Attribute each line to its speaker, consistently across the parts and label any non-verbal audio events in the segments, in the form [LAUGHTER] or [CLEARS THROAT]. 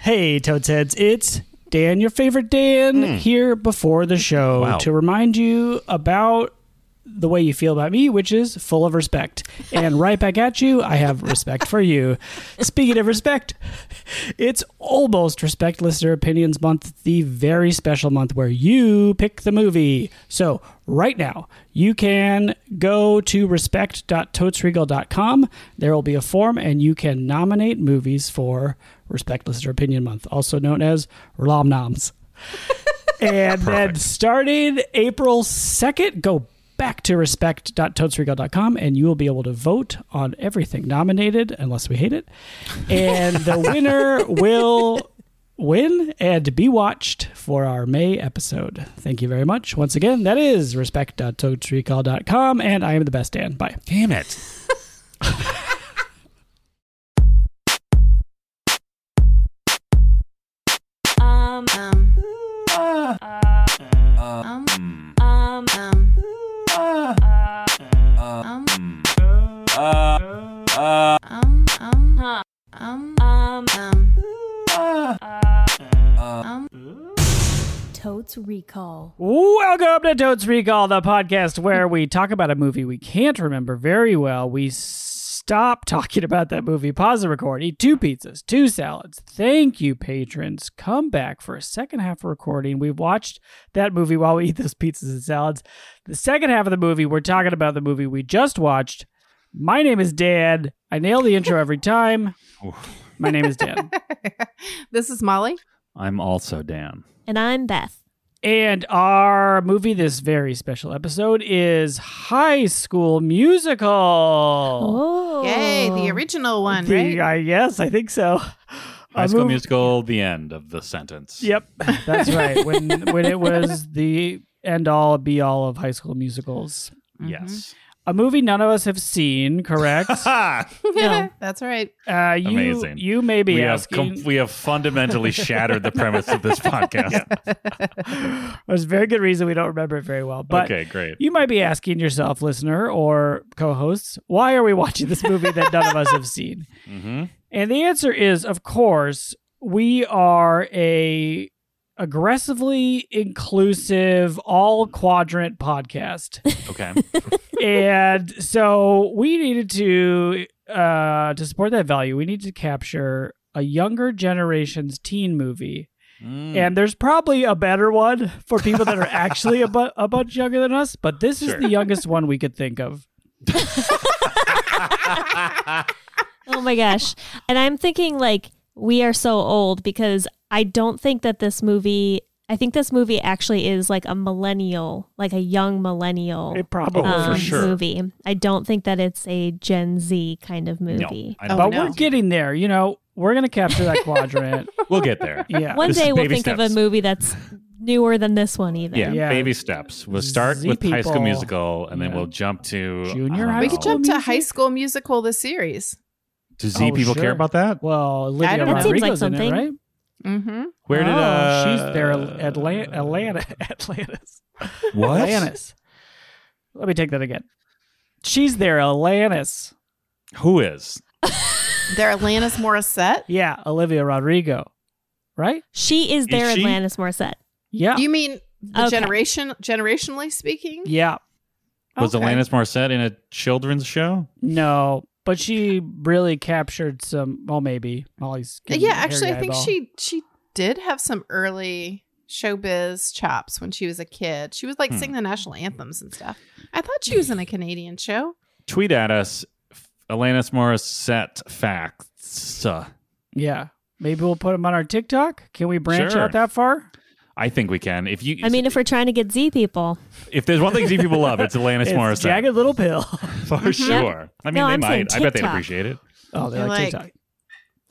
Speaker 1: Hey, Toad's Heads, it's Dan, your favorite Dan, here before the show
Speaker 2: Wow.
Speaker 1: to remind you about the way you feel about me, which is full of respect. And right back at you, I have respect for you. Speaking of respect, it's almost Respect Listener Opinions Month, the very special month where you pick the movie. So, right now, you can go to respect.totesregal.com. There will be a form, and you can nominate movies for Respect Listener Opinion Month, also known as Rom Noms. And then
Speaker 2: Perfect.
Speaker 1: starting April 2nd, go back to respect.toadsregal.com and you will be able to vote on everything nominated, unless we hate it. And
Speaker 2: [LAUGHS]
Speaker 1: the winner will win and be watched for our May episode. Thank you very much. Once again, that is respect.toadsregal.com. And I am the best Dan. Bye.
Speaker 2: Damn it.
Speaker 3: Um, um, um, um, um, um, huh, um, um, um, um. Totes Recall.
Speaker 1: Welcome to Totes Recall, the podcast where we talk about a movie we can't remember very well. We stop talking about that movie, pause the record, eat two pizzas, two salads. Thank you, patrons. Come back for a second half of recording. We've watched that movie while we eat those pizzas and salads. The second half of the movie, we're talking about the movie we just watched. My name is Dan. I nail the intro every time. My name is Dan.
Speaker 4: this is Molly.
Speaker 2: I'm also Dan.
Speaker 3: And I'm Beth.
Speaker 1: And our movie this very special episode is High School Musical.
Speaker 3: Oh.
Speaker 4: Yay, the original one,
Speaker 1: The-
Speaker 4: right?
Speaker 1: I- yes, I think so.
Speaker 2: High
Speaker 1: A
Speaker 2: School
Speaker 1: mov-
Speaker 2: Musical, the end of the sentence. [LAUGHS]
Speaker 1: Yep, that's right. When when it was the end all be all of High School Musicals.
Speaker 2: Yes.
Speaker 1: A movie none of us have seen,
Speaker 2: [LAUGHS]
Speaker 1: correct?
Speaker 2: Ha!
Speaker 4: uh, [LAUGHS]
Speaker 3: No.
Speaker 4: That's right.
Speaker 1: Uh, you,
Speaker 2: Amazing.
Speaker 1: You may be
Speaker 2: we, have
Speaker 1: asking. [LAUGHS]
Speaker 2: com- we have fundamentally shattered the premise of this podcast.
Speaker 1: There's a very good reason we don't remember it very well. But
Speaker 2: okay, great.
Speaker 1: You might be asking yourself, listener or co hosts, why are we watching this movie that none of us have seen?
Speaker 2: Mhm.
Speaker 1: And the answer is, of course, we are a aggressively inclusive all quadrant podcast.
Speaker 2: [LAUGHS] Okay.
Speaker 1: and so we needed to uh to support that value, we need to capture a younger generation's teen movie
Speaker 2: Mm.
Speaker 1: and there's probably a better one for people
Speaker 2: [LAUGHS]
Speaker 1: that are actually a, bu- a bunch younger than us, but this is
Speaker 2: Sure.
Speaker 1: the youngest one we could think of.
Speaker 3: Oh
Speaker 4: [LAUGHS]
Speaker 3: my gosh. And I'm thinking like we are so old because I don't think that this movie I think this movie actually is like a millennial, like a young millennial
Speaker 1: It probably
Speaker 2: Oh, for
Speaker 3: um,
Speaker 2: sure.
Speaker 3: movie. I don't think that it's a Gen Z kind of
Speaker 2: [LAUGHS] no,
Speaker 3: movie.
Speaker 2: I
Speaker 4: Oh,
Speaker 1: But
Speaker 2: don't-
Speaker 4: no.
Speaker 1: we're getting there. You know, we're going to capture that
Speaker 4: [LAUGHS]
Speaker 1: quadrant.
Speaker 2: we'll
Speaker 1: [LAUGHS]
Speaker 2: get there.
Speaker 1: Yeah.
Speaker 3: One
Speaker 2: This is
Speaker 3: day we'll
Speaker 2: baby
Speaker 3: think of
Speaker 2: steps.
Speaker 3: a movie that's newer than this one even.
Speaker 2: Yeah,
Speaker 1: Yeah.
Speaker 2: baby steps. We'll start
Speaker 1: Z
Speaker 2: with High School
Speaker 1: people.
Speaker 2: Musical, and
Speaker 1: Yeah.
Speaker 2: then we'll jump to uh,
Speaker 1: Junior
Speaker 2: I don't
Speaker 1: high
Speaker 4: We
Speaker 2: know.
Speaker 4: could
Speaker 1: School
Speaker 4: jump to
Speaker 1: Music?
Speaker 4: High School Musical, the series.
Speaker 2: Do Z
Speaker 1: Oh,
Speaker 2: people
Speaker 1: sure.
Speaker 2: care about that?
Speaker 1: Well,
Speaker 4: I
Speaker 1: Olivia
Speaker 4: don't know. That seems
Speaker 1: Rodrigo's
Speaker 3: like
Speaker 1: in
Speaker 3: something.
Speaker 1: it, right?
Speaker 4: Mm-hmm.
Speaker 2: Where did
Speaker 1: oh,
Speaker 2: uh,
Speaker 1: she's there? Atlanta, Atlanta, [LAUGHS] Atlantis,
Speaker 2: What?
Speaker 1: Atlantis. Let me take that again. She's there, Atlantis.
Speaker 2: Who is?
Speaker 4: Their Atlantis Morissette.
Speaker 1: Yeah, Olivia Rodrigo, right?
Speaker 3: She is their
Speaker 2: she?
Speaker 3: Atlantis Morissette.
Speaker 1: Yeah,
Speaker 4: You mean the
Speaker 3: Okay.
Speaker 4: generation, generationally speaking?
Speaker 1: yeah.
Speaker 2: Was
Speaker 4: Okay.
Speaker 2: Alanis Morissette in a children's show?
Speaker 1: No, but she really captured some. Well, maybe Molly's. giving
Speaker 4: Yeah,
Speaker 1: me a hairy
Speaker 4: actually, I think
Speaker 1: eyeball.
Speaker 4: she she did have some early showbiz chops when she was a kid. She was like
Speaker 2: Hmm.
Speaker 4: singing the national anthems and stuff. I thought she was in a Canadian show.
Speaker 2: Tweet at us, f- Alanis Morissette facts. Uh,
Speaker 1: Yeah, maybe we'll put them on our TikTok. Can we branch
Speaker 2: Sure.
Speaker 1: out that far?
Speaker 2: I think we can. If you,
Speaker 3: I mean if we're trying to get Z people.
Speaker 2: if there's one thing Z people love,
Speaker 3: [LAUGHS]
Speaker 2: it's Alanis Morissette
Speaker 1: it's jagged little pill. [LAUGHS]
Speaker 2: for sure. I mean,
Speaker 3: No,
Speaker 2: they
Speaker 3: I'm saying
Speaker 2: might. I bet they'd
Speaker 3: TikTok.
Speaker 2: appreciate it.
Speaker 1: Oh, they
Speaker 4: You're
Speaker 1: like,
Speaker 4: like-
Speaker 1: TikTok.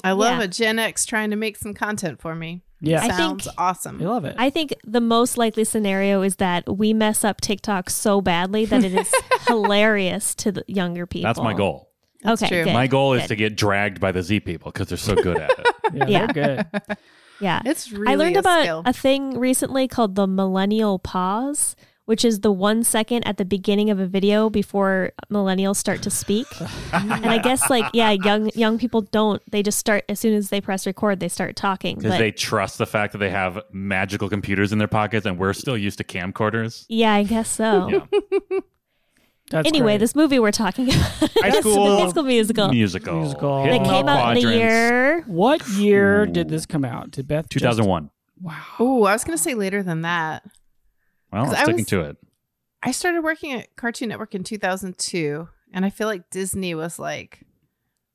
Speaker 4: I love
Speaker 3: Yeah.
Speaker 4: a Gen X trying to make some content for me.
Speaker 1: Yeah,
Speaker 3: I think-
Speaker 4: Sounds awesome.
Speaker 1: they love it.
Speaker 3: I think the most likely scenario is that we mess up TikTok so badly that
Speaker 4: [LAUGHS]
Speaker 3: it is hilarious to the younger people.
Speaker 2: That's my goal.
Speaker 4: That's
Speaker 3: Okay,
Speaker 4: true.
Speaker 3: good.
Speaker 2: My goal is
Speaker 3: good.
Speaker 2: to get dragged by the Z people because they're so good at
Speaker 3: [LAUGHS]
Speaker 2: it.
Speaker 1: yeah,
Speaker 3: yeah.
Speaker 1: they're
Speaker 3: [LAUGHS]
Speaker 1: good.
Speaker 3: yeah.
Speaker 4: It's really
Speaker 3: I learned
Speaker 4: a
Speaker 3: about
Speaker 4: skill.
Speaker 3: a thing recently called the millennial pause, which is the one second at the beginning of a video before millennials start
Speaker 2: [LAUGHS]
Speaker 3: to speak. and I guess like yeah, young young people don't. They just start as soon as they press record, they start talking.
Speaker 2: Because
Speaker 3: But
Speaker 2: they trust the fact that they have magical computers in their pockets, and we're still used to camcorders.
Speaker 3: yeah, I guess so.
Speaker 2: Yeah.
Speaker 1: That's
Speaker 3: anyway,
Speaker 1: great.
Speaker 3: this movie we're talking [LAUGHS] about,
Speaker 2: High school,
Speaker 3: High School Musical,
Speaker 2: musical,
Speaker 1: Musical.
Speaker 2: Hit
Speaker 3: that
Speaker 1: They
Speaker 3: came
Speaker 2: all
Speaker 3: out in the
Speaker 2: quadrants.
Speaker 3: year.
Speaker 1: what year did this come out? Did Beth?
Speaker 2: two
Speaker 1: just-
Speaker 2: thousand one.
Speaker 1: Wow.
Speaker 4: Oh, I was going to say later than that.
Speaker 2: Well,
Speaker 4: 'Cause
Speaker 2: I'm
Speaker 4: I
Speaker 2: sticking
Speaker 4: was-
Speaker 2: to it.
Speaker 4: I started working at Cartoon Network in 2002, and I feel like Disney was like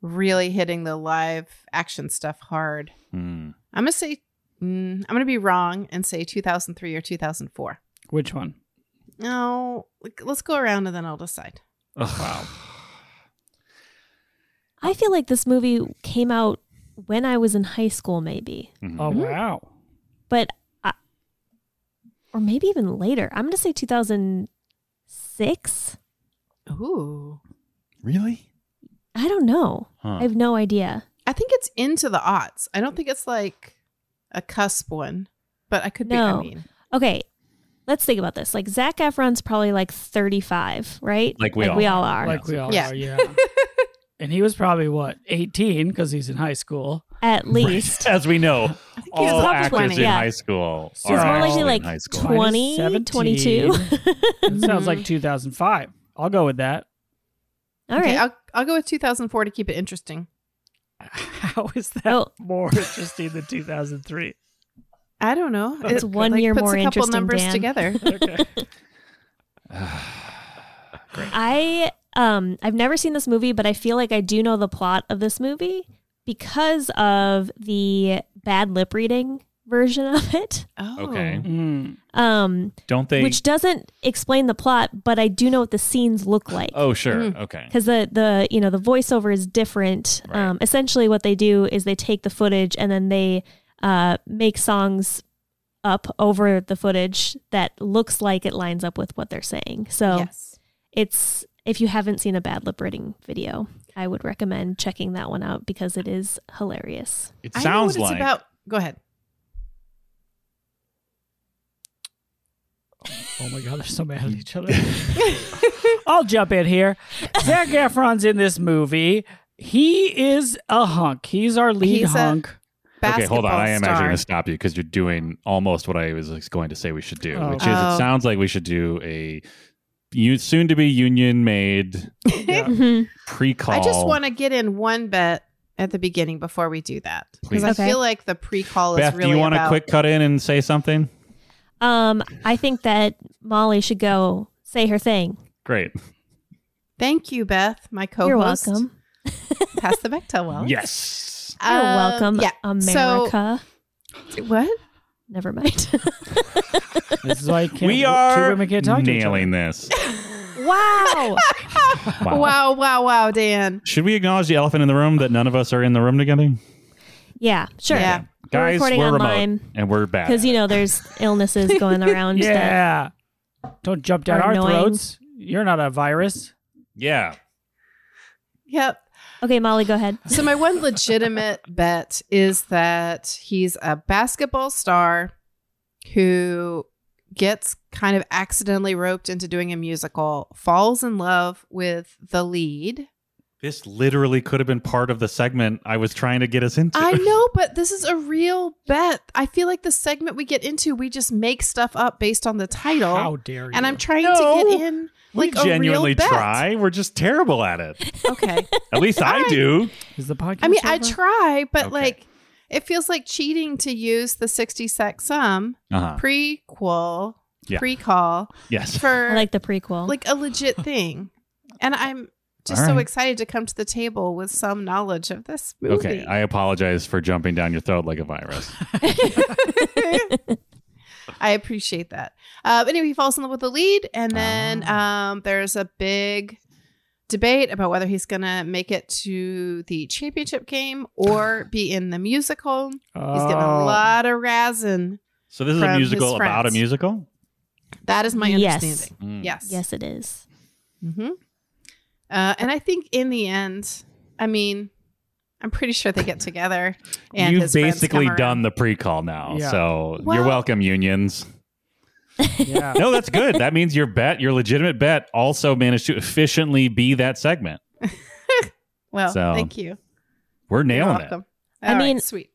Speaker 4: really hitting the live action stuff hard.
Speaker 2: Hmm.
Speaker 4: I'm going to say, mm, I'm going to be wrong and say 2003 or 2004.
Speaker 1: Which one?
Speaker 4: No, like, let's go around and then I'll decide.
Speaker 2: Wow.
Speaker 3: I feel like this movie came out when I was in high school, maybe,
Speaker 2: Mm-hmm.
Speaker 1: Oh wow.
Speaker 3: but I, or maybe even later. I'm gonna say 2006.
Speaker 4: Ooh.
Speaker 2: Really?
Speaker 3: I don't know.
Speaker 2: Huh.
Speaker 3: I have no idea.
Speaker 4: I think it's into the aughts. I don't think it's like a cusp one, but I could be. I
Speaker 3: No.
Speaker 4: mean,
Speaker 3: Okay, let's think about this. Like Zach Efron's probably like 35, right?
Speaker 2: Like we all
Speaker 3: are.
Speaker 1: Like we all
Speaker 4: Yeah.
Speaker 1: are.
Speaker 4: [LAUGHS]
Speaker 1: Yeah. and he was probably what 18 because he's in high school.
Speaker 3: At
Speaker 2: [LAUGHS]
Speaker 3: least
Speaker 2: As we know,
Speaker 4: I think
Speaker 2: all
Speaker 3: probably
Speaker 2: actors
Speaker 4: 20,
Speaker 2: in
Speaker 3: yeah.
Speaker 2: high school
Speaker 1: So
Speaker 2: are
Speaker 1: it's more
Speaker 2: actually
Speaker 1: likely,
Speaker 2: in
Speaker 3: like,
Speaker 2: high school.
Speaker 3: 20 22. [LAUGHS]
Speaker 1: 2017. That sounds like 2005. I'll go with that.
Speaker 3: all right.
Speaker 4: Okay, I'll, I'll go with 2004 to keep it interesting.
Speaker 1: [LAUGHS] How is that
Speaker 3: Oh.
Speaker 1: more interesting than 2003?
Speaker 4: I don't know.
Speaker 3: It's one year
Speaker 4: puts
Speaker 3: more
Speaker 4: a couple
Speaker 3: interesting,
Speaker 4: numbers
Speaker 3: Dan. [LAUGHS]
Speaker 4: together.
Speaker 1: [LAUGHS] Okay.
Speaker 3: I um I've never seen this movie, but I feel like I do know the plot of this movie because of the bad lip reading version of it.
Speaker 4: Oh.
Speaker 2: Okay.
Speaker 1: Mm.
Speaker 3: Um
Speaker 2: [SIGHS] Don't they?
Speaker 3: which doesn't explain the plot, but I do know what the scenes look like.
Speaker 2: oh, sure.
Speaker 4: Mm.
Speaker 2: Okay.
Speaker 3: Because the, the you know the voiceover is different.
Speaker 2: Right.
Speaker 3: Um, essentially, what they do is they take the footage and then they uh, make songs up over the footage that looks like it lines up with what they're saying. So
Speaker 4: Yes.
Speaker 3: it's if you haven't seen a bad lip reading video, I would recommend checking that one out because it is hilarious.
Speaker 2: It
Speaker 4: I know what
Speaker 2: sounds
Speaker 4: it's
Speaker 2: like
Speaker 4: about. Go ahead.
Speaker 1: Oh my God, they're so mad at each other. [LAUGHS] I'll jump in here. Zach Efron's in this movie. He is a hunk. He's our lead
Speaker 4: He's a-
Speaker 1: hunk.
Speaker 2: Okay,
Speaker 4: Basketball
Speaker 2: hold on. I am
Speaker 4: star.
Speaker 2: actually going to stop you because you're doing almost what I was like, going to say we should do,
Speaker 1: Oh.
Speaker 2: which is
Speaker 4: Oh.
Speaker 2: it sounds like we should do a you soon to be union made
Speaker 1: Yeah.
Speaker 2: pre call.
Speaker 4: I just want to get in one bet at the beginning before we do that because I
Speaker 3: Please.
Speaker 4: feel like the pre-call
Speaker 2: Beth,
Speaker 4: is really
Speaker 2: do you want to
Speaker 4: about.
Speaker 2: quick cut in and say something?
Speaker 3: Um, I think that Molly should go say her thing.
Speaker 2: Great.
Speaker 4: Thank you, Beth, my
Speaker 3: You're
Speaker 4: co-host.
Speaker 3: welcome.
Speaker 4: [LAUGHS] Pass the Bechtel well.
Speaker 2: Yes.
Speaker 3: You're
Speaker 4: Um,
Speaker 3: welcome,
Speaker 4: Yeah.
Speaker 3: America.
Speaker 4: So what?
Speaker 3: Never mind. [LAUGHS]
Speaker 1: This is why
Speaker 4: [LAUGHS]
Speaker 1: I can't,
Speaker 2: We
Speaker 1: two
Speaker 2: are
Speaker 1: women can't talk
Speaker 2: nailing this.
Speaker 3: wow.
Speaker 2: Wow.
Speaker 4: Wow, wow, wow, Dan.
Speaker 2: Should we acknowledge the elephant in the room that none of us are in the room together?
Speaker 3: Yeah, sure.
Speaker 4: Yeah.
Speaker 3: We're
Speaker 2: Guys, we're,
Speaker 3: recording
Speaker 2: remote
Speaker 3: online.
Speaker 2: and we're bad.
Speaker 3: Because you know there's illnesses going around.
Speaker 1: to each other.
Speaker 3: that-
Speaker 1: Yeah. Don't jump down
Speaker 3: Are
Speaker 1: our
Speaker 3: annoying.
Speaker 1: throats. You're not a virus.
Speaker 2: yeah.
Speaker 4: Yep.
Speaker 3: Okay, Molly, go ahead.
Speaker 4: So my one
Speaker 3: [LAUGHS]
Speaker 4: legitimate bet is that he's a basketball star who gets kind of accidentally roped into doing a musical, falls in love with the lead.
Speaker 2: This literally could have been part of the segment I was trying to get us into. [LAUGHS]
Speaker 4: I know, but this is a real bet. I feel like the segment we get into, we just make stuff up based on the title.
Speaker 1: How dare you?
Speaker 4: and I'm trying
Speaker 2: No.
Speaker 4: to get in like
Speaker 2: we genuinely
Speaker 4: a real bet.
Speaker 2: try. We're just terrible at it.
Speaker 4: [LAUGHS] Okay.
Speaker 2: At least
Speaker 4: [LAUGHS]
Speaker 2: I do.
Speaker 1: is the podcast.
Speaker 4: I mean, I
Speaker 1: over?
Speaker 4: try, but
Speaker 2: Okay.
Speaker 4: like it feels like cheating to use the 60 sec sum
Speaker 2: Uh-huh.
Speaker 4: prequel
Speaker 2: Yeah. [LAUGHS]
Speaker 4: pre-call
Speaker 2: Yes.
Speaker 4: for
Speaker 3: I
Speaker 4: like,
Speaker 3: like the prequel.
Speaker 4: a legit thing and i'm just
Speaker 2: All
Speaker 4: so
Speaker 2: right.
Speaker 4: excited to come to the table with some knowledge of this movie
Speaker 2: Okay. I apologize for jumping down your throat like a virus.
Speaker 4: I appreciate that uh, anyway he falls in love with the lead and then um, there's a big debate about whether he's gonna make it to the championship game or be in the musical he's getting a
Speaker 1: Oh.
Speaker 4: lot of razzing
Speaker 2: So this is
Speaker 4: From
Speaker 2: a
Speaker 4: his
Speaker 2: musical about a
Speaker 4: friends.
Speaker 2: musical?
Speaker 4: that is my
Speaker 3: Yes.
Speaker 4: understanding
Speaker 2: Mm.
Speaker 4: yes
Speaker 3: yes, it is.
Speaker 4: Mm-hmm. Uh, and I think in the end, I mean, I'm pretty sure they get together. And
Speaker 2: You've
Speaker 4: his friends
Speaker 2: basically
Speaker 4: come around.
Speaker 2: done the pre-call now.
Speaker 1: Yeah.
Speaker 2: So
Speaker 4: Well-
Speaker 2: you're welcome, unions.
Speaker 1: Yeah.
Speaker 2: No, that's good. That means your bet, your legitimate bet, also managed to efficiently be that segment.
Speaker 4: Well,
Speaker 2: So,
Speaker 4: thank you.
Speaker 2: We're
Speaker 4: You're
Speaker 2: nailing it.
Speaker 4: welcome.
Speaker 3: I
Speaker 4: All right,
Speaker 3: mean-
Speaker 4: sweet.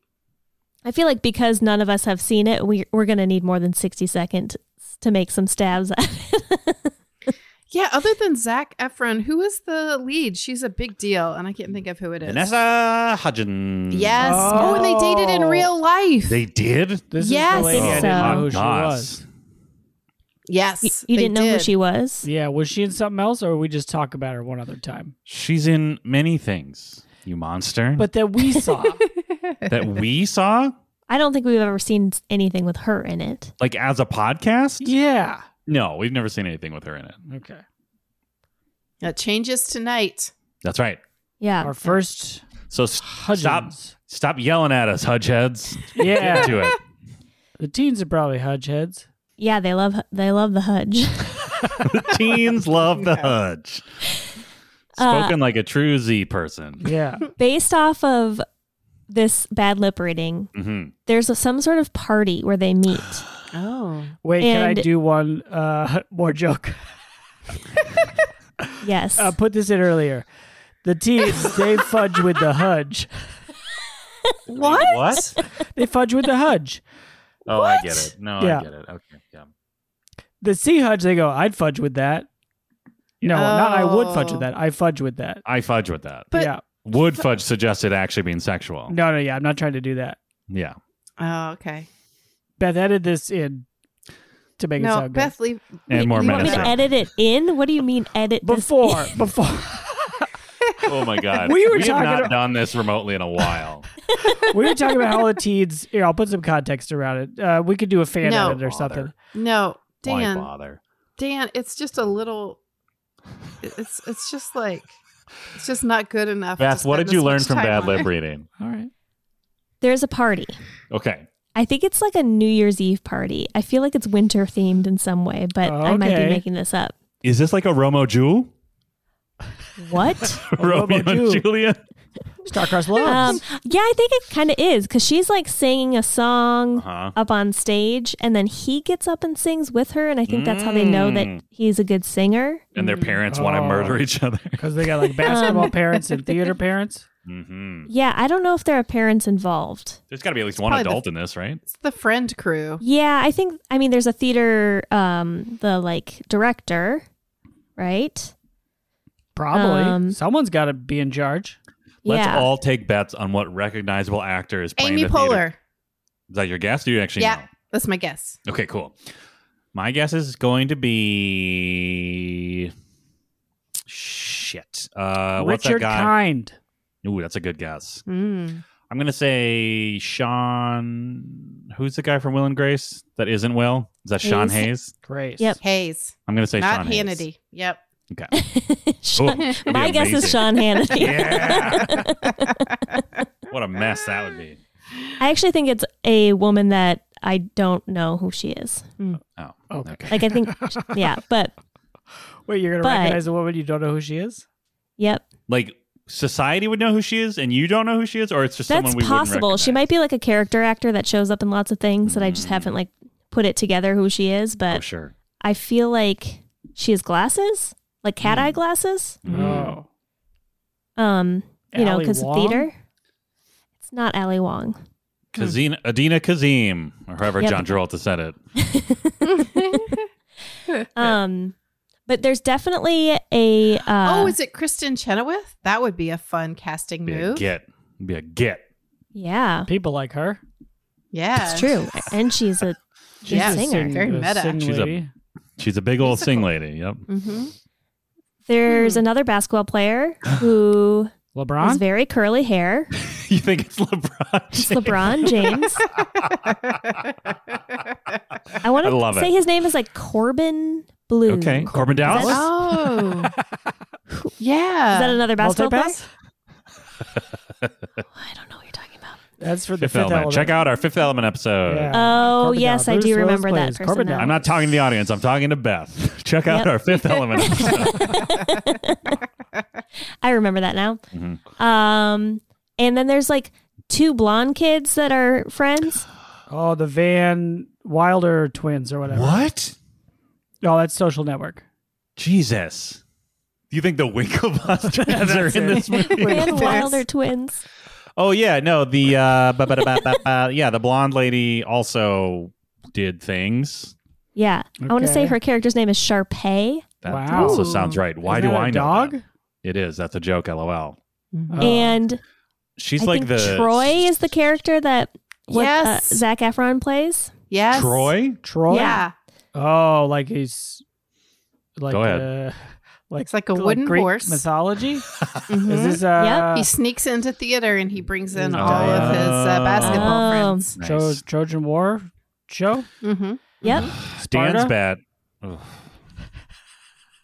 Speaker 3: I feel like because none of us have seen it, we, we're going to need more than 60 seconds to make some stabs at it.
Speaker 4: Yeah, other than Zach Efron, who is the lead? She's a big deal, and I can't think of who it is.
Speaker 2: Vanessa Hudgens.
Speaker 4: Yes. Oh, and they dated in
Speaker 1: Oh.
Speaker 4: real life.
Speaker 2: They did?
Speaker 1: This is
Speaker 4: Yes.
Speaker 1: the lady I
Speaker 3: So-
Speaker 1: didn't know who Oh, she
Speaker 2: Oh, Gosh.
Speaker 1: was.
Speaker 4: yes.
Speaker 3: you you
Speaker 4: they
Speaker 3: didn't know who
Speaker 4: did.
Speaker 3: she was?
Speaker 1: Yeah, was she in something else, or we just talk about her one other time?
Speaker 2: She's in many things, you monster.
Speaker 1: But that we saw. [LAUGHS]
Speaker 2: that we saw,
Speaker 3: I don't think we've ever seen anything with her in it.
Speaker 2: like as a podcast?
Speaker 1: yeah.
Speaker 2: No, we've never seen anything with her in it.
Speaker 1: Okay.
Speaker 4: That changes tonight.
Speaker 2: That's right.
Speaker 3: Yeah.
Speaker 1: Our first
Speaker 2: So s-
Speaker 1: Hudgens.
Speaker 2: stop yelling at us, Hudgeheads. Get [LAUGHS]
Speaker 1: Yeah.
Speaker 2: to it.
Speaker 1: the teens are probably Hudge heads.
Speaker 3: Yeah, they love they love
Speaker 4: [LAUGHS]
Speaker 3: the Hudge.
Speaker 2: The teens love the
Speaker 4: Yes.
Speaker 2: Hudge.
Speaker 3: Uh,
Speaker 2: Spoken like a true Z person.
Speaker 1: Yeah.
Speaker 3: Based off of this bad lip reading,
Speaker 2: Mhm.
Speaker 3: there's a, some sort of party where
Speaker 2: [GASPS]
Speaker 3: they meet.
Speaker 4: Oh.
Speaker 1: Wait, can I
Speaker 3: And-
Speaker 1: do one uh, [LAUGHS] more joke?
Speaker 3: Yes.
Speaker 1: Uh, put this in earlier. The teens,
Speaker 4: [LAUGHS]
Speaker 1: they fudge with the Hudge.
Speaker 4: What?
Speaker 2: What?
Speaker 1: They fudge with the Hudge.
Speaker 2: Oh, I get it. No,
Speaker 1: Yeah.
Speaker 2: I get it. Okay. Yeah.
Speaker 1: The sea Hudge, they go, I'd fudge with that. No, not I would fudge
Speaker 4: Oh.
Speaker 1: with that. I fudge with that.
Speaker 2: I fudge with that.
Speaker 4: But-
Speaker 1: yeah.
Speaker 2: Would fudge suggested actually being sexual?
Speaker 1: No, no, yeah. I'm not trying to do that.
Speaker 2: Yeah.
Speaker 4: Oh, okay.
Speaker 1: Beth, edit this in to make it
Speaker 4: no,
Speaker 1: sound good.
Speaker 4: Beth, leave.
Speaker 2: And more
Speaker 4: you
Speaker 3: I
Speaker 4: want
Speaker 3: mean,
Speaker 4: me
Speaker 2: medicine.
Speaker 4: to
Speaker 3: edit it in? What do you mean edit this [LAUGHS]
Speaker 1: before, before.
Speaker 2: Oh my god.
Speaker 1: [LAUGHS] We were
Speaker 2: have
Speaker 1: talking
Speaker 2: not
Speaker 1: about-
Speaker 2: done this remotely in a while.
Speaker 1: we were talking about how the teens. Here, I'll put some context around it. Uh, we could do a fan
Speaker 4: No.
Speaker 1: edit or something.
Speaker 2: Bother.
Speaker 4: No,
Speaker 2: Why
Speaker 4: Dan.
Speaker 2: bother?
Speaker 4: Dan, it's just a little. It's it's just like, it's just not good enough. to
Speaker 2: Beth, what
Speaker 4: spend
Speaker 2: did you
Speaker 4: this
Speaker 2: learn
Speaker 4: much
Speaker 2: from
Speaker 4: time
Speaker 2: bad
Speaker 4: on
Speaker 2: lip [LAUGHS]
Speaker 4: it.
Speaker 2: reading?
Speaker 1: All right.
Speaker 3: There's a party.
Speaker 2: Okay.
Speaker 3: I think it's like a New Year's Eve party. I feel like it's winter themed in some way, but I might be
Speaker 1: Okay.
Speaker 3: making this up.
Speaker 2: Is this like a Romo Jewel? [LAUGHS]
Speaker 3: What?
Speaker 2: Romeo
Speaker 1: Romo Jewel.
Speaker 2: and Juliet?
Speaker 3: [LAUGHS]
Speaker 1: Starcrossed Loves.
Speaker 3: um, yeah, I think it kind of is because she's like singing a song
Speaker 2: Uh-huh.
Speaker 3: up on stage, and then he gets up and sings with her, and I think that's how they know
Speaker 2: Mm.
Speaker 3: that he's a good singer.
Speaker 2: And their parents want to
Speaker 1: Oh.
Speaker 2: murder each [LAUGHS] other.
Speaker 1: Because they got like
Speaker 3: um,
Speaker 1: basketball parents and theater parents.
Speaker 2: hmm
Speaker 3: Yeah, I don't know if there are parents involved.
Speaker 2: There's got to be at least one
Speaker 4: probably the-
Speaker 2: adult in this, right?
Speaker 4: It's the friend crew.
Speaker 3: Yeah, I think I mean there's a theater, um, the like director, right?
Speaker 1: Probably.
Speaker 3: Um,
Speaker 1: Someone's got to be in charge.
Speaker 2: Let's
Speaker 3: yeah,
Speaker 2: all take bets on what recognizable actor is playing
Speaker 4: Amy
Speaker 2: the theater-
Speaker 4: Poehler.
Speaker 2: Is that your guess? Do you actually
Speaker 4: Yeah, that's my guess.
Speaker 2: know? Okay, cool. My guess is going to be shit. Uh, what's that
Speaker 1: Richard
Speaker 2: guy?
Speaker 1: Kind.
Speaker 2: Ooh, that's a good guess.
Speaker 4: Mm.
Speaker 2: I'm gonna say Sean. Who's the guy from Will and Grace that isn't Will? Is that Sean
Speaker 3: Hayes.
Speaker 2: Hayes?
Speaker 1: Grace.
Speaker 3: Yep.
Speaker 4: Hayes,
Speaker 2: I'm gonna say
Speaker 4: not
Speaker 2: Sean Hayes.
Speaker 4: Hannity.
Speaker 3: [LAUGHS]
Speaker 4: Yep.
Speaker 3: [LAUGHS] Sean-
Speaker 2: Ooh, Oh, that'd be
Speaker 3: my guess is
Speaker 2: amazing.
Speaker 3: Sean Hannity.
Speaker 2: [LAUGHS] Yeah. what a mess that would be.
Speaker 3: I actually think it's a woman that I don't know who she is.
Speaker 2: Oh,
Speaker 1: Okay.
Speaker 3: Like
Speaker 2: [LAUGHS]
Speaker 3: I think, yeah, but
Speaker 1: Wait, you're going to
Speaker 3: But-
Speaker 1: recognize a woman you don't know who she is?
Speaker 3: yep,
Speaker 2: Like society would know who she is, and you don't know who she is, or it's just
Speaker 3: that's
Speaker 2: someone we wouldn't
Speaker 3: possible. She might
Speaker 2: recognize? Mm.
Speaker 3: be like a character actor that shows up in lots of things that I just haven't like put it together who she is.
Speaker 2: for
Speaker 3: But
Speaker 2: sure.
Speaker 3: I feel like she has glasses, like cat eye glasses.
Speaker 2: Mm.
Speaker 1: Oh.
Speaker 3: Um, you know,
Speaker 1: Ally
Speaker 3: because
Speaker 1: Wong?
Speaker 3: theater. It's not Ali Wong.
Speaker 2: Kazina, Adina Kazim, or however
Speaker 3: Yep.
Speaker 2: John Travolta said it.
Speaker 4: Oh,
Speaker 3: Um, but there's definitely a. Uh,
Speaker 4: oh, is it Kristen Chenoweth? That would be a fun casting
Speaker 2: Be a
Speaker 4: move.
Speaker 2: get. Be a get.
Speaker 3: yeah,
Speaker 1: People like her.
Speaker 4: Yeah,
Speaker 3: it's true, and she's a
Speaker 1: She's
Speaker 4: Yeah,
Speaker 1: a
Speaker 3: singer.
Speaker 1: sing-
Speaker 4: Very
Speaker 1: a
Speaker 4: meta.
Speaker 1: sing
Speaker 2: She's a-
Speaker 1: lady.
Speaker 2: She's a big old
Speaker 4: Musical.
Speaker 2: sing lady. Yep. [LAUGHS]
Speaker 4: hmm
Speaker 3: There's
Speaker 4: Hmm.
Speaker 3: another basketball player who has
Speaker 1: LeBron?
Speaker 3: very curly hair.
Speaker 2: you think it's LeBron?
Speaker 3: It's LeBron James. I want
Speaker 2: I love
Speaker 3: to say
Speaker 2: it.
Speaker 3: his name is like Corbin Blue.
Speaker 2: Okay.
Speaker 3: Is
Speaker 2: Corbin Dallas?
Speaker 3: that- [LAUGHS]
Speaker 4: oh, yeah.
Speaker 3: that another basketball player?
Speaker 1: Multipass?
Speaker 3: [LAUGHS] I don't know what you're talking about.
Speaker 1: That's for the
Speaker 2: Fifth,
Speaker 1: fifth,
Speaker 2: element. Check out our fifth element episode.
Speaker 1: Yeah.
Speaker 3: Oh,
Speaker 1: Corbin
Speaker 3: yes,
Speaker 1: Dallas.
Speaker 3: I do
Speaker 1: Bruce Rose
Speaker 3: remember that
Speaker 1: plays
Speaker 3: person
Speaker 1: Corbin
Speaker 3: now.
Speaker 1: Dallas.
Speaker 2: I'm not talking to the audience. I'm talking to Beth. [LAUGHS] Check out
Speaker 3: Yep.
Speaker 2: our fifth element
Speaker 3: [LAUGHS]
Speaker 2: episode.
Speaker 3: I remember that now.
Speaker 2: Mhm.
Speaker 3: Um, and then there's like two blonde kids that are friends.
Speaker 1: Oh, the Van Wilder twins or whatever.
Speaker 2: What?
Speaker 1: No, that's Social Network.
Speaker 2: Jesus. Do you think the Winklebusters
Speaker 1: [LAUGHS]
Speaker 2: are
Speaker 1: That's
Speaker 2: in
Speaker 1: it.
Speaker 2: this movie?
Speaker 3: Van
Speaker 4: Yes.
Speaker 3: Wilder twins.
Speaker 2: Oh yeah, no, the uh ba- ba- da- ba- ba- ba- yeah, the blonde lady also did things.
Speaker 3: Yeah. I want to say
Speaker 1: Okay.
Speaker 3: her character's name is Sharpay.
Speaker 2: That
Speaker 1: Wow.
Speaker 2: also sounds right. Why
Speaker 1: Isn't
Speaker 2: do
Speaker 1: that a
Speaker 2: I know?
Speaker 1: dog?
Speaker 2: that? It is. That's a joke, lol.
Speaker 1: Oh.
Speaker 3: And
Speaker 2: She's
Speaker 3: I
Speaker 2: like
Speaker 3: think
Speaker 2: the
Speaker 3: Troy is the character that what,
Speaker 4: Yes.
Speaker 3: uh, Zach Efron plays.
Speaker 4: Yes.
Speaker 2: Troy?
Speaker 1: Troy.
Speaker 4: Yeah.
Speaker 1: Oh, like he's like
Speaker 2: Go
Speaker 1: uh, [LAUGHS] like
Speaker 4: It's like a wooden
Speaker 1: Greek
Speaker 4: horse.
Speaker 1: mythology.
Speaker 4: Mhm.
Speaker 1: Is this uh,
Speaker 3: Mm-hmm. Yep.
Speaker 4: he sneaks into theater and he brings in
Speaker 1: Oh,
Speaker 4: all
Speaker 2: yeah.
Speaker 4: of his uh, basketball
Speaker 3: Oh.
Speaker 4: friends.
Speaker 2: Nice.
Speaker 1: Tro- Trojan War show?
Speaker 4: Mhm.
Speaker 3: Yep.
Speaker 2: Dan's
Speaker 1: Sparta?
Speaker 2: bat. Ugh.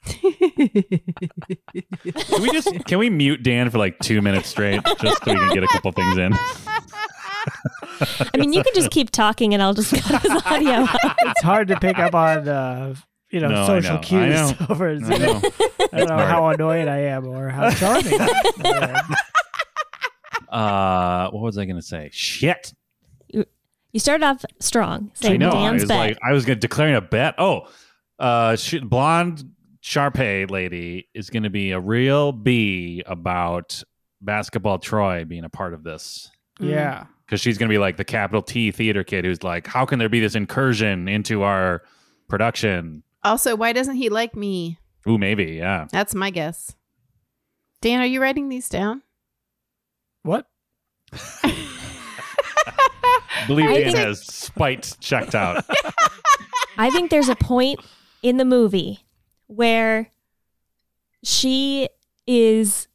Speaker 4: Mm-hmm.
Speaker 3: [LAUGHS]
Speaker 2: Can we just can we mute Dan for like two minutes straight just so we can get a couple things in?
Speaker 3: I mean, you can
Speaker 2: [LAUGHS]
Speaker 3: just keep talking and I'll just cut his audio.
Speaker 1: It's hard to pick up on uh, you know
Speaker 2: No, I
Speaker 1: social
Speaker 2: know. I
Speaker 1: cues
Speaker 2: know.
Speaker 1: [LAUGHS] over Zoom.
Speaker 2: I know.
Speaker 1: [LAUGHS] I don't know
Speaker 2: hard.
Speaker 1: how annoyed I am or how charming. I
Speaker 3: [LAUGHS] Mm.
Speaker 1: am.
Speaker 2: Uh, what was I gonna say? Shit.
Speaker 3: You started off strong,
Speaker 2: I
Speaker 3: saying
Speaker 2: know. I
Speaker 3: Dan's
Speaker 2: was
Speaker 3: bet.
Speaker 2: like, I was gonna declaring a bet. Oh, uh, she, blonde Sharpay lady is gonna be a real bee about basketball Troy being a part of this
Speaker 1: yeah.
Speaker 2: because she's gonna be like the capital T theater kid who's like, how can there be this incursion into our production?
Speaker 4: Also, why doesn't he like me?
Speaker 2: Ooh, maybe, yeah.
Speaker 4: That's my guess. Dan, are you writing these down?
Speaker 1: What?
Speaker 2: I believe
Speaker 3: I
Speaker 2: Dan
Speaker 3: think-
Speaker 2: has spite checked out.
Speaker 3: I think there's a point in the movie where she is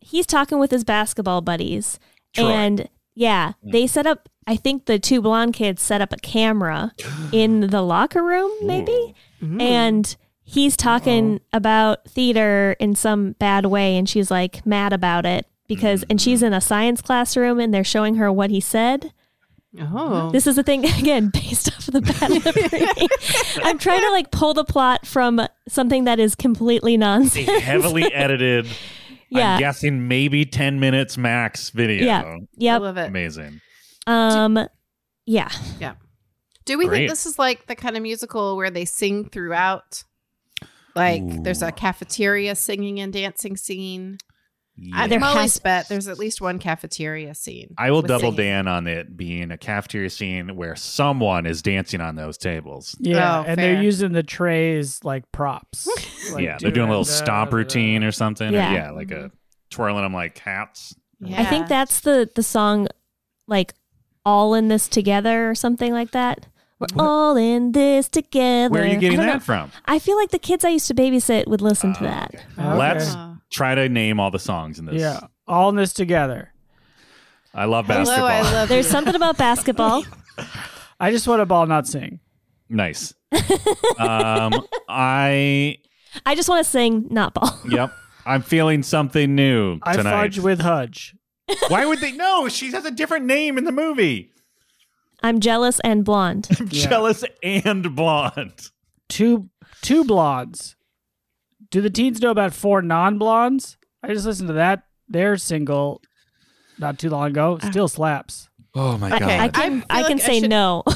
Speaker 3: he's talking with his basketball buddies
Speaker 2: Troy.
Speaker 3: and yeah, they set up I think the two blonde kids set up
Speaker 2: [GASPS]
Speaker 3: a camera in the locker room [LAUGHS] maybe
Speaker 2: Ooh. Hmm. Uh-huh.
Speaker 3: and he's talking about theater in some bad way and she's like mad about it because
Speaker 2: Mm.
Speaker 3: and she's in a science classroom and they're showing her what he said
Speaker 4: Oh.
Speaker 3: this is the thing [LAUGHS] again, based off of
Speaker 4: [LAUGHS]
Speaker 3: the Battle of Britain. I'm trying to like pull the plot from something that is completely
Speaker 2: a
Speaker 3: nonsense.
Speaker 2: heavily
Speaker 3: [LAUGHS]
Speaker 2: edited, I'm
Speaker 3: Yeah.
Speaker 2: guessing maybe 10 minutes max video.
Speaker 3: Yeah.
Speaker 4: I
Speaker 3: Yep.
Speaker 1: Uh,
Speaker 4: love it.
Speaker 2: Amazing.
Speaker 3: Um. Yeah.
Speaker 4: Do we
Speaker 2: Great.
Speaker 4: think this is like the kind of musical where they sing throughout? Like there's
Speaker 2: Ooh.
Speaker 4: a cafeteria singing and dancing scene. I,
Speaker 2: Yeah.
Speaker 3: There
Speaker 4: Molly's
Speaker 3: has-
Speaker 4: bet there's at least one cafeteria scene.
Speaker 2: I will
Speaker 4: with
Speaker 2: double
Speaker 4: singing.
Speaker 2: Dan on it being a cafeteria scene where someone is dancing on those tables.
Speaker 1: Yeah,
Speaker 4: Oh,
Speaker 1: and
Speaker 4: fair.
Speaker 1: they're using the trays like
Speaker 4: [LAUGHS]
Speaker 1: props. Like,
Speaker 2: yeah, they're doing a little stomp routine or something. Yeah,
Speaker 3: Yeah.
Speaker 2: or, yeah like a
Speaker 1: Mm-hmm.
Speaker 2: twirling them like hats.
Speaker 4: Yeah.
Speaker 3: I think that's the the song, like, all in this together or something like that. We're all in this together.
Speaker 2: Where are you getting
Speaker 3: I
Speaker 2: that
Speaker 3: don't
Speaker 2: from?
Speaker 3: know. I feel like the kids I used to babysit would listen to
Speaker 2: Oh,
Speaker 3: that.
Speaker 1: Okay.
Speaker 2: Let's
Speaker 4: Oh.
Speaker 2: try to name all the songs in this.
Speaker 1: Yeah, all in this together.
Speaker 2: I love
Speaker 4: Hello,
Speaker 2: basketball.
Speaker 4: I love
Speaker 3: There's
Speaker 4: There's
Speaker 3: something about basketball.
Speaker 1: I just want a ball, not sing.
Speaker 2: [LAUGHS]
Speaker 3: [LAUGHS]
Speaker 2: nice. um, I
Speaker 3: I just want to sing not ball.
Speaker 2: yep. I'm feeling something new
Speaker 1: I
Speaker 2: tonight.
Speaker 1: fudge with Hudge.
Speaker 2: Why would they? No, she has a different name in the movie. [LAUGHS]
Speaker 3: I'm jealous and blonde.
Speaker 1: Yeah.
Speaker 2: Jealous and blonde.
Speaker 1: Two two blondes. Do the teens know about four non blondes? I just listened to that their single not too long ago.
Speaker 4: Ah.
Speaker 1: Still slaps.
Speaker 2: Oh my
Speaker 3: I, I
Speaker 4: I
Speaker 3: can
Speaker 4: feel
Speaker 3: I, can
Speaker 4: like I
Speaker 3: say
Speaker 4: should-
Speaker 3: no. [LAUGHS]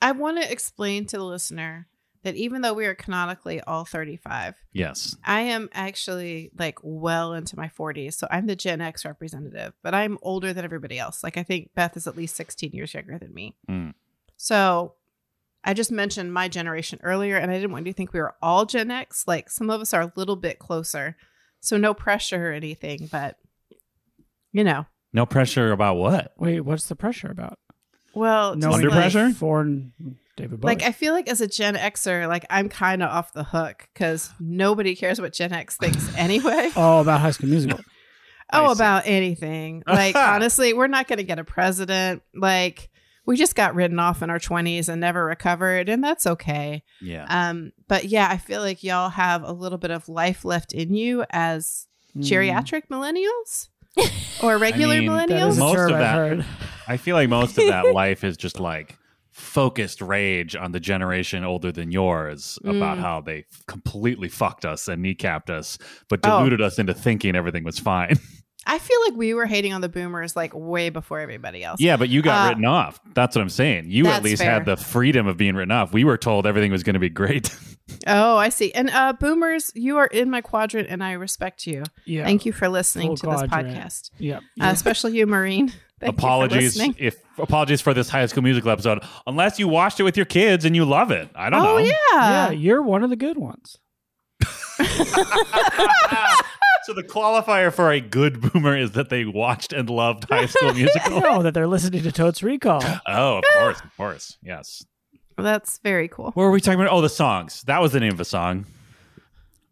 Speaker 4: I want to explain to the listener that even though we are canonically all 35,
Speaker 2: yes.
Speaker 4: I am actually like well into my 40s. So I'm the Gen X representative, but I'm older than everybody else. Like I think Beth is at least 16 years younger than me.
Speaker 2: Mm.
Speaker 4: So I just mentioned my generation earlier, and I didn't want you to think we were all Gen X. Like some of us are a little bit closer. So no pressure or anything, but you know,
Speaker 2: No pressure about what?
Speaker 1: Wait, what's the pressure about?
Speaker 4: well,
Speaker 1: No
Speaker 4: Oh, just,
Speaker 2: Under
Speaker 4: like-
Speaker 2: pressure?
Speaker 1: Foreign David Bowie.
Speaker 4: Like I feel like as a Gen Xer, like I'm kind of off the hook because nobody cares what Gen
Speaker 2: [LAUGHS]
Speaker 4: X thinks anyway.
Speaker 1: oh, about High School Musical.
Speaker 2: I
Speaker 4: oh,
Speaker 2: see.
Speaker 4: about anything. Like
Speaker 2: [LAUGHS]
Speaker 4: honestly, we're not going to get a president. Like we just got written off in our 20s and never recovered, and that's okay.
Speaker 2: Yeah.
Speaker 4: Um, but yeah, I feel like y'all have a little bit of life left in you as geriatric
Speaker 2: [LAUGHS]
Speaker 4: millennials or regular
Speaker 2: Hmm. mean,
Speaker 1: Mm,
Speaker 2: that
Speaker 1: That is
Speaker 4: millennials.
Speaker 1: a
Speaker 2: Most
Speaker 1: term
Speaker 2: of
Speaker 1: I've
Speaker 2: that-
Speaker 1: heard.
Speaker 2: I feel like most of
Speaker 4: [LAUGHS]
Speaker 2: that life is just like focused rage on the generation older than yours about
Speaker 4: Mm.
Speaker 2: how they completely fucked us and kneecapped us, but
Speaker 4: Oh. [LAUGHS]
Speaker 2: deluded us into thinking everything was fine.
Speaker 4: I feel like we were hating on the boomers like way before everybody else.
Speaker 2: Yeah, but you got
Speaker 4: Uh,
Speaker 2: written off. That's what I'm saying. You at
Speaker 4: that's
Speaker 2: least had
Speaker 4: fair.
Speaker 2: the freedom of being written off. We were told everything was going to be great. [LAUGHS]
Speaker 4: Oh, I see. And uh boomers, you are in my quadrant and I respect you.
Speaker 1: Yeah.
Speaker 4: Thank you for listening
Speaker 1: Full
Speaker 4: to this
Speaker 1: quadrant.
Speaker 4: podcast.
Speaker 1: Yeah.
Speaker 4: Uh, especially you, Marine. [LAUGHS] Thank you for
Speaker 2: apologies
Speaker 4: listening.
Speaker 2: if apologies for this High School Musical episode, unless you watched it with your kids and you love it. I don't
Speaker 4: Oh
Speaker 2: know.
Speaker 4: yeah.
Speaker 1: yeah, you're one of the good ones.
Speaker 2: [LAUGHS] so the qualifier for a good boomer is that they watched and loved High
Speaker 4: [LAUGHS]
Speaker 2: School Musical.
Speaker 1: No, Oh, that they're listening to Totes Recall.
Speaker 2: oh, of course, of course, yes.
Speaker 4: That's very cool.
Speaker 2: What were we talking about? Oh, the songs. That was the name of a song.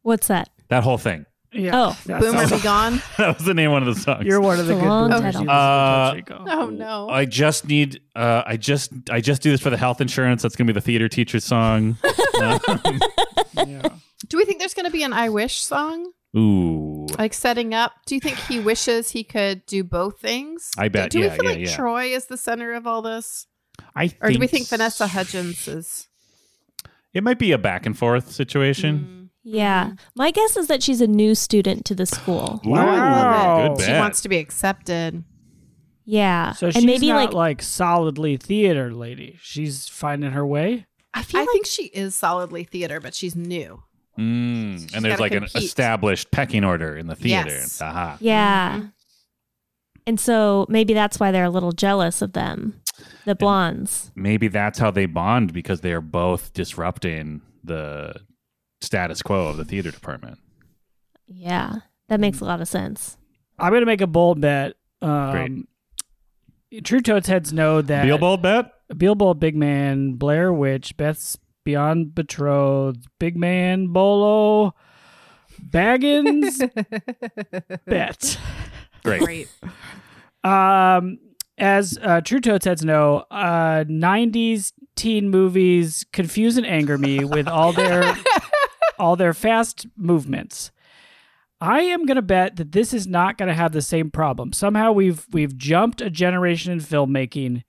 Speaker 3: What's that?
Speaker 2: That whole thing.
Speaker 1: [LAUGHS]
Speaker 2: [LAUGHS]
Speaker 1: Yeah.
Speaker 3: Oh.
Speaker 1: That
Speaker 4: Boomer
Speaker 1: sounds-
Speaker 4: be gone.
Speaker 2: That was the name of one of the songs.
Speaker 1: You're one of [LAUGHS] the
Speaker 3: It's
Speaker 1: good
Speaker 3: a long
Speaker 1: boomers.
Speaker 3: title.
Speaker 1: You listen to
Speaker 2: Uh,
Speaker 1: Totes Recall.
Speaker 4: Oh no.
Speaker 2: I just need. Uh, I just. I just do this for the health insurance. That's gonna be the theater teacher
Speaker 4: [LAUGHS]
Speaker 2: song. Um,
Speaker 1: [LAUGHS] Yeah.
Speaker 4: Do we think there's going to be an I wish song?
Speaker 2: ooh.
Speaker 4: Like setting up. Do you think he wishes he could do both things?
Speaker 2: I bet,
Speaker 4: Do, do
Speaker 2: yeah,
Speaker 4: we feel
Speaker 2: yeah,
Speaker 4: like
Speaker 2: yeah.
Speaker 4: Troy is the center of all this,
Speaker 2: I
Speaker 4: or do we think
Speaker 2: s-
Speaker 4: Vanessa Hudgens is?
Speaker 2: It might be a back and forth situation.
Speaker 4: Mm.
Speaker 3: Yeah. My guess is that she's a new student to the school.
Speaker 2: Ooh,
Speaker 1: Wow.
Speaker 2: Good
Speaker 4: She
Speaker 2: bet.
Speaker 4: wants to be accepted.
Speaker 3: Yeah.
Speaker 1: So
Speaker 3: and
Speaker 1: she's
Speaker 3: maybe
Speaker 1: not
Speaker 3: like,
Speaker 1: like, solidly theater lady. She's finding her way.
Speaker 3: I
Speaker 4: I
Speaker 3: feel like
Speaker 4: think she is solidly theater, but she's new.
Speaker 2: Mm,
Speaker 4: She's
Speaker 2: and there's
Speaker 4: gotta
Speaker 2: like an
Speaker 4: compete.
Speaker 2: established pecking order in the theater.
Speaker 4: Yes.
Speaker 2: Aha.
Speaker 3: Yeah.
Speaker 4: Mm-hmm.
Speaker 2: Mm-hmm.
Speaker 3: And so maybe that's why they're a little jealous of them, the blondes.
Speaker 2: Maybe that's how they bond because they are both disrupting the status quo of the theater department.
Speaker 3: Yeah. That
Speaker 2: Mm.
Speaker 3: makes a lot of sense.
Speaker 1: I'm gonna make a bold bet. Um, True Totes heads know that
Speaker 2: Beelbold bet?
Speaker 1: Beelzebub, Big Man, Blair Witch, Beth's Beyond Betrothed, Big Man, Bolo,
Speaker 3: [LAUGHS]
Speaker 1: Baggins, Bet.
Speaker 2: Great.
Speaker 4: Great.
Speaker 1: Um, as uh, True Totes heads know, uh, 90s teen movies confuse and anger me with all their all their fast movements. I am going to bet that this is not going to have the same problem. Somehow we've we've jumped a generation in filmmaking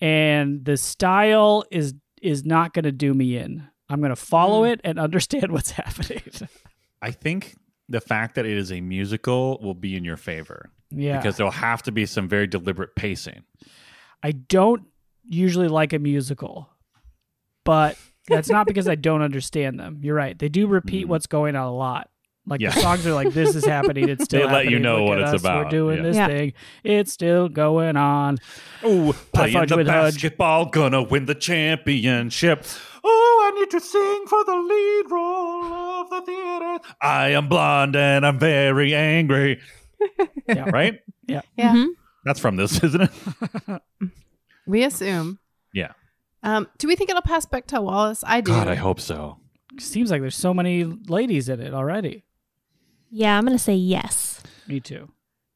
Speaker 1: and the style is is not going to do me in. I'm going to follow it and understand what's [LAUGHS] happening.
Speaker 2: I think the fact that it is a musical will be in your favor
Speaker 1: yeah.
Speaker 2: because there'll have to be some very deliberate pacing.
Speaker 1: I don't usually like a musical, but that's not because I don't understand them. You're right. They do repeat
Speaker 2: Mhm.
Speaker 1: what's going on a lot. Like
Speaker 2: Yeah.
Speaker 1: the songs are like, this is happening.
Speaker 2: [LAUGHS]
Speaker 1: It's still
Speaker 2: They let you
Speaker 1: happening,
Speaker 2: know
Speaker 1: look
Speaker 2: what
Speaker 1: at
Speaker 2: it's
Speaker 1: us, We're
Speaker 2: about,
Speaker 1: doing
Speaker 2: yeah.
Speaker 1: this
Speaker 3: Yeah.
Speaker 1: thing. It's still going on.
Speaker 2: Ooh, playing
Speaker 1: fudge
Speaker 2: the
Speaker 1: with Hudge.
Speaker 2: basketball, gonna win the championship. Oh, I need to sing for the lead role of the theater. I am blonde and I'm very angry.
Speaker 1: Yeah.
Speaker 2: Right?
Speaker 4: Yeah.
Speaker 3: Mhm.
Speaker 2: That's from this, [LAUGHS] isn't it?
Speaker 4: We assume.
Speaker 2: Yeah.
Speaker 4: Um, do we think it'll pass Bechtel Wallace? I do.
Speaker 2: God, I hope so.
Speaker 1: Seems like there's so many ladies in it already.
Speaker 3: Yeah, I'm going to say yes.
Speaker 1: Me too.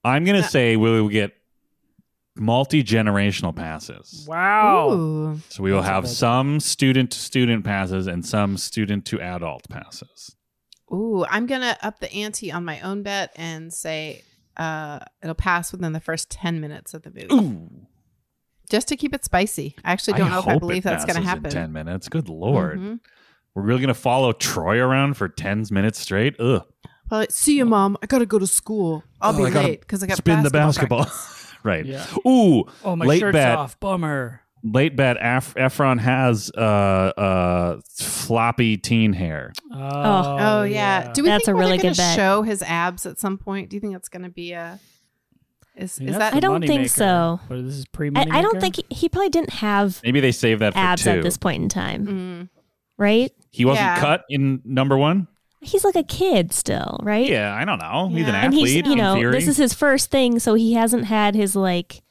Speaker 2: I'm gonna
Speaker 4: Uh,
Speaker 2: say we will get multi generational passes.
Speaker 1: Wow.
Speaker 4: Ooh.
Speaker 2: So we will
Speaker 1: That's a
Speaker 2: have
Speaker 1: good one.
Speaker 2: some student to student passes and some student to adult passes.
Speaker 4: Ooh, I'm gonna up the ante on my own bet and say uh, it'll pass within the first ten minutes of the movie,
Speaker 2: Ooh.
Speaker 4: just to keep it spicy. I actually don't know if I
Speaker 2: hope
Speaker 4: believe
Speaker 2: it
Speaker 4: that's gonna
Speaker 2: passes in
Speaker 4: happen.
Speaker 2: Ten minutes. Good lord.
Speaker 4: Mhm.
Speaker 2: We're really gonna follow Troy around for ten minutes straight. Ugh.
Speaker 4: Well, like, see you, mom. I gotta go to school. I'll
Speaker 2: Oh,
Speaker 4: be
Speaker 2: I gotta
Speaker 4: late because I got
Speaker 2: Spin the basketball.
Speaker 4: practice."
Speaker 2: [LAUGHS] right.
Speaker 1: Yeah.
Speaker 2: Ooh.
Speaker 1: Oh, my
Speaker 2: Late
Speaker 1: shirt's
Speaker 2: bet.
Speaker 1: off. Bummer.
Speaker 2: Late bet. Af- Efron has uh uh floppy teen hair.
Speaker 1: Oh,
Speaker 4: Oh, yeah. Do we
Speaker 3: That's
Speaker 4: think
Speaker 3: a
Speaker 4: we're
Speaker 3: really
Speaker 4: gonna
Speaker 3: good bet.
Speaker 4: show his abs at some point? Do you think that's gonna be a? Is
Speaker 1: Yeah,
Speaker 4: is
Speaker 1: that's
Speaker 4: that
Speaker 1: a
Speaker 3: I don't
Speaker 1: money
Speaker 3: think
Speaker 1: maker.
Speaker 3: so.
Speaker 1: But this is pre
Speaker 3: I, I don't think he, he probably didn't have
Speaker 2: Maybe they saved that for
Speaker 3: abs
Speaker 2: two.
Speaker 3: at this point in time,
Speaker 4: Mm.
Speaker 3: right?
Speaker 2: he wasn't
Speaker 4: Yeah.
Speaker 2: cut in number one.
Speaker 3: He's like a kid still, right?
Speaker 2: Yeah, I don't know. He's an
Speaker 4: Yeah.
Speaker 3: And
Speaker 2: athlete.
Speaker 3: he's, you
Speaker 2: in
Speaker 3: know,
Speaker 2: theory.
Speaker 3: this is his first thing, so he hasn't had his like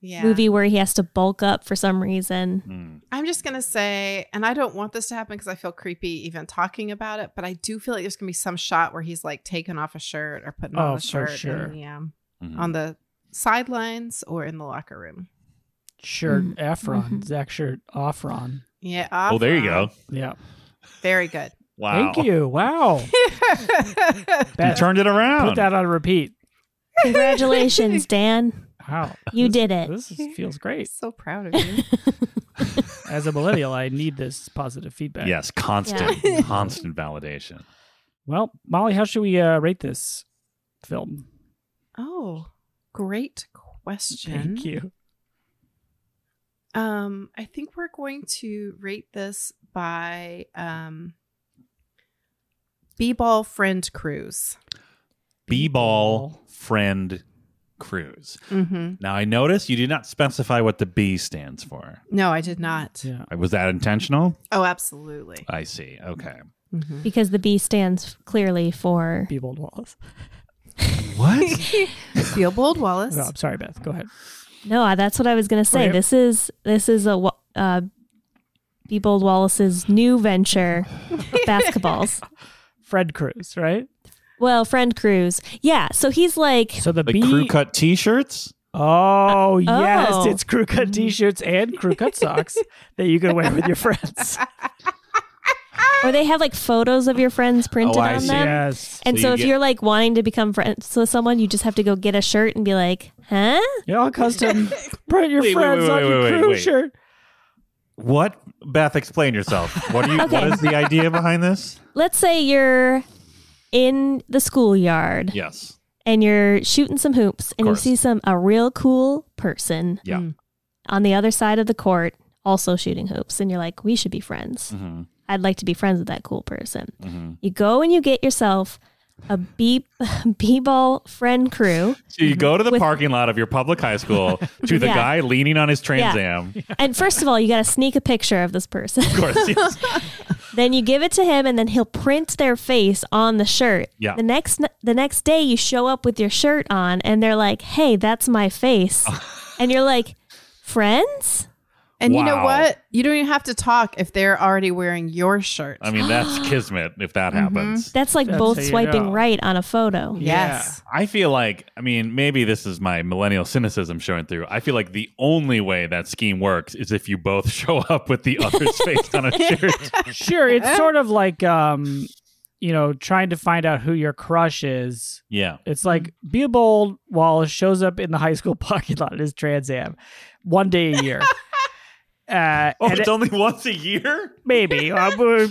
Speaker 4: Yeah.
Speaker 3: movie where he has to bulk up for
Speaker 4: [LAUGHS]
Speaker 3: some reason.
Speaker 2: Hmm.
Speaker 4: I'm just gonna say, and I don't want this to happen because I feel creepy even talking about it, but I do feel like there's gonna be some shot where he's like taking off a shirt or putting
Speaker 1: Oh,
Speaker 4: on a
Speaker 1: for
Speaker 4: shirt
Speaker 1: sure.
Speaker 4: in the, um,
Speaker 2: Mhm.
Speaker 4: on the sidelines or in the locker room.
Speaker 1: Shirt,
Speaker 3: Mhm.
Speaker 1: Efron,
Speaker 3: Mhm.
Speaker 1: Zach shirt, Offron.
Speaker 4: Yeah.
Speaker 2: oh, there you
Speaker 4: uh-huh.
Speaker 2: go.
Speaker 1: Yeah.
Speaker 4: [LAUGHS] Very good. [LAUGHS]
Speaker 2: Wow.
Speaker 1: Thank you.
Speaker 2: [LAUGHS]
Speaker 1: Wow.
Speaker 2: You
Speaker 1: Bet.
Speaker 2: turned it around.
Speaker 1: Put that on repeat.
Speaker 4: [LAUGHS]
Speaker 3: Congratulations, Dan.
Speaker 1: Wow.
Speaker 3: You
Speaker 1: This-
Speaker 3: did it.
Speaker 1: This is, feels great.
Speaker 4: so proud of you.
Speaker 1: As a millennial, I need this positive feedback.
Speaker 2: Yes, constant,
Speaker 3: [LAUGHS]
Speaker 4: Yeah.
Speaker 2: constant validation.
Speaker 1: Well, Molly, how should we uh, rate this film?
Speaker 4: Oh, great question.
Speaker 1: Thank you.
Speaker 4: Um, I think we're going to rate this by um B-ball friend cruise.
Speaker 2: B ball friend cruise.
Speaker 4: Mm-hmm.
Speaker 2: Now I notice you did not specify what the B stands for.
Speaker 4: No, I did not.
Speaker 1: Yeah.
Speaker 2: Was that intentional?
Speaker 4: Oh, absolutely.
Speaker 2: I see. Okay.
Speaker 4: Mhm.
Speaker 3: because the B stands clearly for
Speaker 1: Be bold, Wallace.
Speaker 3: [LAUGHS]
Speaker 2: What?
Speaker 4: Theobald Wallace.
Speaker 1: No, Oh, I'm sorry, Beth. Go ahead.
Speaker 3: no. I- That's what I was gonna say.
Speaker 1: Right.
Speaker 3: This is this is a wa- uh, B Bold Wallace's new venture, basketballs.
Speaker 1: Fred Cruz, right?
Speaker 3: Well, friend cruise. Yeah, so he's like
Speaker 1: So the
Speaker 2: like
Speaker 1: B.
Speaker 2: crew cut T-shirts?
Speaker 1: Oh, yes,
Speaker 3: Oh.
Speaker 1: it's crew cut T-shirts and crew
Speaker 3: [LAUGHS]
Speaker 1: cut socks that you can wear with your friends.
Speaker 3: or they have like photos of your friends printed
Speaker 2: Oh, I
Speaker 3: on
Speaker 2: see.
Speaker 3: them.
Speaker 1: Yes.
Speaker 3: [LAUGHS] And
Speaker 2: So
Speaker 3: so,
Speaker 2: you
Speaker 3: if
Speaker 2: get-
Speaker 3: you're like wanting to become friends with someone, you just have to go get a shirt and be like, huh?
Speaker 1: You all custom print your
Speaker 2: Wait, wait,
Speaker 1: friends
Speaker 2: wait,
Speaker 1: on
Speaker 2: wait,
Speaker 1: your
Speaker 2: wait,
Speaker 1: crew
Speaker 2: wait.
Speaker 1: shirt.
Speaker 2: What? Beth, explain yourself. What do you?
Speaker 3: Okay.
Speaker 2: What is the idea behind this?
Speaker 3: Let's say you're in the schoolyard
Speaker 2: Yes.
Speaker 3: and you're shooting some hoops and you
Speaker 2: course.
Speaker 3: see some a real cool person
Speaker 2: Yeah.
Speaker 4: Mm.
Speaker 3: on the other side of the court also shooting hoops and you're like, we should be friends.
Speaker 2: hmm
Speaker 3: I'd like to be friends with that cool person.
Speaker 2: hmm
Speaker 3: You go and you get yourself a B [LAUGHS] ball friend crew.
Speaker 2: So you go to the
Speaker 3: With-
Speaker 2: parking lot of your public high
Speaker 3: [LAUGHS]
Speaker 2: school to the
Speaker 3: Yeah.
Speaker 2: guy leaning on his Trans
Speaker 3: Yeah. [LAUGHS]
Speaker 2: Am.
Speaker 3: And first of all, you got to sneak a picture of this person. [LAUGHS]
Speaker 2: Of course. yes.
Speaker 3: Then you give it to him, and then he'll print their face on the shirt.
Speaker 2: Yeah.
Speaker 3: The next the next day, you show up with your shirt on, and they're like, "Hey, that's my face," and you're like, "Friends?
Speaker 4: And you know
Speaker 2: Wow.
Speaker 4: what? You don't even have to talk if they're already wearing your shirt.
Speaker 2: I mean, that's kismet if that
Speaker 3: Mm-hmm.
Speaker 2: happens.
Speaker 3: That's like
Speaker 1: That's how
Speaker 3: both
Speaker 1: you
Speaker 3: swiping
Speaker 1: know.
Speaker 3: right on a photo."
Speaker 4: yes.
Speaker 2: I feel like, I mean, maybe this is my millennial cynicism showing through. I feel like the only way that scheme works is if you both [LAUGHS] show up with the other's
Speaker 3: [LAUGHS]
Speaker 2: face on a shirt.
Speaker 1: Sure,
Speaker 2: [LAUGHS]
Speaker 1: it's sort of like um, you know, trying to find out who your crush is.
Speaker 2: Yeah.
Speaker 1: It's like be
Speaker 2: Mm-hmm.
Speaker 1: bold Wallace shows up in the high school [LAUGHS] parking lot in his Trans Am, one day a
Speaker 2: [LAUGHS]
Speaker 1: year. uh,
Speaker 2: Oh,
Speaker 1: and it-
Speaker 2: it's only once a year? [LAUGHS]
Speaker 1: maybe uh, we're,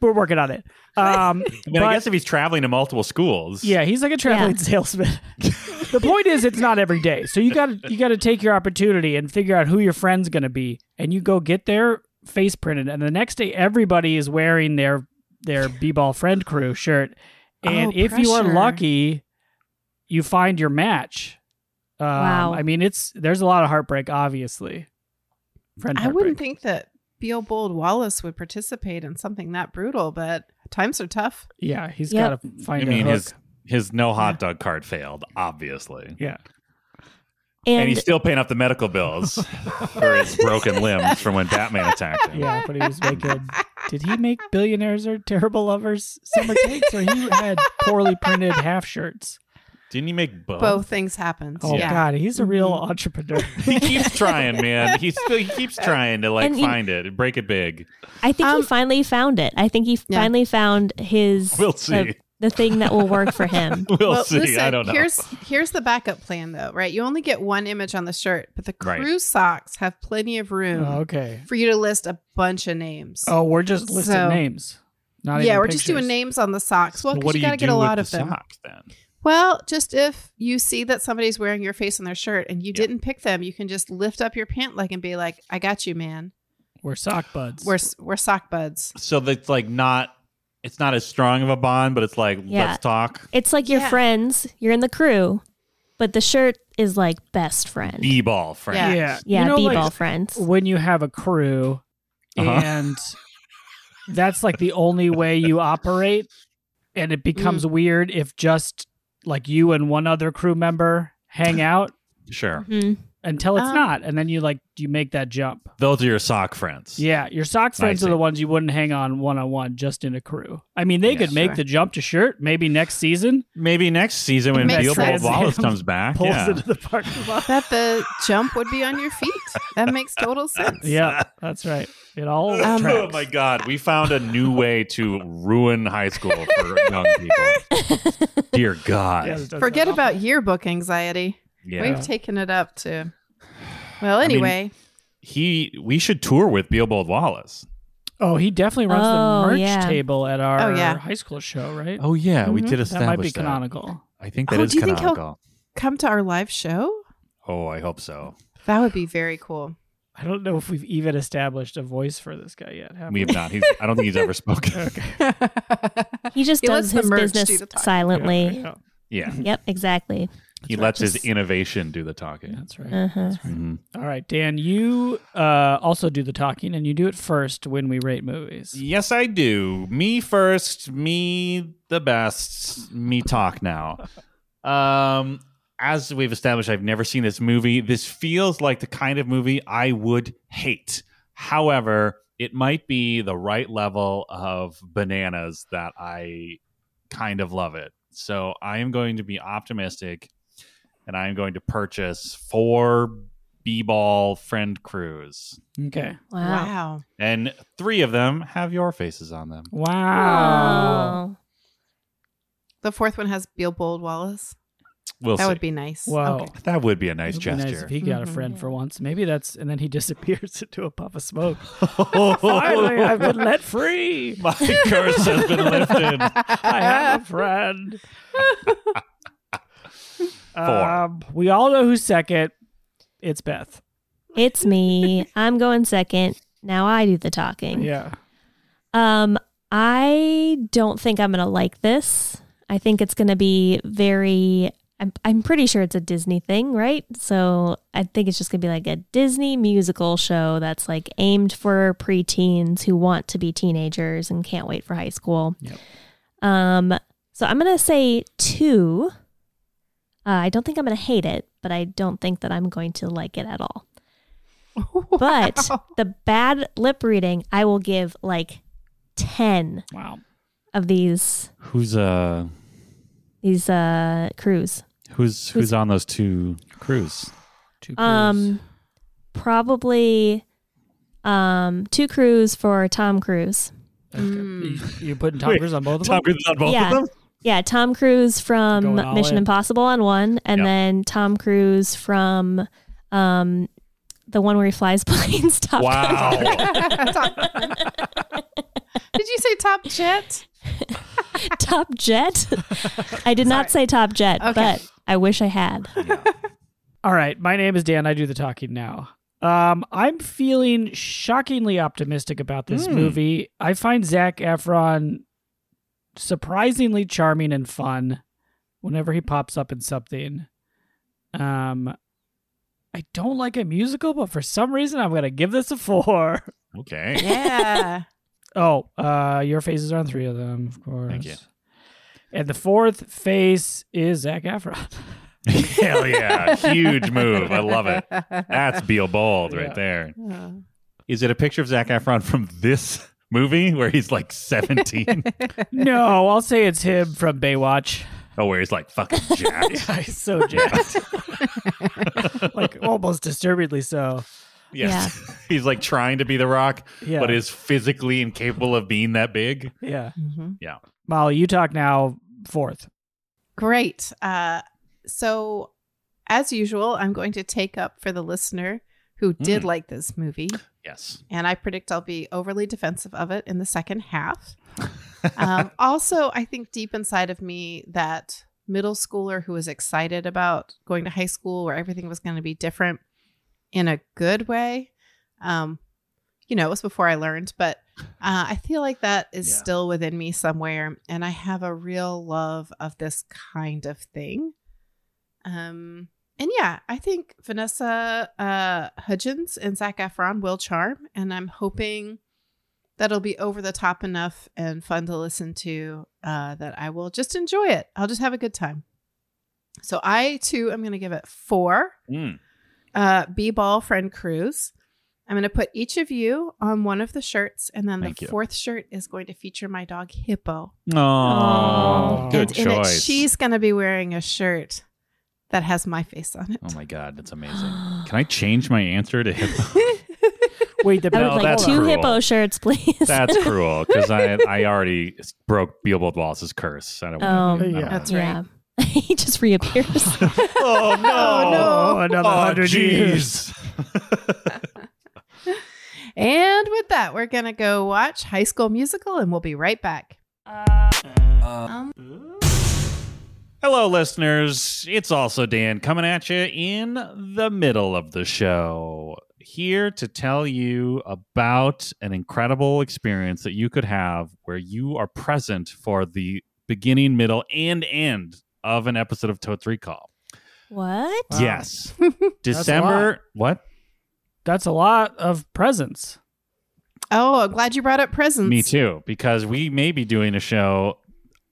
Speaker 1: we're working on it. Um,
Speaker 2: I mean, I
Speaker 1: but-
Speaker 2: guess if he's traveling to multiple schools.
Speaker 1: Yeah, he's like a traveling
Speaker 3: Yeah.
Speaker 1: salesman.
Speaker 2: [LAUGHS]
Speaker 1: the point is, it's not every day, so you got to you got to take your opportunity and figure out who your friend's going to be, and you go get their face printed, and the next day everybody is wearing their their b-ball friend crew shirt, and
Speaker 4: Oh,
Speaker 1: if you are
Speaker 4: pressure.
Speaker 1: lucky, you find your match. Um,
Speaker 3: Wow.
Speaker 1: I mean, it's there's a lot of heartbreak, obviously. Friend
Speaker 4: I
Speaker 1: heartbreak.
Speaker 4: wouldn't think that Theobald Wallace would participate in something that brutal, but times are tough.
Speaker 1: Yeah, he's
Speaker 3: Yep.
Speaker 1: got to
Speaker 2: I
Speaker 1: find.
Speaker 2: mean,
Speaker 1: a hook.
Speaker 2: his, his no hot dog card failed, obviously.
Speaker 1: yeah.
Speaker 2: And,
Speaker 3: And
Speaker 2: he's still paying off the
Speaker 1: [LAUGHS]
Speaker 2: medical bills for his broken limbs from when Batman attacked him.
Speaker 4: [LAUGHS]
Speaker 1: Yeah, but he was making. Did he make billionaires or terrible lovers summer takes, or he had poorly printed half shirts?
Speaker 2: Didn't he make both?
Speaker 4: Both things happened.
Speaker 1: Oh
Speaker 4: yeah. Mm-hmm.
Speaker 1: God, he's a real entrepreneur.
Speaker 4: [LAUGHS]
Speaker 2: He keeps trying, man. He's,
Speaker 1: [LAUGHS]
Speaker 2: he keeps trying to like
Speaker 3: And you-
Speaker 2: find it, break it big.
Speaker 3: I think
Speaker 4: Um,
Speaker 3: he finally found it. I think he
Speaker 4: Yeah.
Speaker 3: finally found his
Speaker 2: We'll
Speaker 3: the-
Speaker 2: see.
Speaker 3: The, thing that will work for him.
Speaker 2: [LAUGHS] We'll,
Speaker 4: Well,
Speaker 2: see.
Speaker 4: listen,
Speaker 2: I don't know.
Speaker 4: Here's here's the backup plan though, right? You only get one image on the shirt, but the
Speaker 2: Right.
Speaker 4: crew socks have plenty of room
Speaker 1: Oh, okay.
Speaker 4: for you to list a bunch of names.
Speaker 1: Oh, we're just listing
Speaker 4: So-
Speaker 1: names. Not
Speaker 4: yeah,
Speaker 1: even
Speaker 4: we're just
Speaker 1: pictures.
Speaker 4: doing names on the socks. Well,
Speaker 2: But
Speaker 4: 'cause
Speaker 2: what
Speaker 4: you
Speaker 2: do
Speaker 4: gotta
Speaker 2: you
Speaker 4: get
Speaker 2: do
Speaker 4: a
Speaker 2: with
Speaker 4: lot
Speaker 2: the
Speaker 4: of them.
Speaker 2: socks then?
Speaker 4: Well, just if you see that somebody's wearing your face on their shirt and you didn't pick them, you can just lift up your pant leg and be like, "I got you, man.
Speaker 1: We're sock buds.
Speaker 4: We're s- we're sock buds."
Speaker 2: So that's like not. It's not as strong of a bond, but it's like
Speaker 3: Yeah.
Speaker 2: let's talk.
Speaker 3: It's like your
Speaker 4: Yeah.
Speaker 3: friends. You're in the crew, but the shirt is like best friend.
Speaker 2: B-ball, friend.
Speaker 1: yeah,
Speaker 3: yeah,
Speaker 1: You know,
Speaker 3: B
Speaker 1: like,
Speaker 3: ball friends.
Speaker 1: when you have a crew,
Speaker 2: Uh-huh.
Speaker 4: [LAUGHS]
Speaker 1: and that's like the only way you operate, and it
Speaker 4: Mm.
Speaker 1: becomes weird if just like you and one other crew member
Speaker 4: [LAUGHS]
Speaker 1: hang out
Speaker 2: Sure.
Speaker 3: Mhm.
Speaker 1: until it's
Speaker 4: Um,
Speaker 1: not, and then you like you make that jump.
Speaker 2: Those are your sock friends.
Speaker 1: Yeah, your sock
Speaker 2: I
Speaker 1: friends are
Speaker 2: see.
Speaker 1: the ones you wouldn't hang on one on one just in a crew. I mean, they
Speaker 2: Yeah,
Speaker 1: could make
Speaker 4: sure.
Speaker 1: the jump to shirt maybe next season,
Speaker 2: Maybe next season when
Speaker 4: Makes
Speaker 2: Beelzebub
Speaker 4: sense. [LAUGHS]
Speaker 2: Wallace comes back.
Speaker 1: pulls
Speaker 2: yeah.
Speaker 1: into the parking lot.
Speaker 4: That the jump would be on your feet. That makes total
Speaker 1: [LAUGHS]
Speaker 4: sense.
Speaker 1: yeah, that's right. It all
Speaker 4: Um,
Speaker 2: [LAUGHS] oh
Speaker 1: tracks.
Speaker 2: my God! We found a new way to ruin high school for young people.
Speaker 4: [LAUGHS]
Speaker 2: Dear
Speaker 1: [LAUGHS]
Speaker 2: God.
Speaker 1: Yeah, it does
Speaker 4: Forget
Speaker 1: sound
Speaker 4: about yearbook anxiety.
Speaker 2: Yeah.
Speaker 4: We've taken it up to. Well,
Speaker 2: mean-
Speaker 4: anyway,
Speaker 2: he. We should tour with Beelzebub Wallace.
Speaker 1: awful. Oh, he definitely runs
Speaker 3: Oh,
Speaker 1: the merch
Speaker 3: yeah.
Speaker 1: table at our
Speaker 4: Oh, yeah.
Speaker 1: high school show, right?
Speaker 2: Oh yeah, we
Speaker 4: Mhm.
Speaker 1: that might
Speaker 2: did
Speaker 1: be
Speaker 2: establish that.
Speaker 1: canonical.
Speaker 2: I think
Speaker 4: Oh,
Speaker 2: that is
Speaker 4: do you think he'll-
Speaker 2: canonical.
Speaker 4: come to our live show?
Speaker 2: Oh, I hope so.
Speaker 4: That would be very
Speaker 1: [LAUGHS]
Speaker 4: cool.
Speaker 1: I don't know if we've even established a voice for this guy yet. Have we?
Speaker 2: We have
Speaker 4: [LAUGHS]
Speaker 2: not. He's, I don't think he's ever spoken.
Speaker 3: He just
Speaker 4: He lets
Speaker 3: does
Speaker 4: the
Speaker 3: his
Speaker 4: merch do
Speaker 3: business
Speaker 4: the talking.
Speaker 3: silently.
Speaker 1: Yeah,
Speaker 2: Yeah,
Speaker 3: Yep, exactly.
Speaker 2: he
Speaker 1: right.
Speaker 2: lets his
Speaker 1: Just-
Speaker 2: innovation do the talking.
Speaker 1: that's
Speaker 4: Uh.
Speaker 1: right.
Speaker 3: Uh-huh.
Speaker 2: Mhm.
Speaker 1: All right, Dan, you uh, also do the talking, and you do it first when we rate movies.
Speaker 2: Yes, I do. Me first, me the best, me talk now. Um, as we've established, I've never seen this movie. This feels like the kind of movie I would hate. However, it might be the right level of bananas that I kind of love it. So I am going to be optimistic and I am going to purchase four B ball friend crews.
Speaker 1: Okay.
Speaker 3: Wow.
Speaker 2: And three of them have your faces on them.
Speaker 1: Wow.
Speaker 3: Oh.
Speaker 4: The fourth one has Beelbold Wallace.
Speaker 2: We'll
Speaker 4: that
Speaker 2: see.
Speaker 4: would be nice.
Speaker 1: Wow.
Speaker 4: Okay.
Speaker 2: That would be a nice
Speaker 1: It'd be nice
Speaker 2: gesture.
Speaker 1: if he got a
Speaker 4: Mhm.
Speaker 1: friend for once. Maybe that's and then he [LAUGHS] disappears into a puff of
Speaker 2: [LAUGHS]
Speaker 1: smoke. Finally, I've been
Speaker 2: My
Speaker 1: let free.
Speaker 2: curse has been lifted. [LAUGHS]
Speaker 1: I have a friend.
Speaker 2: Four.
Speaker 1: Um, we all know who's second. It's Beth.
Speaker 3: It's me. I'm going second. Now I do the talking.
Speaker 1: Yeah.
Speaker 3: Um, I don't think I'm gonna like this. I think it's gonna be very. I'm I'm pretty sure it's a Disney thing, right? So I think it's just gonna be like a Disney musical show that's like aimed for preteens who want to be teenagers and can't wait for high school.
Speaker 1: Yep.
Speaker 3: Um, so I'm gonna say two. Uh, I don't think I'm gonna hate it, but I don't think that I'm going to like it at all. But
Speaker 4: Wow.
Speaker 3: the bad lip reading, I will give like 10
Speaker 1: Wow.
Speaker 3: of these
Speaker 2: Who's uh
Speaker 3: these uh crews.
Speaker 2: who's who's on those two crews?
Speaker 1: Two
Speaker 3: Um probably um two crews for Tom Cruise.
Speaker 1: Okay. You,
Speaker 4: Mm.
Speaker 1: you're
Speaker 2: [LAUGHS]
Speaker 1: putting Tom
Speaker 2: Wait,
Speaker 1: Cruise on both of them?
Speaker 2: Tom Cruise is on both
Speaker 3: Yeah.
Speaker 2: of them?
Speaker 3: Yeah, Tom Cruise from
Speaker 1: Going all
Speaker 3: Mission
Speaker 1: in.
Speaker 3: Impossible on one and
Speaker 2: Yep.
Speaker 3: then Tom Cruise from um the one where he flies [LAUGHS] planes top Gun.
Speaker 2: Wow.
Speaker 4: [LAUGHS] Did you say Top Jet?
Speaker 3: [LAUGHS] Top Jet. I did not say Top Jet,
Speaker 4: Okay.
Speaker 3: but I wish I had.
Speaker 1: All right, my name is Dan. I do the talking now. Um, I'm feeling shockingly optimistic about this
Speaker 2: Mm.
Speaker 1: movie. I find Zach Efron surprisingly charming and fun whenever he pops up in something. Um, I don't like a musical, but for some reason, I'm going to give this a four.
Speaker 2: [LAUGHS]
Speaker 1: [LAUGHS]
Speaker 2: okay.
Speaker 4: [LAUGHS] Yeah.
Speaker 1: Oh, uh, your faces are on three of them, of course.
Speaker 2: Thank you.
Speaker 1: And the fourth face is Zach Efron. [LAUGHS]
Speaker 2: Hell yeah. Huge move. I love it. That's Beal Bald
Speaker 1: Yeah.
Speaker 2: right there.
Speaker 4: Uh,
Speaker 2: Is it a picture of Zach Efron from this movie where he's [LAUGHS] like 17?
Speaker 1: no, I'll say it's him from Baywatch.
Speaker 2: oh, where he's like fucking
Speaker 1: [LAUGHS]
Speaker 2: jacked.
Speaker 1: I'm so
Speaker 3: [LAUGHS]
Speaker 1: jacked. [LAUGHS] like almost disturbingly so.
Speaker 2: Yes. [LAUGHS] he's like trying to be The Rock,
Speaker 1: Yeah.
Speaker 2: but is physically incapable of being that big.
Speaker 1: yeah.
Speaker 4: mhm.
Speaker 1: Molly, you talk now fourth.
Speaker 4: Great. Uh, so, as usual, I'm going to take up for the listener who did
Speaker 2: Mm.
Speaker 4: like this movie.
Speaker 2: Yes.
Speaker 4: and I predict I'll be overly defensive of it in the second half. um, also, I think deep inside of me that middle schooler who was excited about going to high school where everything was going to be different in a good way, um, you know, it was before I learned, but uh, I feel like that is
Speaker 2: Yeah.
Speaker 4: still within me somewhere. And I have a real love of this kind of thing. Um, and yeah, I think Vanessa uh, Hudgens and Zach Efron will charm, and I'm hoping that'll be over the top enough and fun to listen to uh, that I will just enjoy it. I'll just have a good time. So I too am going to give it four
Speaker 2: Mm.
Speaker 4: uh, B-ball friend crews. I'm going to put each of you on one of the shirts, and then
Speaker 2: Thank
Speaker 4: the
Speaker 2: you.
Speaker 4: fourth shirt is going to feature my dog Hippo.
Speaker 2: Oh,
Speaker 3: Aw.
Speaker 2: good
Speaker 4: and in it,
Speaker 2: choice.
Speaker 4: she's going to be wearing a shirt that has my face on it.
Speaker 2: oh my god, that's amazing. Can I change my answer to hippo?
Speaker 1: Wait, the
Speaker 3: [GASPS] I would
Speaker 2: No,
Speaker 3: like
Speaker 2: that's
Speaker 3: two
Speaker 2: cruel.
Speaker 3: hippo shirts, [LAUGHS] please.
Speaker 2: that's cruel because I I already broke Beelbold Wallace's curse. I don't
Speaker 3: Oh.
Speaker 2: want.
Speaker 3: [LAUGHS]
Speaker 2: to.
Speaker 1: Yeah.
Speaker 4: That's right.
Speaker 3: yeah. [LAUGHS] he just reappears.
Speaker 2: [LAUGHS] oh no!
Speaker 1: Oh, another hundred years.
Speaker 2: [LAUGHS]
Speaker 4: And with that, we're going to go watch High School Musical, and we'll be right back.
Speaker 2: Hello, listeners. It's also Dan coming at you in the middle of the show. Here to tell you about an incredible experience that you could have where you are present for the beginning, middle, and end of an episode of Totes Recall.
Speaker 3: What?
Speaker 1: Wow. [LAUGHS]
Speaker 2: Yes.
Speaker 1: a lot.
Speaker 2: December. What?
Speaker 1: That's a lot of presents.
Speaker 4: Oh, I'm glad you brought up presents.
Speaker 2: Me too, because we may be doing a show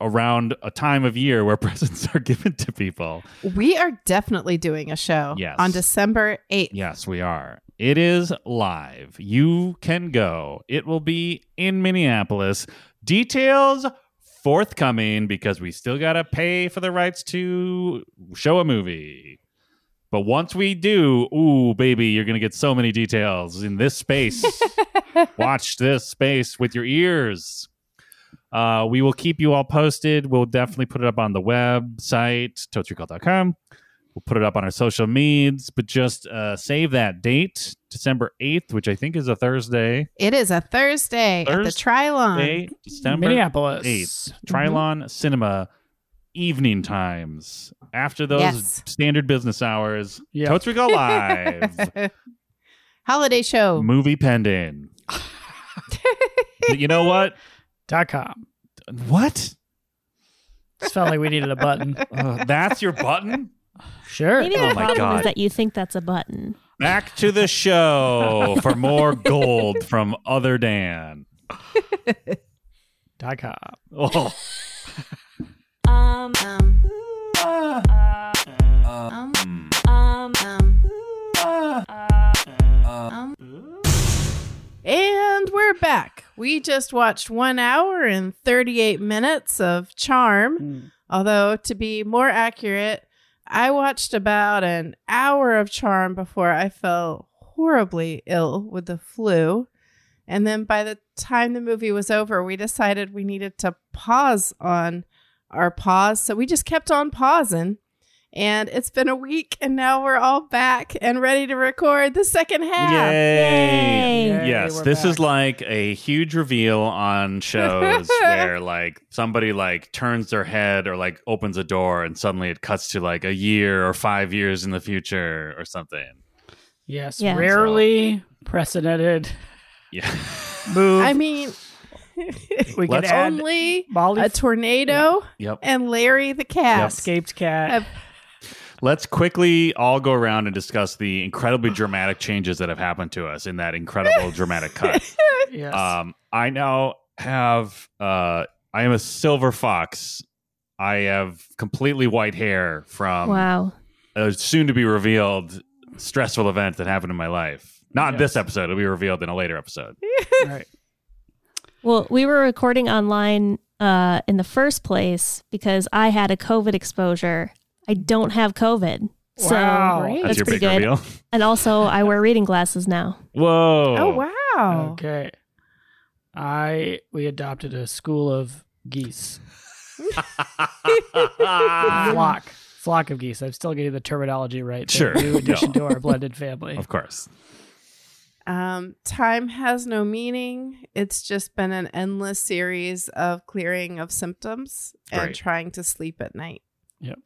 Speaker 2: around a time of year where [LAUGHS] presents are given to people.
Speaker 4: We are definitely doing a show
Speaker 2: Yes.
Speaker 4: on December 8th.
Speaker 2: Yes, we are. It is live. You can go. It will be in Minneapolis. Details forthcoming because we still got to pay for the rights to show a movie. But once we do, ooh, baby, you're going to get so many details in this space. Watch this space with your ears. Uh, we will keep you all posted. We'll definitely put it up on the website, totrecall.com. We'll put it up on our social medias, but just uh, save that date, December 8th, which I think is a Thursday.
Speaker 4: It is a Thursday, at the
Speaker 2: Thursday.
Speaker 4: Trilon.
Speaker 2: December
Speaker 1: Minneapolis. Mm-hmm.
Speaker 2: 8th. Trilon Cinema, evening times. After those
Speaker 4: Yes.
Speaker 2: standard business hours,
Speaker 1: Yeah.
Speaker 2: Totes We
Speaker 1: [LAUGHS]
Speaker 2: Go Live,
Speaker 4: Holiday
Speaker 1: Oh.
Speaker 4: show.
Speaker 2: movie pending. But you know what?
Speaker 1: Dot com.
Speaker 2: What?
Speaker 1: Just felt like we needed a
Speaker 2: [LAUGHS]
Speaker 1: button.
Speaker 2: Uh, that's your button?
Speaker 1: Sure.
Speaker 3: Maybe
Speaker 2: Oh my
Speaker 3: the problem
Speaker 2: God.
Speaker 3: is that you think that's a button.
Speaker 2: Back to the show for more gold from
Speaker 1: [LAUGHS]
Speaker 2: Other Dan.
Speaker 1: Dot com.
Speaker 2: Oh.
Speaker 3: Um,
Speaker 4: Um, um,
Speaker 3: um,
Speaker 4: um, um. And we're back. We just watched one hour and 38 minutes of Charm. Although, to be more accurate, I watched about an hour of Charm before I fell horribly ill with the flu. And then by the time the movie was over, we decided we needed to pause on our pause. So we just kept on pausing. And it's been a week, and now we're all back and ready to record the second half.
Speaker 2: Yay.
Speaker 3: Yay.
Speaker 1: Yay,
Speaker 2: Yes,
Speaker 1: we're
Speaker 2: this
Speaker 1: back.
Speaker 2: is like a huge
Speaker 1: [LAUGHS]
Speaker 2: reveal on shows where like somebody like turns their head or like opens a door and suddenly it cuts to like a year or 5 years in the future or something.
Speaker 1: Yes.
Speaker 3: Yeah.
Speaker 1: Rarely precedented
Speaker 2: Yeah. [LAUGHS]
Speaker 1: move. [LAUGHS]
Speaker 4: I mean,
Speaker 1: we could
Speaker 2: Let's
Speaker 1: add
Speaker 4: only
Speaker 1: Molly
Speaker 4: a tornado
Speaker 2: yep.
Speaker 4: and Larry the cat. [LAUGHS]
Speaker 1: escaped cat.
Speaker 2: Let's quickly all go around and discuss the incredibly dramatic changes that have happened to us in that incredible dramatic cut.
Speaker 1: [LAUGHS] Yes.
Speaker 2: Um, I now have uh, I am a silver fox. I have completely white hair from
Speaker 3: wow.
Speaker 2: a soon to be revealed stressful event that happened in my life. Not in this
Speaker 1: Yes.
Speaker 2: episode; it'll be revealed in a later episode.
Speaker 1: right.
Speaker 3: Well, we were recording online uh, in the first place because I had a COVID exposure. I don't have COVID. [LAUGHS] So
Speaker 1: Wow. Great.
Speaker 2: That's,
Speaker 3: that's
Speaker 2: your
Speaker 3: pretty
Speaker 2: big
Speaker 3: good.
Speaker 2: reveal.
Speaker 3: And also, I wear reading glasses now.
Speaker 2: [LAUGHS]
Speaker 3: [LAUGHS]
Speaker 2: Whoa!
Speaker 4: Oh,
Speaker 2: [LAUGHS]
Speaker 4: wow.
Speaker 1: Okay. I we adopted a school of
Speaker 4: [LAUGHS]
Speaker 1: geese.
Speaker 4: Ah.
Speaker 1: flock. Flock of geese. I'm still getting the terminology right. They're
Speaker 2: Sure.
Speaker 1: a New addition
Speaker 2: No.
Speaker 1: to our blended family.
Speaker 4: [LAUGHS]
Speaker 2: of course.
Speaker 4: Um, time has no meaning. It's just been an endless series of clearing of symptoms and
Speaker 2: Right.
Speaker 4: trying to sleep at night.
Speaker 1: Yep.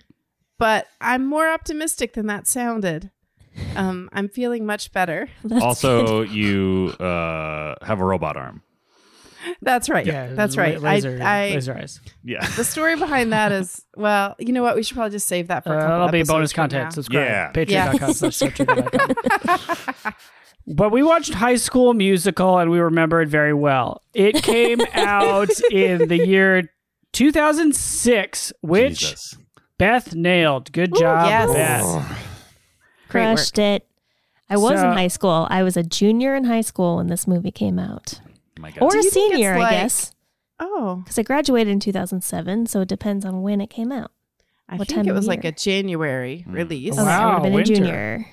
Speaker 4: But I'm more optimistic than that sounded. Um, I'm feeling much better. [LAUGHS]
Speaker 3: That's good.
Speaker 2: also, you uh, have a robot arm.
Speaker 4: That's right.
Speaker 1: Yeah,
Speaker 4: that's
Speaker 1: la-
Speaker 4: right. I-
Speaker 1: Laser,
Speaker 4: I,
Speaker 1: laser eyes.
Speaker 2: Yeah. [LAUGHS]
Speaker 4: the story behind that is well, you know what? We should probably just save that
Speaker 1: Uh,
Speaker 4: for a couple
Speaker 1: that'll be
Speaker 4: episodes
Speaker 1: bonus
Speaker 4: from
Speaker 1: content.
Speaker 4: now.
Speaker 1: Subscribe.
Speaker 2: Yeah.
Speaker 1: Patreon.com
Speaker 4: [LAUGHS]
Speaker 1: slash subchicken.com. But we watched High School Musical and we remember it very well. It
Speaker 4: [LAUGHS]
Speaker 1: came out in the year 2006, which
Speaker 2: Jesus. Oh
Speaker 1: Beth nailed. Good job,
Speaker 4: yes.
Speaker 1: Beth.
Speaker 4: Great work.
Speaker 3: crushed it. I was
Speaker 1: So-
Speaker 3: in high school. I was a junior in high school when this movie came out,
Speaker 2: My God.
Speaker 3: or
Speaker 4: Do
Speaker 3: a
Speaker 4: you think it's
Speaker 3: senior,
Speaker 4: like-
Speaker 3: I guess,
Speaker 4: Oh,
Speaker 3: because I graduated in 2007. So it depends on when it came out.
Speaker 4: I
Speaker 3: What
Speaker 4: think
Speaker 3: time
Speaker 4: it
Speaker 3: of
Speaker 4: was like
Speaker 3: year?
Speaker 4: a January
Speaker 2: Mm.
Speaker 4: release.
Speaker 3: Okay, I would
Speaker 1: Wow,
Speaker 3: have been
Speaker 1: winter.
Speaker 3: a junior.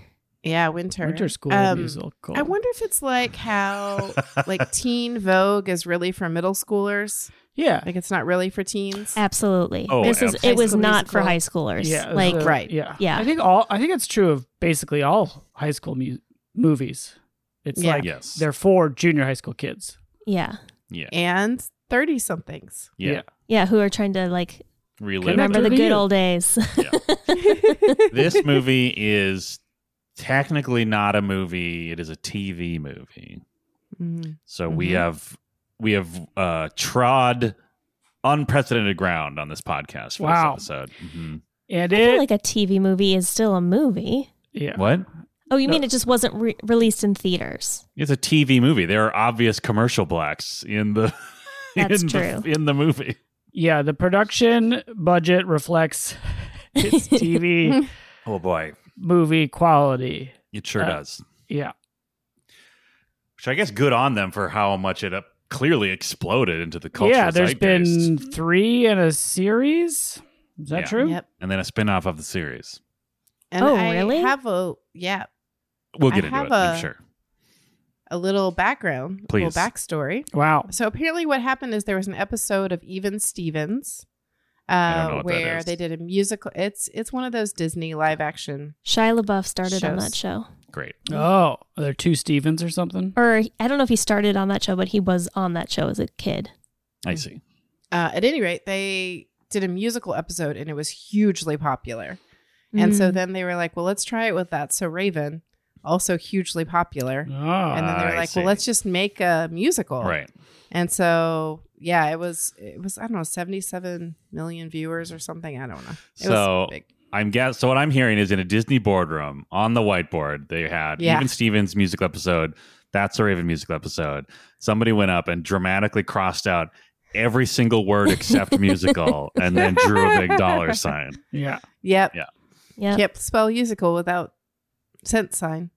Speaker 4: Yeah, winter.
Speaker 1: Winter School
Speaker 4: Um,
Speaker 1: Musical.
Speaker 4: I wonder if it's
Speaker 2: [LAUGHS]
Speaker 4: like how like Teen Vogue is really for middle schoolers.
Speaker 1: Yeah.
Speaker 4: Like it's not really for teens.
Speaker 3: Absolutely.
Speaker 2: Oh,
Speaker 3: this is.
Speaker 2: absolutely.
Speaker 3: It
Speaker 4: High
Speaker 3: was
Speaker 4: School
Speaker 3: not for
Speaker 4: Musical.
Speaker 3: high schoolers.
Speaker 1: Yeah.
Speaker 3: like
Speaker 1: so-
Speaker 4: Right.
Speaker 1: Yeah.
Speaker 3: Yeah.
Speaker 1: I think all. I think it's true of basically all high school mu- movies. It's
Speaker 4: Yeah.
Speaker 1: like
Speaker 2: Yes.
Speaker 1: they're for junior high school kids.
Speaker 3: yeah,
Speaker 2: yeah.
Speaker 4: And thirty somethings.
Speaker 2: Yeah.
Speaker 1: yeah.
Speaker 3: yeah. Who are trying to like
Speaker 2: relive
Speaker 1: Remember
Speaker 3: Remember
Speaker 2: it.
Speaker 3: the
Speaker 1: to
Speaker 3: good
Speaker 1: you.
Speaker 3: old days.
Speaker 2: this movie is technically not a movie; it is a TV movie.
Speaker 3: Mm-hmm.
Speaker 4: Mhm.
Speaker 2: So we
Speaker 1: Mm-hmm.
Speaker 4: Mhm.
Speaker 2: have we have uh, trod unprecedented ground on this podcast for
Speaker 1: Wow.
Speaker 2: this episode. Mhm.
Speaker 1: And
Speaker 3: [LAUGHS] I feel
Speaker 1: it,
Speaker 3: like a TV movie is still a movie.
Speaker 1: yeah,
Speaker 2: What?
Speaker 3: Oh, you
Speaker 1: No.
Speaker 3: mean it just wasn't re- released in theaters?
Speaker 2: It's a TV movie. There are obvious commercial blacks in the [LAUGHS]
Speaker 3: That's
Speaker 2: in the,
Speaker 3: true.
Speaker 2: in the movie.
Speaker 1: yeah. The production budget reflects [LAUGHS]
Speaker 4: [LAUGHS]
Speaker 1: its TV
Speaker 2: Oh boy,
Speaker 1: movie quality.
Speaker 2: it sure
Speaker 1: Uh,
Speaker 2: does.
Speaker 1: Yeah,
Speaker 2: Which I guess good on them for how much it uh, clearly exploded into the culture.
Speaker 1: yeah. There's
Speaker 2: There's
Speaker 1: been three in a series. Is that
Speaker 2: Yeah.
Speaker 1: true?
Speaker 4: Yep.
Speaker 2: and then a spin-off of the series.
Speaker 4: And
Speaker 3: Oh,
Speaker 4: I
Speaker 3: really?
Speaker 4: have a yeah,
Speaker 2: We'll
Speaker 4: I
Speaker 2: get into
Speaker 4: have
Speaker 2: it. i I'm
Speaker 4: a-
Speaker 2: sure.
Speaker 4: a little background, a
Speaker 2: Please.
Speaker 4: little backstory.
Speaker 1: Wow.
Speaker 4: So apparently, what happened is there was an episode of Even Stevens,
Speaker 2: don't know what
Speaker 4: uh,
Speaker 2: that
Speaker 4: where
Speaker 2: is.
Speaker 4: they did a musical. It's it's one of those Disney live action.
Speaker 3: Shia LaBeouf started on
Speaker 4: Shows.
Speaker 3: that show.
Speaker 2: Great.
Speaker 1: Oh, are there two Stevens or something?
Speaker 3: Or I don't know if he started on that show, but he was on that show as a kid.
Speaker 1: Mm.
Speaker 2: I see.
Speaker 4: Uh, at any rate, they did a musical episode, and it was hugely popular. And so
Speaker 3: Mm.
Speaker 4: then they were like, well, let's try it with that. So Raven, also hugely popular.
Speaker 1: Oh,
Speaker 4: And then they were
Speaker 2: I
Speaker 4: like,
Speaker 2: see.
Speaker 4: well, let's just make a musical.
Speaker 2: Right.
Speaker 4: And so, yeah, it was, it was, I don't know, 77 million viewers or something. I don't know. It
Speaker 2: So-
Speaker 4: was big.
Speaker 2: I'm guess so what I'm hearing is in a Disney boardroom on the whiteboard they had
Speaker 4: Yeah.
Speaker 2: even Stevens musical episode, that's a Raven musical episode. Somebody went up and dramatically crossed out every single word
Speaker 4: [LAUGHS]
Speaker 2: except musical and then drew a big dollar sign.
Speaker 1: yeah.
Speaker 4: Yep.
Speaker 3: yeah.
Speaker 4: Can't spell musical without cent sign.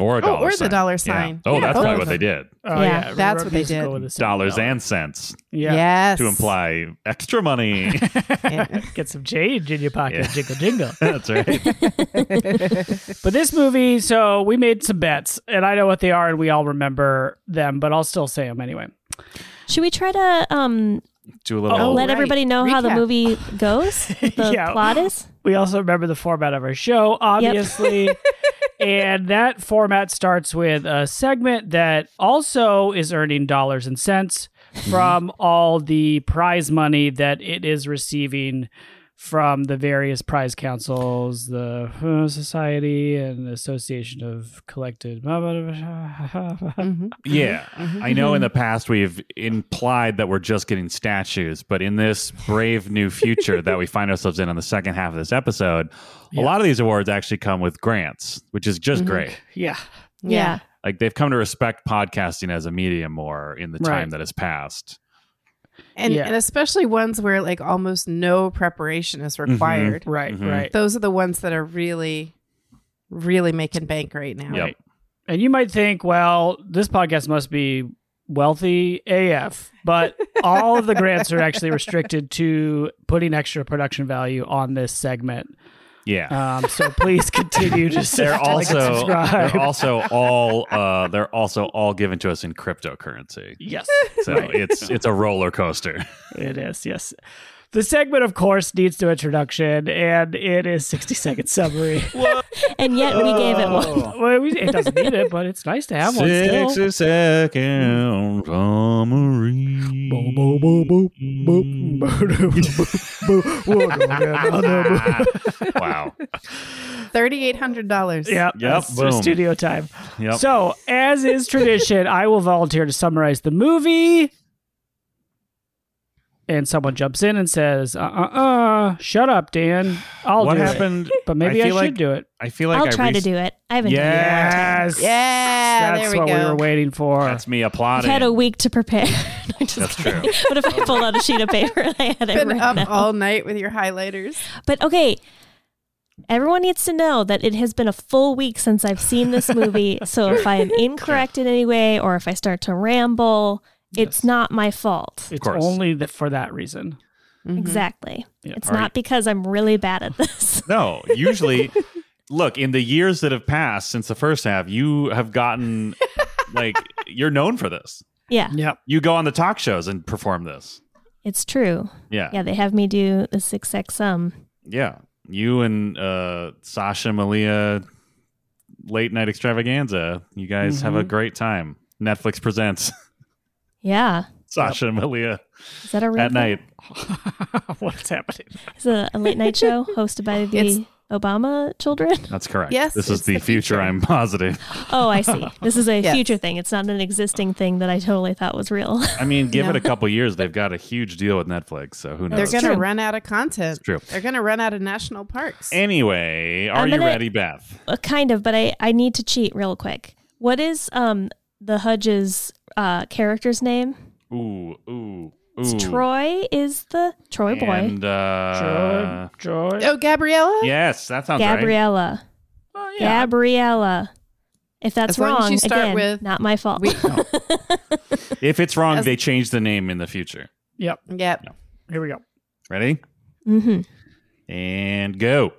Speaker 2: Or a
Speaker 4: Oh,
Speaker 2: dollar
Speaker 4: or the
Speaker 2: sign.
Speaker 4: dollar
Speaker 2: Yeah.
Speaker 4: sign.
Speaker 2: Oh,
Speaker 4: Yeah,
Speaker 2: that's
Speaker 4: both
Speaker 2: probably
Speaker 4: of
Speaker 2: what they did.
Speaker 1: Oh,
Speaker 3: Yeah,
Speaker 1: yeah.
Speaker 4: that's
Speaker 1: Re-
Speaker 4: what they
Speaker 1: musical
Speaker 4: did.
Speaker 1: with a single
Speaker 2: Dollars
Speaker 1: dollar.
Speaker 2: and cents
Speaker 1: yeah.
Speaker 4: Yes.
Speaker 2: to imply extra
Speaker 1: [LAUGHS]
Speaker 2: money. [LAUGHS]
Speaker 4: [LAUGHS]
Speaker 1: Get some change in your pocket,
Speaker 2: Yeah.
Speaker 1: jingle jingle.
Speaker 2: that's
Speaker 3: [LAUGHS]
Speaker 2: right.
Speaker 1: But this movie, so we made some bets, and I know what they are, and we all remember them, but I'll still say them anyway.
Speaker 3: Should we try to um,
Speaker 2: Do a little
Speaker 4: Oh,
Speaker 3: let
Speaker 4: right.
Speaker 3: everybody know how the
Speaker 4: Recap.
Speaker 3: movie goes? what The
Speaker 1: Yeah.
Speaker 3: plot is?
Speaker 1: We also remember the format of our show, obviously. and that format starts with a segment that also is earning dollars and cents from all the prize money that it is receiving from the various prize councils, the uh, society, and association of collected. Blah, blah, blah, blah. [LAUGHS]
Speaker 4: Mhm.
Speaker 2: Yeah. I know in
Speaker 1: Mm-hmm.
Speaker 2: the past we've implied that we're just getting statues, but in this brave new future that we find ourselves in on the second half of this episode,
Speaker 1: Yeah. Mm-hmm.
Speaker 2: a lot of these awards actually come with grants, which is just
Speaker 4: Mhm.
Speaker 2: great.
Speaker 1: yeah.
Speaker 3: Yeah.
Speaker 2: Like they've come to respect podcasting as a medium more in the
Speaker 1: Right.
Speaker 2: time that has passed.
Speaker 4: And,
Speaker 1: Yeah.
Speaker 4: and especially ones where like almost no preparation is required.
Speaker 1: Right,
Speaker 2: Mhm.
Speaker 1: right.
Speaker 4: Those are the ones that are really, really making bank right now.
Speaker 2: Yep.
Speaker 1: Right. And you might think, well, this podcast must be wealthy AF,
Speaker 2: [LAUGHS]
Speaker 1: but all of the grants are actually restricted to putting extra production value on this segment. [LAUGHS]
Speaker 2: Yeah.
Speaker 1: Um, so please continue to s-
Speaker 2: [LAUGHS] they're
Speaker 1: like,
Speaker 2: also
Speaker 1: subscribe.
Speaker 2: they're also all uh, they're also all given to us in cryptocurrency.
Speaker 1: yes,
Speaker 2: So it's it's a roller coaster.
Speaker 1: it is. Yes. The segment, of course, needs no introduction, and it is 60 second summary.
Speaker 3: And yet we gave it
Speaker 1: [LAUGHS]
Speaker 3: one.
Speaker 1: well, we, it doesn't need it, but it's nice to have one still. Mm.
Speaker 2: Sixty second summary.
Speaker 1: Boom, boom, boom, boom, boom, boom, boom, boom, boom. We'll go another boom.
Speaker 2: [LAUGHS] wow.
Speaker 4: $3,800.
Speaker 1: Yeah.
Speaker 2: Yep,
Speaker 1: that's for
Speaker 2: boom.
Speaker 1: studio time.
Speaker 2: Yep.
Speaker 1: So, as is tradition, I will volunteer to summarize the movie. And someone jumps in and says, uh uh uh, shut up, Dan. [LAUGHS] I'll
Speaker 2: what
Speaker 1: do
Speaker 2: happened?
Speaker 1: it. But maybe
Speaker 2: I
Speaker 1: I, should
Speaker 2: feel like-
Speaker 1: do it.
Speaker 2: I feel like
Speaker 3: I'll
Speaker 2: I
Speaker 3: try to
Speaker 2: rec-
Speaker 3: do it. I haven't done it in a long time.
Speaker 1: Yes.
Speaker 4: Yeah,
Speaker 1: That's
Speaker 4: there we
Speaker 1: what we
Speaker 4: go.
Speaker 1: were waiting for.
Speaker 2: That's me
Speaker 3: I've
Speaker 2: applauding.
Speaker 3: had a week to prepare. [LAUGHS] I'm just
Speaker 2: That's
Speaker 3: kidding. What if I pulled out a sheet of paper and I had it
Speaker 4: Been um,
Speaker 3: written
Speaker 4: up
Speaker 3: out?
Speaker 4: all night with your highlighters.
Speaker 3: But okay, everyone needs to know that it has been a full week since I've
Speaker 2: [LAUGHS]
Speaker 3: seen this movie. so if I am incorrect in any way or if I start to ramble, it's not my fault.
Speaker 1: it's
Speaker 2: course.
Speaker 1: only the, for that reason. [LAUGHS]
Speaker 2: Mm-hmm.
Speaker 3: Exactly.
Speaker 1: Yeah.
Speaker 3: It's
Speaker 2: Are
Speaker 3: not because I'm really bad at this. [LAUGHS]
Speaker 2: no, usually, look in the years that have passed since the first half, you
Speaker 1: [LAUGHS]
Speaker 2: have gotten like you're known for this.
Speaker 3: yeah,
Speaker 1: Yep.
Speaker 2: You go on the talk shows and perform this.
Speaker 3: it's true.
Speaker 2: Yeah, yeah.
Speaker 3: Yeah, they have me do the six um, sex sum.
Speaker 2: You and uh, Sasha Malia, late night extravaganza. You guys have a
Speaker 1: Mhm.
Speaker 2: great time. Netflix presents.
Speaker 3: Yeah.
Speaker 2: [LAUGHS] Sasha and Malia
Speaker 3: Is that a real
Speaker 2: at
Speaker 3: thing?
Speaker 2: night.
Speaker 1: What's happening?
Speaker 3: It's a, a late
Speaker 2: [LAUGHS]
Speaker 3: night show hosted by the
Speaker 4: It's-
Speaker 3: Obama children.
Speaker 2: That's correct.
Speaker 4: Yes,
Speaker 2: This is
Speaker 4: it's
Speaker 2: the,
Speaker 4: the
Speaker 2: future,
Speaker 4: future.
Speaker 2: I'm positive.
Speaker 3: Oh, I see. This is
Speaker 4: [LAUGHS]
Speaker 3: a
Speaker 4: Yes.
Speaker 3: future thing. It's not an existing thing that I totally thought was real. [LAUGHS]
Speaker 2: I mean, give
Speaker 4: No.
Speaker 2: it a couple years, they've got a huge deal with Netflix, so who
Speaker 4: They're
Speaker 2: knows?
Speaker 4: going to
Speaker 3: true.
Speaker 4: run out of content.
Speaker 2: true.
Speaker 4: They're going to run out of national parks.
Speaker 2: Anyway, are
Speaker 3: I'm
Speaker 2: you
Speaker 3: gonna-
Speaker 2: ready, Beth?
Speaker 3: Uh, kind of, but I, I need to cheat real quick. What is um the Hudges uh, character's name?
Speaker 2: Ooh, ooh,
Speaker 3: It's
Speaker 2: ooh.
Speaker 3: Troy is the Troy boy.
Speaker 2: And, uh,
Speaker 1: Joy. Joy.
Speaker 4: oh, Gabriella?
Speaker 2: yes, that sounds right.
Speaker 3: Gabriella.
Speaker 1: Oh,
Speaker 3: Gabriella. If that's
Speaker 4: As long
Speaker 3: wrong,
Speaker 4: as you start
Speaker 3: again,
Speaker 4: with-
Speaker 3: not my fault.
Speaker 4: We-
Speaker 2: If it's wrong,
Speaker 4: As-
Speaker 2: they change the name in the future.
Speaker 1: Yep.
Speaker 4: Yep.
Speaker 1: Here we go.
Speaker 2: Ready?
Speaker 3: hmm
Speaker 2: And go.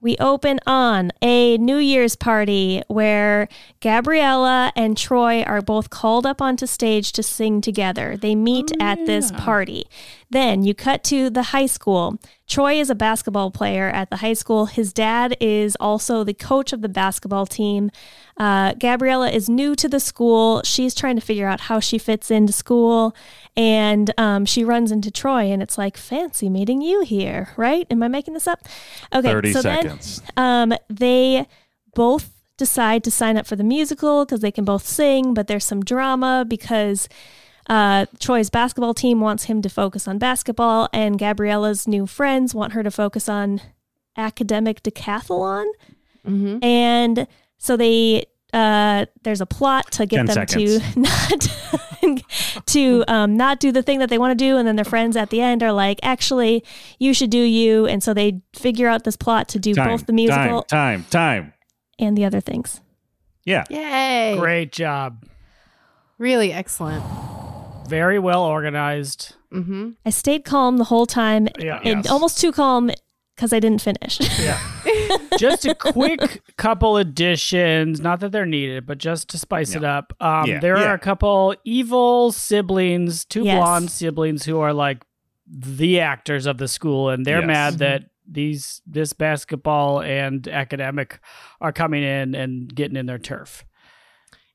Speaker 3: We open on a New Year's party where Gabriella and Troy are both called up onto stage to sing together. They meet at this party. Then you cut to the high school. Troy is a basketball player at the high school. His dad is also the coach of the basketball team. Uh, Gabriella is new to the school. She's trying to figure out how she fits into school. And um, she runs into Troy, and it's like, fancy meeting you here, right? Am I making this up? Okay.
Speaker 2: 30
Speaker 3: so then-
Speaker 2: seconds.
Speaker 3: um, they both decide to sign up for the musical because they can both sing, but there's some drama because uh, Troy's basketball team wants him to focus on basketball, and Gabriella's new friends want her to focus on academic decathlon.
Speaker 4: Mm-hmm.
Speaker 3: And so they uh, there's a plot to get
Speaker 2: Ten
Speaker 3: them
Speaker 2: seconds.
Speaker 3: to [LAUGHS] not [LAUGHS] to um, not do the thing that they want to do, and then their friends at the end are like, "Actually, you should do you." And so they figure out this plot to do
Speaker 2: time,
Speaker 3: both the musical
Speaker 2: Time, time, time.
Speaker 3: and the other things.
Speaker 2: Yeah.
Speaker 4: Yay.
Speaker 1: Great job.
Speaker 4: Really excellent.
Speaker 1: Very well organized.
Speaker 4: Mm-hmm.
Speaker 3: I stayed calm the whole time,
Speaker 1: Yeah.
Speaker 3: and oh,
Speaker 2: Yes.
Speaker 3: almost too calm because I didn't finish. [LAUGHS]
Speaker 1: just a quick couple additions. Not that they're needed, but just to spice it up. Um,
Speaker 2: Yeah.
Speaker 1: There
Speaker 2: Yeah.
Speaker 1: are a couple evil siblings, two
Speaker 3: Yes.
Speaker 1: blonde siblings who are like the actors of the school, and they're
Speaker 2: Yes.
Speaker 1: mad
Speaker 3: Mhm.
Speaker 1: that these this basketball and academic are coming in and getting in their turf.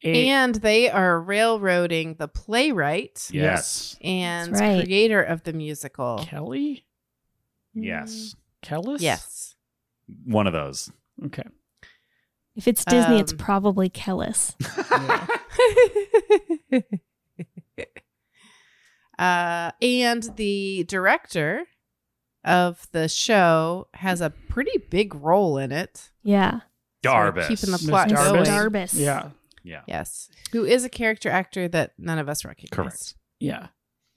Speaker 1: And-
Speaker 4: And they are railroading the playwright
Speaker 2: Yes.
Speaker 4: and
Speaker 3: That's right.
Speaker 4: creator of the musical.
Speaker 1: Kelly,
Speaker 2: Yes.
Speaker 1: Kellis,
Speaker 4: Yes.
Speaker 2: One of those. [LAUGHS]
Speaker 1: okay,
Speaker 3: If it's Disney, it's
Speaker 4: Um,
Speaker 3: probably Kellis.
Speaker 1: Yeah.
Speaker 4: [LAUGHS] uh, and the director of the show has a pretty big role in it.
Speaker 3: Yeah,
Speaker 4: So we're
Speaker 2: Darbus.
Speaker 4: keeping the
Speaker 1: Miss
Speaker 4: plot
Speaker 1: Miss
Speaker 4: going.
Speaker 1: Darbus.
Speaker 3: Darbus.
Speaker 1: yeah,
Speaker 2: yeah.
Speaker 4: Yes. Who is a character actor that none of us recognize.
Speaker 2: Correct.
Speaker 1: yeah.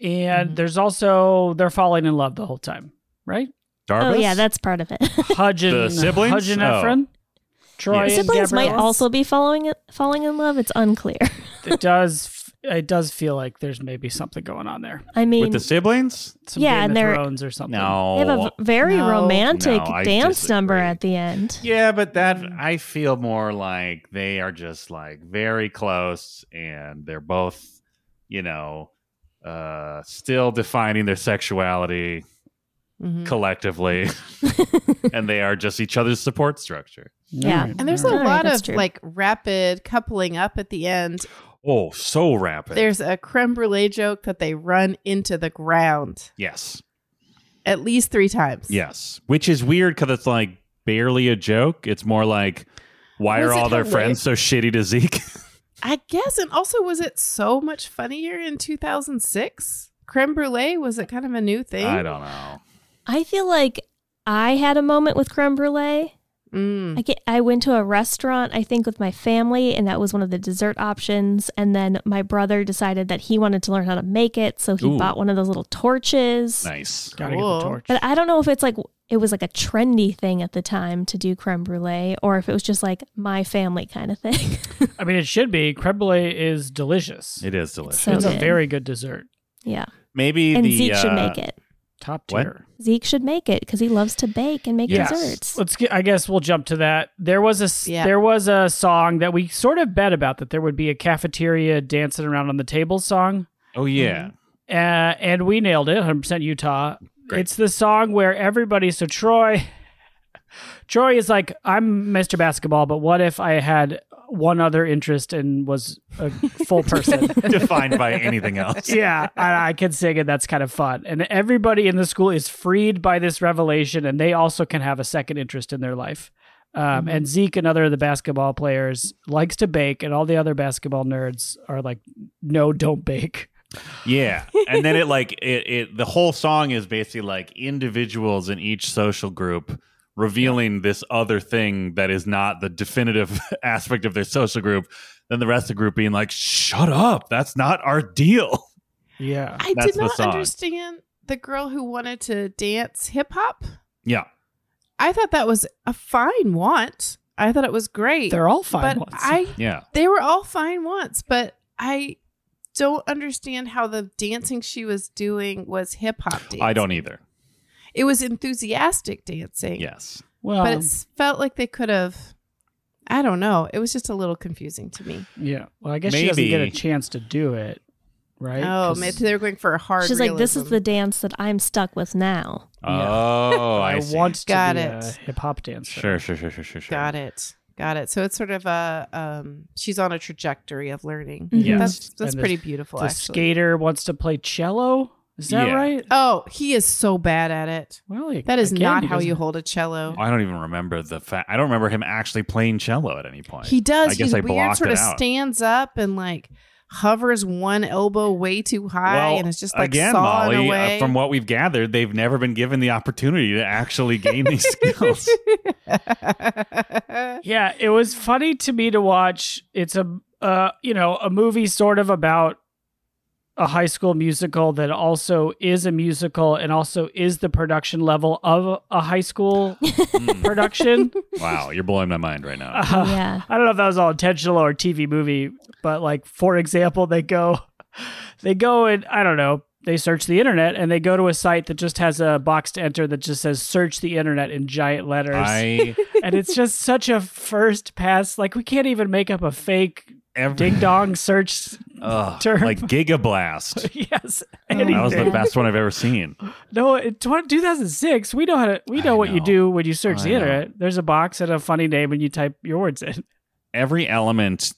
Speaker 1: And
Speaker 4: Mhm.
Speaker 1: there's also they're falling in love the whole time, right?
Speaker 2: Darbus?
Speaker 3: Oh yeah, that's part of it. [LAUGHS]
Speaker 1: Hudge and
Speaker 2: The siblings?
Speaker 1: Hudge and
Speaker 2: Oh.
Speaker 1: Efren. Troy
Speaker 2: Yes.
Speaker 1: and
Speaker 3: Siblings might
Speaker 1: Gabriella?
Speaker 3: also be falling falling in love. It's unclear.
Speaker 1: it does f- it does feel like there's maybe something going on there.
Speaker 3: I mean,
Speaker 2: With the siblings?
Speaker 1: Some
Speaker 3: Yeah,
Speaker 1: Game
Speaker 3: and
Speaker 1: of
Speaker 3: they're-
Speaker 1: Thrones or something.
Speaker 2: No.
Speaker 3: They have a v- very
Speaker 4: No.
Speaker 3: romantic
Speaker 2: No, I
Speaker 3: dance number
Speaker 2: disagree.
Speaker 3: at
Speaker 4: [LAUGHS]
Speaker 3: the end.
Speaker 2: Yeah, but that
Speaker 3: Mm-hmm.
Speaker 2: I feel more like they are just like very close and they're both, you know, uh still defining their sexuality
Speaker 3: Mm-hmm.
Speaker 4: Mhm.
Speaker 3: [LAUGHS]
Speaker 2: collectively [LAUGHS] and they are just each other's support structure.
Speaker 3: Yeah.
Speaker 4: And there's a
Speaker 3: All right,
Speaker 4: lot
Speaker 3: that's
Speaker 4: of
Speaker 3: true.
Speaker 4: like rapid coupling up at the end.
Speaker 2: Oh, so rapid.
Speaker 4: There's a creme brulee joke that they run into the ground
Speaker 2: yes.
Speaker 4: at least three times.
Speaker 2: Yes. Which is weird because it's like barely a joke. It's more like why
Speaker 4: Was
Speaker 2: are
Speaker 4: it
Speaker 2: all their
Speaker 4: hilarious?
Speaker 2: friends so shitty to Zeke? [LAUGHS]
Speaker 4: I guess. And also, was it so much funnier in 2006? Creme brulee? Was it kind of a new thing?
Speaker 2: I don't know.
Speaker 3: I feel like I had a moment with creme brulee.
Speaker 4: Mm.
Speaker 3: I, get, I went to a restaurant, I think, with my family, and that was one of the dessert options. And then my brother decided that he wanted to learn how to make it, so he
Speaker 2: Ooh.
Speaker 3: bought one of those little torches.
Speaker 2: Nice.
Speaker 1: Gotta
Speaker 4: Cool.
Speaker 1: get the torch.
Speaker 3: But I don't know if it's like it was like a trendy thing at the time to do creme brulee, or if it was just like my family kind of thing. [LAUGHS]
Speaker 1: I mean, it should be. Creme brulee is delicious.
Speaker 2: It is delicious.
Speaker 3: so
Speaker 1: it's a
Speaker 3: good.
Speaker 1: very good dessert.
Speaker 3: yeah,
Speaker 2: Maybe
Speaker 3: and
Speaker 2: the
Speaker 3: Zeke should
Speaker 2: uh,
Speaker 3: make it.
Speaker 1: Top
Speaker 2: What?
Speaker 1: tier.
Speaker 3: Zeke should make it because he loves to bake and make
Speaker 2: Yes.
Speaker 3: desserts.
Speaker 1: Let's get. I guess we'll jump to that. There was a s-
Speaker 4: Yeah.
Speaker 1: there was a song that we sort of bet about that there would be a cafeteria dancing around on the table song,
Speaker 2: Oh yeah.
Speaker 1: uh, and we nailed it. 100 percent Utah.
Speaker 2: Great.
Speaker 1: It's the song where everybody. So [LAUGHS] Troy, Troy is like, I'm Mr. Basketball, but what if I had one other interest and was a full person.
Speaker 3: Mm-hmm. [LAUGHS]
Speaker 2: defined by anything else.
Speaker 1: yeah, I, I can sing, and that's kind of fun. And everybody in the school is freed by this revelation, and they also can have a second interest in their life. Um, And Zeke, another of the basketball players, likes to bake, and all the other basketball nerds are like, "No, don't bake."
Speaker 2: Yeah. And
Speaker 4: [LAUGHS]
Speaker 2: then it like it, it the whole song is basically like individuals in each social group revealing this other thing that is not the definitive [LAUGHS] aspect of their social group, then the rest of the group being like, Shut up, that's not our deal.
Speaker 1: Yeah,
Speaker 4: I
Speaker 2: That's
Speaker 4: did
Speaker 2: the
Speaker 4: not
Speaker 2: song.
Speaker 4: understand the girl who wanted to dance hip hop.
Speaker 2: Yeah.
Speaker 4: I thought that was a fine want. I thought it was great.
Speaker 1: they're all fine
Speaker 4: but
Speaker 1: ones.
Speaker 4: I
Speaker 2: Yeah.
Speaker 4: they were all fine wants, but I don't understand how the dancing she was doing was hip hop dancing.
Speaker 2: I don't either.
Speaker 4: It was enthusiastic dancing.
Speaker 2: Yes.
Speaker 1: well,
Speaker 4: But it's felt like they could have I don't know. It was just a little confusing to me.
Speaker 1: yeah. Well, I guess she doesn't get a
Speaker 2: maybe-
Speaker 1: chance to do it, right?
Speaker 4: Oh,
Speaker 1: 'Cause-
Speaker 4: maybe they were going for a hard
Speaker 3: She's like, this is
Speaker 4: realism.
Speaker 3: the dance that I'm stuck
Speaker 2: [SIGHS]
Speaker 3: with now.
Speaker 1: Yeah.
Speaker 4: [LAUGHS]
Speaker 2: Oh, I,
Speaker 1: I,
Speaker 2: see.
Speaker 1: want to
Speaker 4: Got
Speaker 1: be
Speaker 4: it.
Speaker 1: a hip hop dancer.
Speaker 2: Sure, sure, sure, sure, sure, sure.
Speaker 4: Got it. Got it. So it's sort of a um she's on a trajectory of learning.
Speaker 3: Mhm. Yes.
Speaker 4: That's that's
Speaker 1: Mm-hmm. And the-
Speaker 4: pretty beautiful
Speaker 1: The
Speaker 4: actually.
Speaker 1: skater wants to play cello. Is that
Speaker 2: Yeah.
Speaker 1: right?
Speaker 4: Oh, he is so bad at it.
Speaker 1: Well, he-
Speaker 4: That is
Speaker 1: again,
Speaker 4: not
Speaker 1: he
Speaker 4: how you
Speaker 1: doesn't-
Speaker 4: hold a cello.
Speaker 2: I don't even remember the fact. I don't remember him actually playing cello at any point.
Speaker 4: He does.
Speaker 2: I guess
Speaker 4: he
Speaker 2: I
Speaker 4: weird
Speaker 2: blocked
Speaker 4: sort
Speaker 2: it
Speaker 4: of
Speaker 2: out.
Speaker 4: stands up and like hovers one elbow way too high,
Speaker 2: Well,
Speaker 4: and it's just like
Speaker 2: again,
Speaker 4: sawing
Speaker 2: Molly.
Speaker 4: away.
Speaker 2: Uh, from what we've gathered, they've never been given the opportunity to actually gain
Speaker 4: [LAUGHS]
Speaker 2: these skills.
Speaker 1: Yeah, it was funny to me to watch. It's a uh, you know a movie sort of about a high school musical that also is a musical and also is the production level of a high school
Speaker 2: Mm.
Speaker 4: [LAUGHS]
Speaker 1: production.
Speaker 2: Wow, you're blowing my mind right now.
Speaker 1: Uh,
Speaker 3: yeah.
Speaker 1: I don't know if that was all intentional or TV movie, but like for example, they go, they go and I don't know, they search the internet and they go to a site that just has a box to enter that just says "search the internet" in giant letters,
Speaker 2: I
Speaker 1: [LAUGHS] and it's just such a first pass. Like we can't even make up a fake
Speaker 2: every
Speaker 1: ding dong search.
Speaker 2: Ugh,
Speaker 1: term.
Speaker 2: like
Speaker 4: [LAUGHS]
Speaker 2: gigablast.
Speaker 1: [LAUGHS] yes,
Speaker 2: [LAUGHS] That was the
Speaker 1: anything.
Speaker 2: best one I've ever seen.
Speaker 1: No, in tw- 2006, we know how to. We know
Speaker 2: I
Speaker 1: what you
Speaker 2: know.
Speaker 1: do when you search
Speaker 2: I
Speaker 1: the
Speaker 2: know.
Speaker 1: internet. There's a box and a funny name, and you type your words in.
Speaker 2: Every element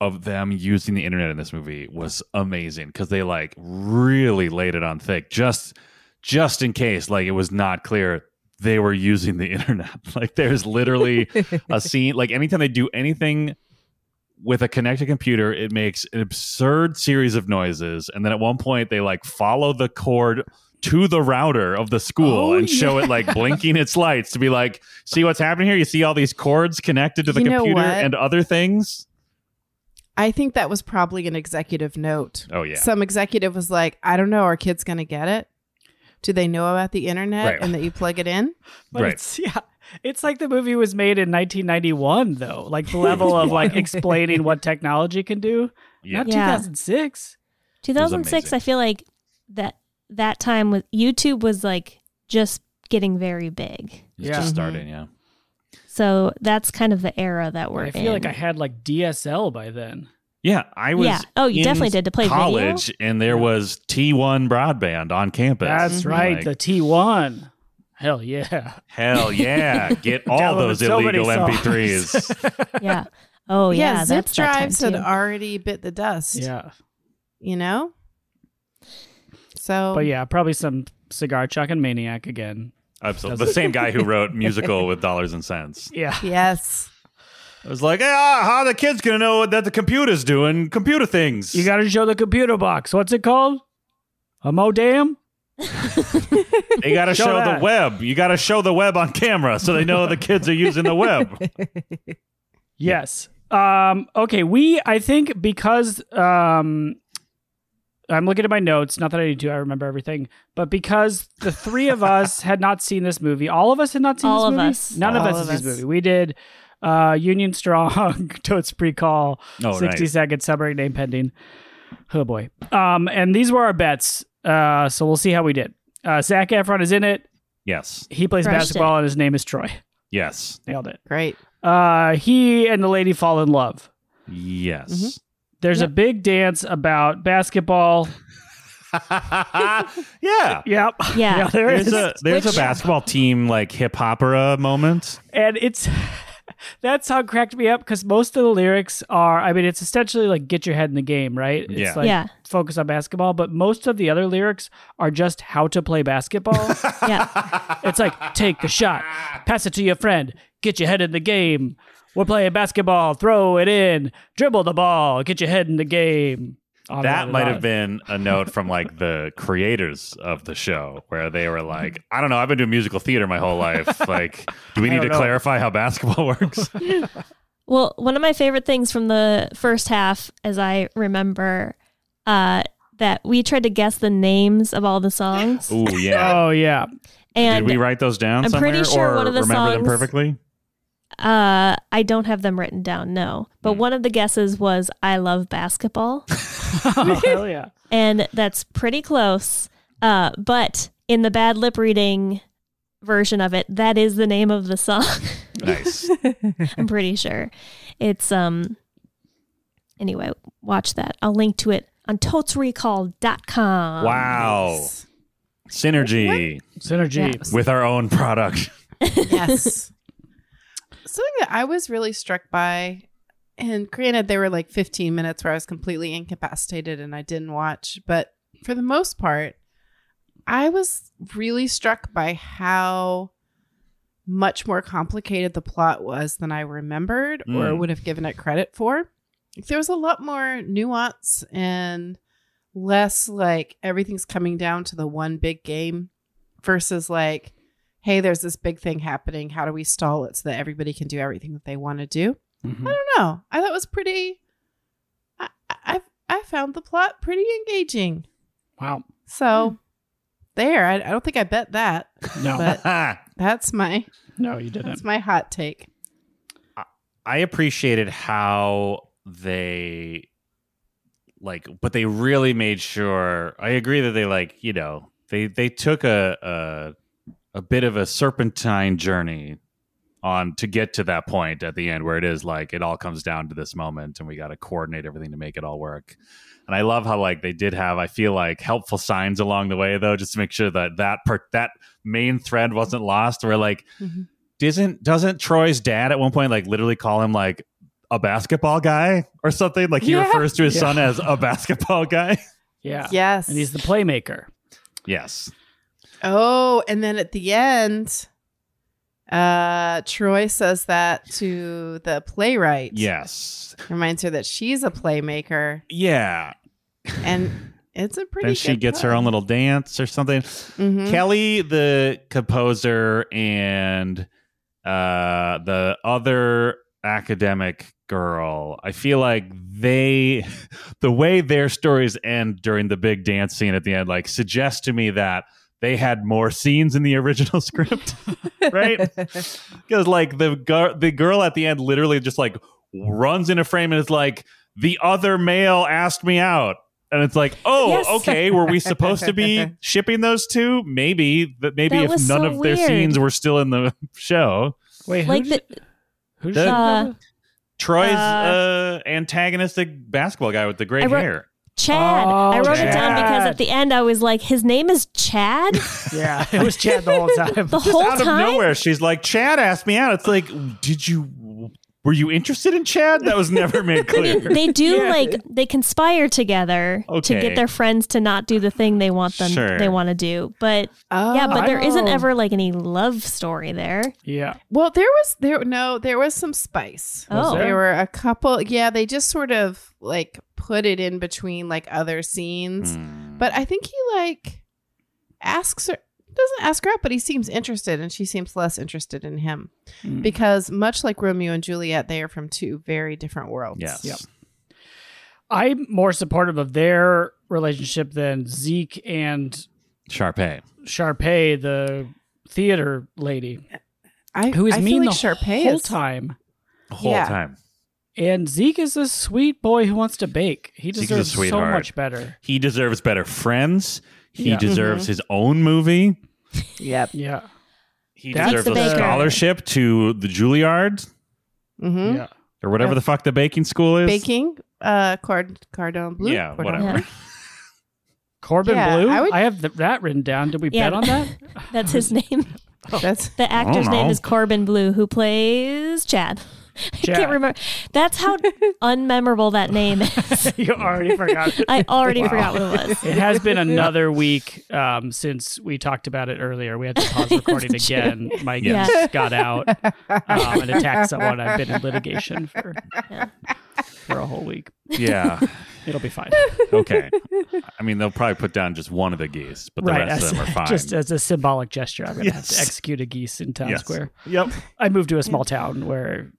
Speaker 2: of them using the internet in this movie was amazing because they like really laid it on thick. Just just in case, like it was not clear they were using the [LAUGHS] internet. Like there's literally a scene like anytime they do anything with a connected computer it makes an absurd series of noises and then at one point they like follow the cord to the router of the school
Speaker 1: Oh,
Speaker 2: and show it like blinking its lights to be like see what's happening here you see all these cords connected to the
Speaker 4: You know
Speaker 2: computer
Speaker 4: what?
Speaker 2: and other things
Speaker 4: I think that was probably an executive note.
Speaker 2: oh yeah
Speaker 4: Some executive was like, "I don't know, are kids going to get it? Do they know about the internet
Speaker 2: Right.
Speaker 4: and that you plug it in?"
Speaker 1: But
Speaker 2: Right.
Speaker 1: it's [LAUGHS] yeah. It's like the movie was made in 1991 though. Like the level of like explaining what technology can do.
Speaker 2: [LAUGHS] yeah
Speaker 1: Not
Speaker 3: Yeah.
Speaker 1: 2006.
Speaker 3: 2006
Speaker 2: amazing.
Speaker 3: i feel like that that time with youtube was like just getting very big
Speaker 2: it's
Speaker 1: Yeah.
Speaker 2: just starting yeah
Speaker 3: so that's kind of the era that we're
Speaker 1: I
Speaker 3: in.
Speaker 1: feel like I had like DSL by then.
Speaker 2: yeah i was
Speaker 3: Yeah. Oh, you
Speaker 2: in
Speaker 3: definitely did to play video?
Speaker 2: college and there was t1 broadband on campus
Speaker 1: That's
Speaker 3: Mm-hmm.
Speaker 4: Mhm.
Speaker 1: right,
Speaker 2: mm-hmm. Like-
Speaker 1: the T1. Hell
Speaker 3: [LAUGHS]
Speaker 1: yeah.
Speaker 2: Hell yeah!
Speaker 1: [LAUGHS]
Speaker 2: Get all
Speaker 1: Downloaded
Speaker 2: those
Speaker 1: so many
Speaker 2: illegal
Speaker 1: songs. [LAUGHS]
Speaker 2: MP3s.
Speaker 3: [LAUGHS] yeah oh yeah,
Speaker 4: zip
Speaker 3: that's that time
Speaker 4: drives had
Speaker 3: too.
Speaker 4: already bit the dust.
Speaker 1: Yeah.
Speaker 4: you know. So,
Speaker 1: But yeah, probably some cigar chucking maniac again.
Speaker 2: Absolutely, the same guy who wrote musical with dollars and cents.
Speaker 3: [LAUGHS]
Speaker 1: Yeah.
Speaker 4: yes,
Speaker 2: It was like, ah, how the kids gonna know that the computer's doing computer things?
Speaker 1: You got to show the computer box. What's it called? A modem?
Speaker 2: they got to
Speaker 1: show
Speaker 2: show, the
Speaker 1: that.
Speaker 2: web. You got to show the web on camera so they know the kids are using
Speaker 1: [LAUGHS]
Speaker 2: the web.
Speaker 1: Yes. Um, okay, we I think because um, I'm looking at my notes, not that I need to, I remember everything, but because the three of us had not seen this movie, all of us had not seen
Speaker 3: All
Speaker 1: this
Speaker 3: of
Speaker 1: movie?
Speaker 3: us.
Speaker 1: None
Speaker 4: All
Speaker 1: of us had
Speaker 4: of
Speaker 1: seen
Speaker 4: us.
Speaker 1: this movie. We did uh, Union Strong, [LAUGHS] Totes Pre-Call,
Speaker 2: Oh,
Speaker 1: 60
Speaker 2: right.
Speaker 1: Second Summary Name Pending. Oh boy. Um, and these were our bets. Uh, so we'll see how we did. Uh, Zach Efron is in it.
Speaker 2: Yes,
Speaker 1: He plays
Speaker 3: Crushed it.
Speaker 1: basketball, and his name is Troy.
Speaker 2: yes,
Speaker 1: Nailed it.
Speaker 4: great.
Speaker 1: Uh, he and the lady fall in love.
Speaker 2: yes.
Speaker 1: There's a
Speaker 3: Yep.
Speaker 1: big dance about basketball.
Speaker 2: [LAUGHS] yeah.
Speaker 1: Yep.
Speaker 3: Yeah.
Speaker 1: [LAUGHS] there
Speaker 2: There's
Speaker 1: is.
Speaker 2: a there's a
Speaker 3: Which-
Speaker 2: basketball team like hip hopera moment.
Speaker 1: and it's [LAUGHS] that song cracked me up because most of the lyrics are I mean it's essentially like get your head in the game, right?
Speaker 2: Yeah.
Speaker 1: It's like
Speaker 3: Yeah.
Speaker 1: focus on basketball, but most of the other lyrics are just how to play
Speaker 2: [LAUGHS]
Speaker 1: basketball.
Speaker 4: [LAUGHS]
Speaker 3: yeah.
Speaker 1: it's like take the shot, pass it to your friend, get your head in the game. We're playing basketball, throw it in, dribble the ball, get your head in the game. Oh, On and on
Speaker 2: that
Speaker 1: and
Speaker 2: might
Speaker 1: on.
Speaker 2: have been a note from like the creators of the show where they were like, I don't know, I've been doing musical theater my whole life. Like, do we
Speaker 1: I
Speaker 2: need
Speaker 1: don't
Speaker 2: to
Speaker 1: know."
Speaker 2: clarify how basketball [LAUGHS] works?
Speaker 3: Well, one of my favorite things from the first half, as I remember, uh, that we tried to guess the names of all the songs.
Speaker 2: Ooh, yeah.
Speaker 1: Oh yeah.
Speaker 3: and
Speaker 2: Did we write those down
Speaker 3: I'm
Speaker 2: somewhere
Speaker 3: pretty sure
Speaker 2: or
Speaker 3: one of the
Speaker 2: remember them
Speaker 3: songs-
Speaker 2: perfectly?
Speaker 3: uh, I don't have them written down, no. But
Speaker 2: Hmm.
Speaker 3: one of the guesses was I love basketball.
Speaker 1: [LAUGHS] Oh, hell yeah.
Speaker 3: and that's pretty close. Uh, but in the bad lip reading version of it, that is the name of the song. [LAUGHS]
Speaker 2: Nice.
Speaker 3: I'm pretty sure. It's um anyway, watch that. I'll link to it on totesrecall.com.
Speaker 2: wow.
Speaker 4: Nice.
Speaker 2: Synergy
Speaker 1: [LAUGHS] Synergy.
Speaker 4: Yes.
Speaker 2: with our own product.
Speaker 4: yes. [LAUGHS] Something that I was really struck by, and granted, there were like 15 minutes where I was completely incapacitated and I didn't watch, but for the most part, I was really struck by how much more complicated the plot was than I remembered or
Speaker 2: Mm.
Speaker 4: would have given it credit for. Like, There was a lot more nuance and less like everything's coming down to the one big game versus like, hey, there's this big thing happening. How do we stall it so that everybody can do everything that they want to do?
Speaker 1: Mhm.
Speaker 4: I don't know. I thought it was pretty. I I, I found the plot pretty engaging.
Speaker 1: Wow.
Speaker 4: So
Speaker 2: Hmm.
Speaker 4: there, I, I don't think I bet that.
Speaker 1: No.
Speaker 4: But-
Speaker 2: [LAUGHS]
Speaker 4: That's my
Speaker 1: no, you didn't.
Speaker 4: that's my hot take.
Speaker 2: I appreciated how they like but they really made sure I agree that they like, you know, they they took a a, a bit of a serpentine journey on to get to that point at the end where it is like it all comes down to this moment and we got to coordinate everything to make it all work. And I love how like they did have I feel like helpful signs along the way though just to make sure that that part that main thread wasn't lost where like
Speaker 4: Mhm.
Speaker 2: isn't doesn't Troy's dad at one point like literally call him like a basketball guy or something? Like he
Speaker 4: Yeah.
Speaker 2: refers to his
Speaker 1: Yeah.
Speaker 2: son as a [LAUGHS] basketball guy.
Speaker 1: Yeah.
Speaker 4: Yes.
Speaker 1: And he's the playmaker.
Speaker 2: Yes.
Speaker 4: oh, and then at the end, uh, Troy says that to the playwright.
Speaker 2: Yes.
Speaker 4: Reminds her that she's a playmaker,
Speaker 2: Yeah.
Speaker 4: and it's a pretty.
Speaker 2: then she
Speaker 4: good
Speaker 2: gets her
Speaker 4: pun.
Speaker 2: own little dance or something.
Speaker 4: Mhm.
Speaker 2: Kelly, the composer, and uh, the other academic girl, I feel like they, [LAUGHS] the way their stories end during the big dance scene at the end, like suggests to me that they had more scenes in the original [LAUGHS] script, right? Because like the gar- the girl at the end literally just like runs in a frame and is like, "The other male asked me out." And it's like, oh,
Speaker 3: Yes.
Speaker 2: okay. Were we supposed to be shipping those two? Maybe, but maybe
Speaker 3: That
Speaker 2: if none
Speaker 3: was so
Speaker 2: of their
Speaker 3: weird.
Speaker 2: scenes were still in the [LAUGHS] show,
Speaker 1: Wait, who
Speaker 3: Like
Speaker 1: did- who did
Speaker 2: The-
Speaker 1: she-
Speaker 2: Troy's
Speaker 3: Uh,
Speaker 2: uh, antagonistic basketball guy with the gray
Speaker 3: I wrote-
Speaker 2: hair.
Speaker 3: Chad.
Speaker 1: Oh,
Speaker 3: I wrote it down
Speaker 1: Chad.
Speaker 3: because at the end I was like, his name is Chad
Speaker 1: Yeah, [LAUGHS] it was Chad the whole time.
Speaker 3: [LAUGHS] the whole
Speaker 2: Out of
Speaker 3: time.
Speaker 2: nowhere, she's like, "Chad asked me out." It's like, did you? Were you interested in Chad? That was never
Speaker 3: [LAUGHS]
Speaker 2: made
Speaker 1: [LAUGHS]
Speaker 2: clear.
Speaker 3: They do
Speaker 1: Yeah.
Speaker 3: like they conspire together to
Speaker 2: Okay.
Speaker 3: get their friends to not do the thing they want them
Speaker 2: Sure.
Speaker 3: they want to do. But
Speaker 4: Oh,
Speaker 3: yeah, but there not
Speaker 1: Oh.
Speaker 3: ever like any love story there.
Speaker 1: yeah.
Speaker 4: Well, there was there no there was some spice.
Speaker 1: Was
Speaker 3: oh.
Speaker 1: there?
Speaker 4: There were a couple. Yeah, they just sort of like put it in between like other scenes.
Speaker 2: Hmm.
Speaker 4: But I think he like asks her doesn't ask her out, but he seems interested, and she seems less interested in him
Speaker 1: Mm.
Speaker 4: because much like Romeo and Juliet, they are from two very different worlds.
Speaker 2: yes,
Speaker 1: Yep. I'm more supportive of their relationship than Zeke and
Speaker 2: Sharpay.
Speaker 1: Sharpay, the theater lady,
Speaker 4: I
Speaker 1: who is
Speaker 4: I
Speaker 1: mean
Speaker 4: feel like
Speaker 1: the
Speaker 4: Sharpay
Speaker 1: whole
Speaker 4: is-
Speaker 1: time.
Speaker 2: The whole
Speaker 4: Yeah.
Speaker 2: time.
Speaker 1: And Zeke is a sweet boy who wants to bake. He
Speaker 2: Zeke's a
Speaker 1: deserves so
Speaker 2: sweetheart.
Speaker 1: much better.
Speaker 2: He deserves better friends. He
Speaker 1: Yeah.
Speaker 2: deserves
Speaker 3: Mm-hmm.
Speaker 2: his own movie.
Speaker 4: Yep.
Speaker 1: Yeah.
Speaker 2: He
Speaker 1: That's
Speaker 2: deserves
Speaker 1: the
Speaker 2: a
Speaker 1: baker.
Speaker 2: scholarship to the Juilliard
Speaker 4: Mm-hmm.
Speaker 1: Yeah.
Speaker 2: or whatever
Speaker 4: Yeah.
Speaker 2: the fuck the baking school is.
Speaker 4: Baking, uh, card cardon bleu.
Speaker 2: Yeah,
Speaker 4: cordon
Speaker 2: whatever.
Speaker 4: bleu.
Speaker 1: Corbin
Speaker 4: Yeah,
Speaker 1: Blue. I,
Speaker 4: I would-
Speaker 1: have th- that written down. Did we
Speaker 3: Yeah.
Speaker 1: bet on that? [LAUGHS]
Speaker 3: [LAUGHS] That's his name. [LAUGHS]
Speaker 4: That's
Speaker 3: The actor's name
Speaker 2: know.
Speaker 3: is Corbin Blue, who plays Chad. [LAUGHS] I
Speaker 1: Chad.
Speaker 3: can't remember. That's
Speaker 1: [LAUGHS]
Speaker 3: how unmemorable that
Speaker 2: [LAUGHS]
Speaker 3: name is.
Speaker 1: you already
Speaker 3: [LAUGHS]
Speaker 1: forgot. it.
Speaker 3: I already forgot what it was.
Speaker 1: It has
Speaker 2: [LAUGHS]
Speaker 1: been another week um, since we talked about it earlier. We had to pause
Speaker 2: [LAUGHS]
Speaker 1: recording
Speaker 3: It's true.
Speaker 1: again. My
Speaker 3: Yeah.
Speaker 1: guest got out um, and
Speaker 2: [LAUGHS]
Speaker 1: attacked someone. I've been in litigation for
Speaker 3: Yeah.
Speaker 1: for a whole week.
Speaker 2: [LAUGHS] Yeah.
Speaker 1: It'll be fine.
Speaker 3: [LAUGHS]
Speaker 2: Okay. I mean, they'll probably put down just one of the geese, but the rest
Speaker 1: as-
Speaker 2: of them are
Speaker 1: [LAUGHS]
Speaker 2: fine.
Speaker 1: Just as a symbolic gesture, I'm going to have to
Speaker 2: Yes.
Speaker 1: execute a geese in town
Speaker 2: Yes.
Speaker 1: square.
Speaker 2: Yep.
Speaker 1: I moved to a small town where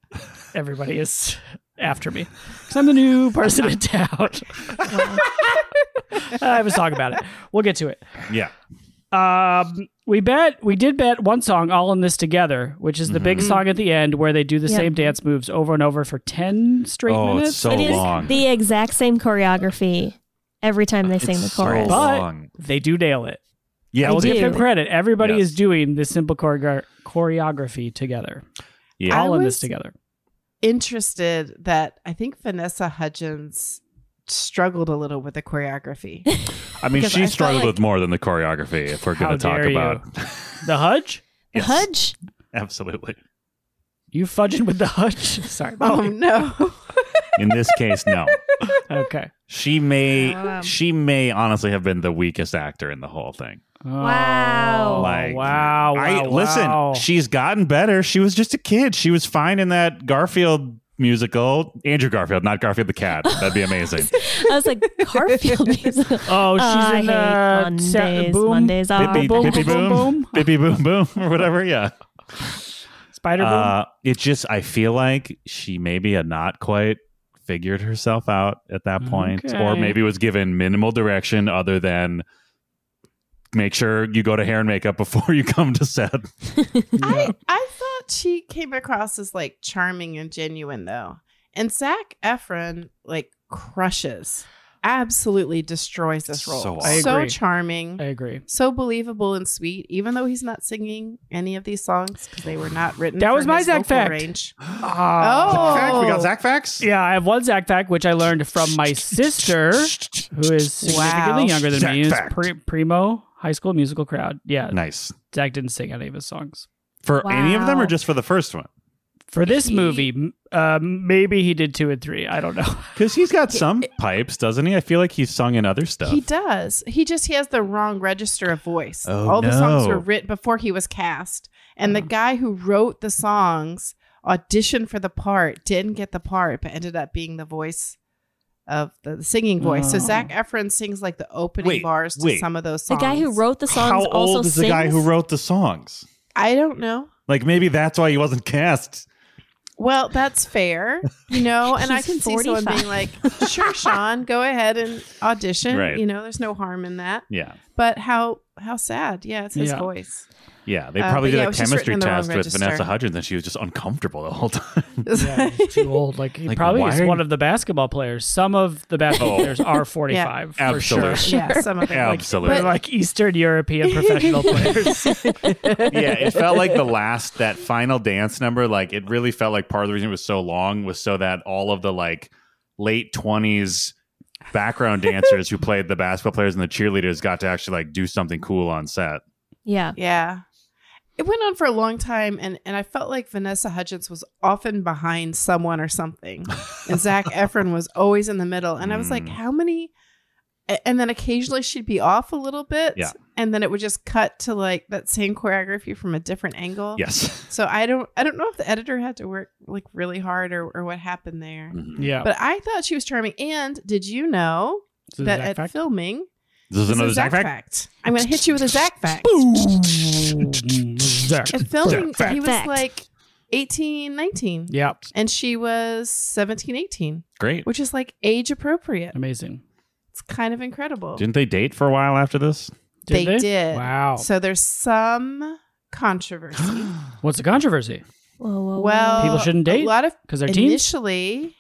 Speaker 1: everybody
Speaker 2: [LAUGHS]
Speaker 1: is after me because I'm the new person in town. [LAUGHS] I was talking about it. We'll get to it.
Speaker 2: Yeah.
Speaker 1: Um, we bet we did bet one song, "All in This Together," which is the big
Speaker 2: Mm-hmm.
Speaker 1: song at the end where they do the
Speaker 3: Yeah.
Speaker 1: same dance moves over and over for ten straight
Speaker 2: Oh,
Speaker 1: minutes.
Speaker 2: it's so
Speaker 3: it is
Speaker 2: long.
Speaker 3: the exact same choreography every time they sing
Speaker 2: It's
Speaker 3: the
Speaker 2: so
Speaker 3: chorus.
Speaker 1: But-
Speaker 2: long.
Speaker 1: they do nail it.
Speaker 2: Yeah.
Speaker 3: I
Speaker 1: We'll
Speaker 2: Well,
Speaker 3: do.
Speaker 1: give them credit. Everybody
Speaker 2: Yes.
Speaker 1: is doing this simple choreo- choreography together.
Speaker 2: Yeah.
Speaker 1: All
Speaker 4: I
Speaker 1: in
Speaker 4: was-
Speaker 1: this together.
Speaker 4: interested that I think Vanessa Hudgens struggled a little with
Speaker 1: [LAUGHS]
Speaker 4: the choreography.
Speaker 2: I mean,
Speaker 4: because
Speaker 2: she
Speaker 4: I felt
Speaker 2: struggled
Speaker 4: like-
Speaker 2: with more than the choreography. If we're
Speaker 1: How
Speaker 2: going to talk
Speaker 1: dare you. [LAUGHS]
Speaker 2: about,
Speaker 1: The Hudge.
Speaker 3: The
Speaker 2: Yes.
Speaker 3: Hudge.
Speaker 2: absolutely.
Speaker 1: You fudging with the hutch? [LAUGHS] Sorry.
Speaker 4: oh
Speaker 3: Um,
Speaker 4: no.
Speaker 2: In this case, no.
Speaker 1: Okay.
Speaker 2: She may,
Speaker 3: Wow.
Speaker 2: she may honestly have been the weakest actor in the whole thing.
Speaker 1: Oh,
Speaker 3: [LAUGHS] Wow.
Speaker 2: Like,
Speaker 1: wow. Wow.
Speaker 2: I listen.
Speaker 1: wow.
Speaker 2: She's gotten better. She was just a kid. She was fine in that Garfield musical. Andrew Garfield, not Garfield the cat. That'd be
Speaker 3: [LAUGHS]
Speaker 2: amazing.
Speaker 3: I was like,
Speaker 1: [LAUGHS]
Speaker 3: Garfield musical.
Speaker 1: Oh, she's
Speaker 3: Uh, I
Speaker 1: in
Speaker 3: hate
Speaker 1: uh,
Speaker 3: Mondays.
Speaker 1: Sa- boom,
Speaker 3: Mondays are
Speaker 2: Bippy,
Speaker 1: Uh, boom,
Speaker 2: bippy,
Speaker 1: boom,
Speaker 2: boom,
Speaker 1: boom.
Speaker 2: [LAUGHS] bippy, boom, boom, or whatever. Yeah.
Speaker 1: Spider Boom.
Speaker 2: Uh, it just, I feel like she maybe had not quite figured herself out at that point, or
Speaker 1: Mm, Okay.
Speaker 2: maybe was given minimal direction other than make sure you go to hair and makeup before you come to set.
Speaker 4: I, I thought she came across as like charming and genuine though. And Zach Efron like crushes, absolutely destroys this role.
Speaker 2: So
Speaker 1: awesome. I
Speaker 4: so
Speaker 1: agree.
Speaker 4: charming.
Speaker 1: I agree.
Speaker 4: so believable and sweet, even though he's not singing any of these songs because they were not written.
Speaker 1: That
Speaker 4: for
Speaker 1: was my
Speaker 4: his
Speaker 1: Zach
Speaker 4: vocal
Speaker 1: fact.
Speaker 4: Range.
Speaker 3: Oh.
Speaker 1: Ah.
Speaker 4: Zach Fact? We got
Speaker 2: Zach facts.
Speaker 1: Yeah, I have one Zach fact which I learned from my sister, who is significantly
Speaker 4: Wow.
Speaker 1: younger than
Speaker 2: Zach Hmm.
Speaker 1: me. Is
Speaker 2: fact.
Speaker 1: pri- primo high school musical crowd. Yeah,
Speaker 2: Nice.
Speaker 1: Zach didn't sing any of his songs
Speaker 2: For any of them or
Speaker 3: Wow.
Speaker 2: just for the first one?
Speaker 1: for this
Speaker 3: He-
Speaker 1: movie. m- Uh, maybe he did two and three. I don't know.
Speaker 2: Because he's got some pipes, doesn't he? I feel like he's sung in other stuff.
Speaker 4: He does. He just he has the wrong register of voice.
Speaker 2: Oh,
Speaker 4: All the songs
Speaker 2: no.
Speaker 4: were written before he was cast, and the guy who wrote the songs auditioned for the part, didn't get the part, but ended up being the voice of the, the singing voice. So
Speaker 1: Oh.
Speaker 4: Zach Efron sings like the opening
Speaker 2: Wait,
Speaker 4: bars to
Speaker 2: wait.
Speaker 4: some of those
Speaker 3: The
Speaker 4: songs.
Speaker 3: guy who wrote the songs
Speaker 2: How
Speaker 3: also
Speaker 2: old is
Speaker 3: sings.
Speaker 2: the guy who wrote the songs?
Speaker 4: I don't know.
Speaker 2: Like maybe that's why he wasn't cast.
Speaker 4: Well, that's fair, you
Speaker 3: [LAUGHS]
Speaker 4: know, and I
Speaker 3: He's
Speaker 4: can see someone
Speaker 3: 45.
Speaker 4: being like, "Sure, Sean, go ahead and audition."
Speaker 2: Right.
Speaker 4: You know, there's no harm in that.
Speaker 2: Yeah,
Speaker 4: But how how sad? Yeah, it's his
Speaker 1: Yeah.
Speaker 3: [LAUGHS]
Speaker 4: voice.
Speaker 2: yeah. They
Speaker 4: Uh,
Speaker 2: probably
Speaker 4: but
Speaker 2: did
Speaker 4: yeah, it
Speaker 2: a
Speaker 4: was just written
Speaker 2: chemistry
Speaker 4: in the wrong
Speaker 2: test with
Speaker 4: register.
Speaker 2: Vanessa Hudgens, and she was just uncomfortable the whole [LAUGHS] time.
Speaker 1: Yeah, he's [LAUGHS] too old. Like he
Speaker 2: Like,
Speaker 1: probably is
Speaker 2: why are
Speaker 1: one
Speaker 2: you-
Speaker 1: of the basketball players. Some of the basketball
Speaker 2: Oh.
Speaker 1: players [LAUGHS] are forty-five for sure.
Speaker 2: Absolutely.
Speaker 4: Yeah, some of it. Like,
Speaker 2: Absolutely.
Speaker 1: They're like Eastern [LAUGHS] European professional players.
Speaker 2: [LAUGHS]
Speaker 1: [LAUGHS]
Speaker 2: yeah, it felt
Speaker 4: [LAUGHS]
Speaker 2: like the last that final dance number. Like it really felt like part of the reason it was so long was so that all of the like late twenties
Speaker 4: [LAUGHS]
Speaker 2: background dancers who played the basketball players and the cheerleaders got to actually like do something cool on set.
Speaker 3: Yeah.
Speaker 4: yeah, it went on for a long time, and and I felt like Vanessa Hudgens was often behind someone or something,
Speaker 2: [LAUGHS]
Speaker 4: and Zach Efron was always in the middle, and I was like,
Speaker 2: Mm.
Speaker 4: how many? a- And then occasionally she'd be off a little bit,
Speaker 2: Yeah.
Speaker 4: and then it would just cut to like that same choreography from a different angle.
Speaker 2: Yes.
Speaker 4: So I don't I don't know if the editor had to work like really hard or, or what happened there.
Speaker 2: Mm,
Speaker 1: yeah,
Speaker 4: But I thought she was charming. And did you know
Speaker 1: So
Speaker 4: that
Speaker 1: Zach
Speaker 4: at
Speaker 1: fact?
Speaker 4: filming
Speaker 2: [LAUGHS] This is
Speaker 4: This is
Speaker 2: another
Speaker 4: a
Speaker 2: Zach fact.
Speaker 4: I'm gonna hit you with a Zach fact.
Speaker 1: Zach.
Speaker 4: At filming
Speaker 2: Zach fact.
Speaker 4: he was
Speaker 3: Fact.
Speaker 4: like 18, 19.
Speaker 1: Yep.
Speaker 4: And she was 17, 18,
Speaker 2: Great.
Speaker 4: which is like age appropriate.
Speaker 1: Amazing.
Speaker 4: It's kind of incredible.
Speaker 2: Didn't they date for a while after this?
Speaker 1: Did
Speaker 4: they, did.
Speaker 1: Wow.
Speaker 4: So there's some
Speaker 1: [GASPS]
Speaker 4: controversy.
Speaker 1: What's the controversy?
Speaker 3: Whoa, whoa, whoa.
Speaker 4: well
Speaker 1: People shouldn't date?
Speaker 4: A lot of
Speaker 1: Because they're teens.
Speaker 4: initially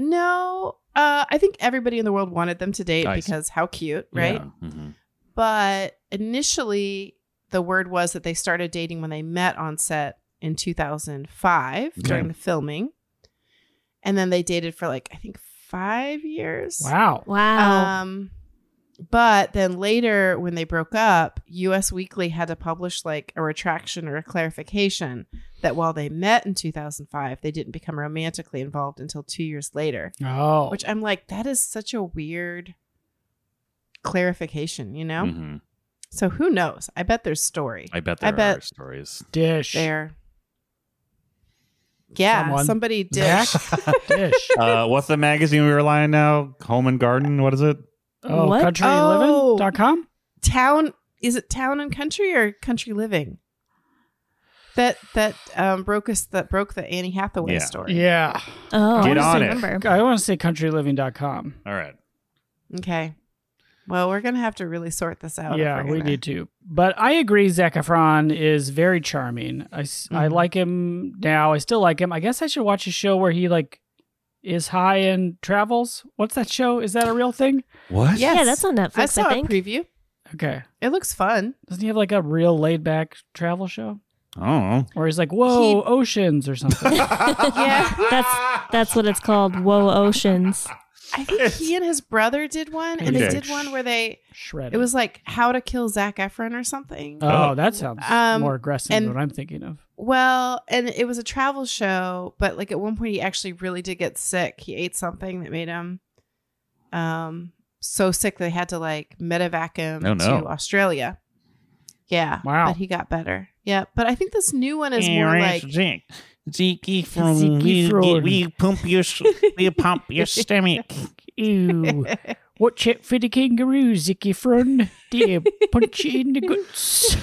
Speaker 4: no uh, i think everybody in the world wanted them to date
Speaker 2: Nice.
Speaker 4: because how cute [GASPS] right
Speaker 1: Yeah.
Speaker 2: Mhm.
Speaker 4: but initially the word was that they started dating when they met on set in 2005 during the filming and then they dated for like i think five years
Speaker 1: Wow.
Speaker 3: wow.
Speaker 4: um But then later, when they broke up, US Weekly had to publish like a retraction or a clarification that while they met in 2005, they didn't become romantically involved until two years later,
Speaker 1: Oh,
Speaker 4: which I'm like, that is such a weird clarification, you know?
Speaker 2: Mhm.
Speaker 4: So who knows? I bet there's story
Speaker 2: I bet
Speaker 4: I
Speaker 2: there
Speaker 4: bet-
Speaker 2: are stories.
Speaker 1: dish,
Speaker 4: there. Yeah,
Speaker 1: Someone- [LAUGHS]
Speaker 4: somebody did.
Speaker 1: Zach?
Speaker 2: [LAUGHS]
Speaker 1: dish.
Speaker 2: uh, what's the magazine we rely on now? Home and Garden. What is it?
Speaker 1: Oh,
Speaker 3: What?
Speaker 1: countryliving.com.
Speaker 4: town is it town and country or country living that that um broke us that broke the annie hathaway
Speaker 2: Yeah.
Speaker 4: story
Speaker 1: Yeah,
Speaker 3: Oh,
Speaker 2: Get
Speaker 3: I just
Speaker 2: on it.
Speaker 3: remember.
Speaker 1: I want to say countryliving.com.
Speaker 2: All right.
Speaker 4: okay well we're gonna have to really sort this out if
Speaker 1: yeah,
Speaker 4: we're
Speaker 1: we
Speaker 4: gonna-
Speaker 1: need to. But I agree, Zac Efron is very charming. I, s- I
Speaker 4: Mhm.
Speaker 1: like him now. I still like him. I guess I should watch a show where he like is high and travels. What's that show? Is that a real thing?
Speaker 2: What?
Speaker 4: Yes.
Speaker 3: Yeah, that's on Netflix.
Speaker 4: i
Speaker 3: I,
Speaker 4: saw a
Speaker 3: think.
Speaker 4: preview
Speaker 1: Okay.
Speaker 4: it looks fun
Speaker 1: Doesn't he have like a real laid back travel show?
Speaker 2: Oh.
Speaker 1: Or he's like, whoa,
Speaker 4: He-
Speaker 1: oceans or
Speaker 2: [LAUGHS]
Speaker 1: something. [LAUGHS]
Speaker 4: Yeah.
Speaker 2: That's
Speaker 3: That's what it's called. Whoa, oceans.
Speaker 4: i think he and his brother did one and they
Speaker 2: Okay.
Speaker 4: did one where they
Speaker 1: Shredded.
Speaker 4: it was like how to kill zach efron or something
Speaker 1: oh, that sounds
Speaker 4: Um,
Speaker 1: more aggressive
Speaker 4: and-
Speaker 1: than what I'm thinking of.
Speaker 4: Well, and it was a travel show, but like at one point he actually really did get sick. He ate something that made him um so sick they had to like medevac him
Speaker 2: Oh, no.
Speaker 4: to Australia. Yeah.
Speaker 1: Wow.
Speaker 4: But he got better. Yeah. But I think this new one is more like
Speaker 2: Zeke. Zeke
Speaker 1: from- Zeke we- from- we
Speaker 2: pump your we pump
Speaker 3: [LAUGHS]
Speaker 2: your stomach.
Speaker 1: Ew. [LAUGHS] Watch out for the kangaroo, Zicky Frun. Dear, punch you in the guts.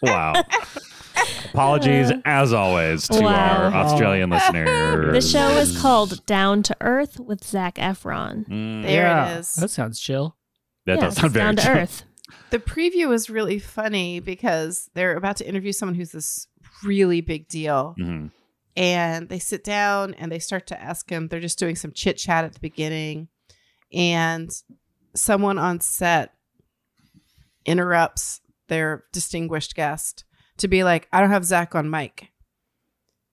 Speaker 2: Wow. Apologies
Speaker 3: Uh,
Speaker 2: as always to
Speaker 3: wow. Oh.
Speaker 2: our Australian listeners.
Speaker 3: The show is called Down to Earth with Zach Efron.
Speaker 2: Mm,
Speaker 4: There it
Speaker 1: Yeah,
Speaker 4: is.
Speaker 1: That sounds chill.
Speaker 2: that
Speaker 3: Yeah,
Speaker 2: does sound
Speaker 3: it's
Speaker 2: very
Speaker 3: Down to
Speaker 2: true.
Speaker 3: Earth.
Speaker 4: [LAUGHS] the preview is really funny because they're about to interview someone who's this really big deal.
Speaker 2: Mhm.
Speaker 4: and they sit down and they start to ask him they're just doing some chit chat at the beginning and someone on set interrupts their distinguished guest to be like i don't have zach on mic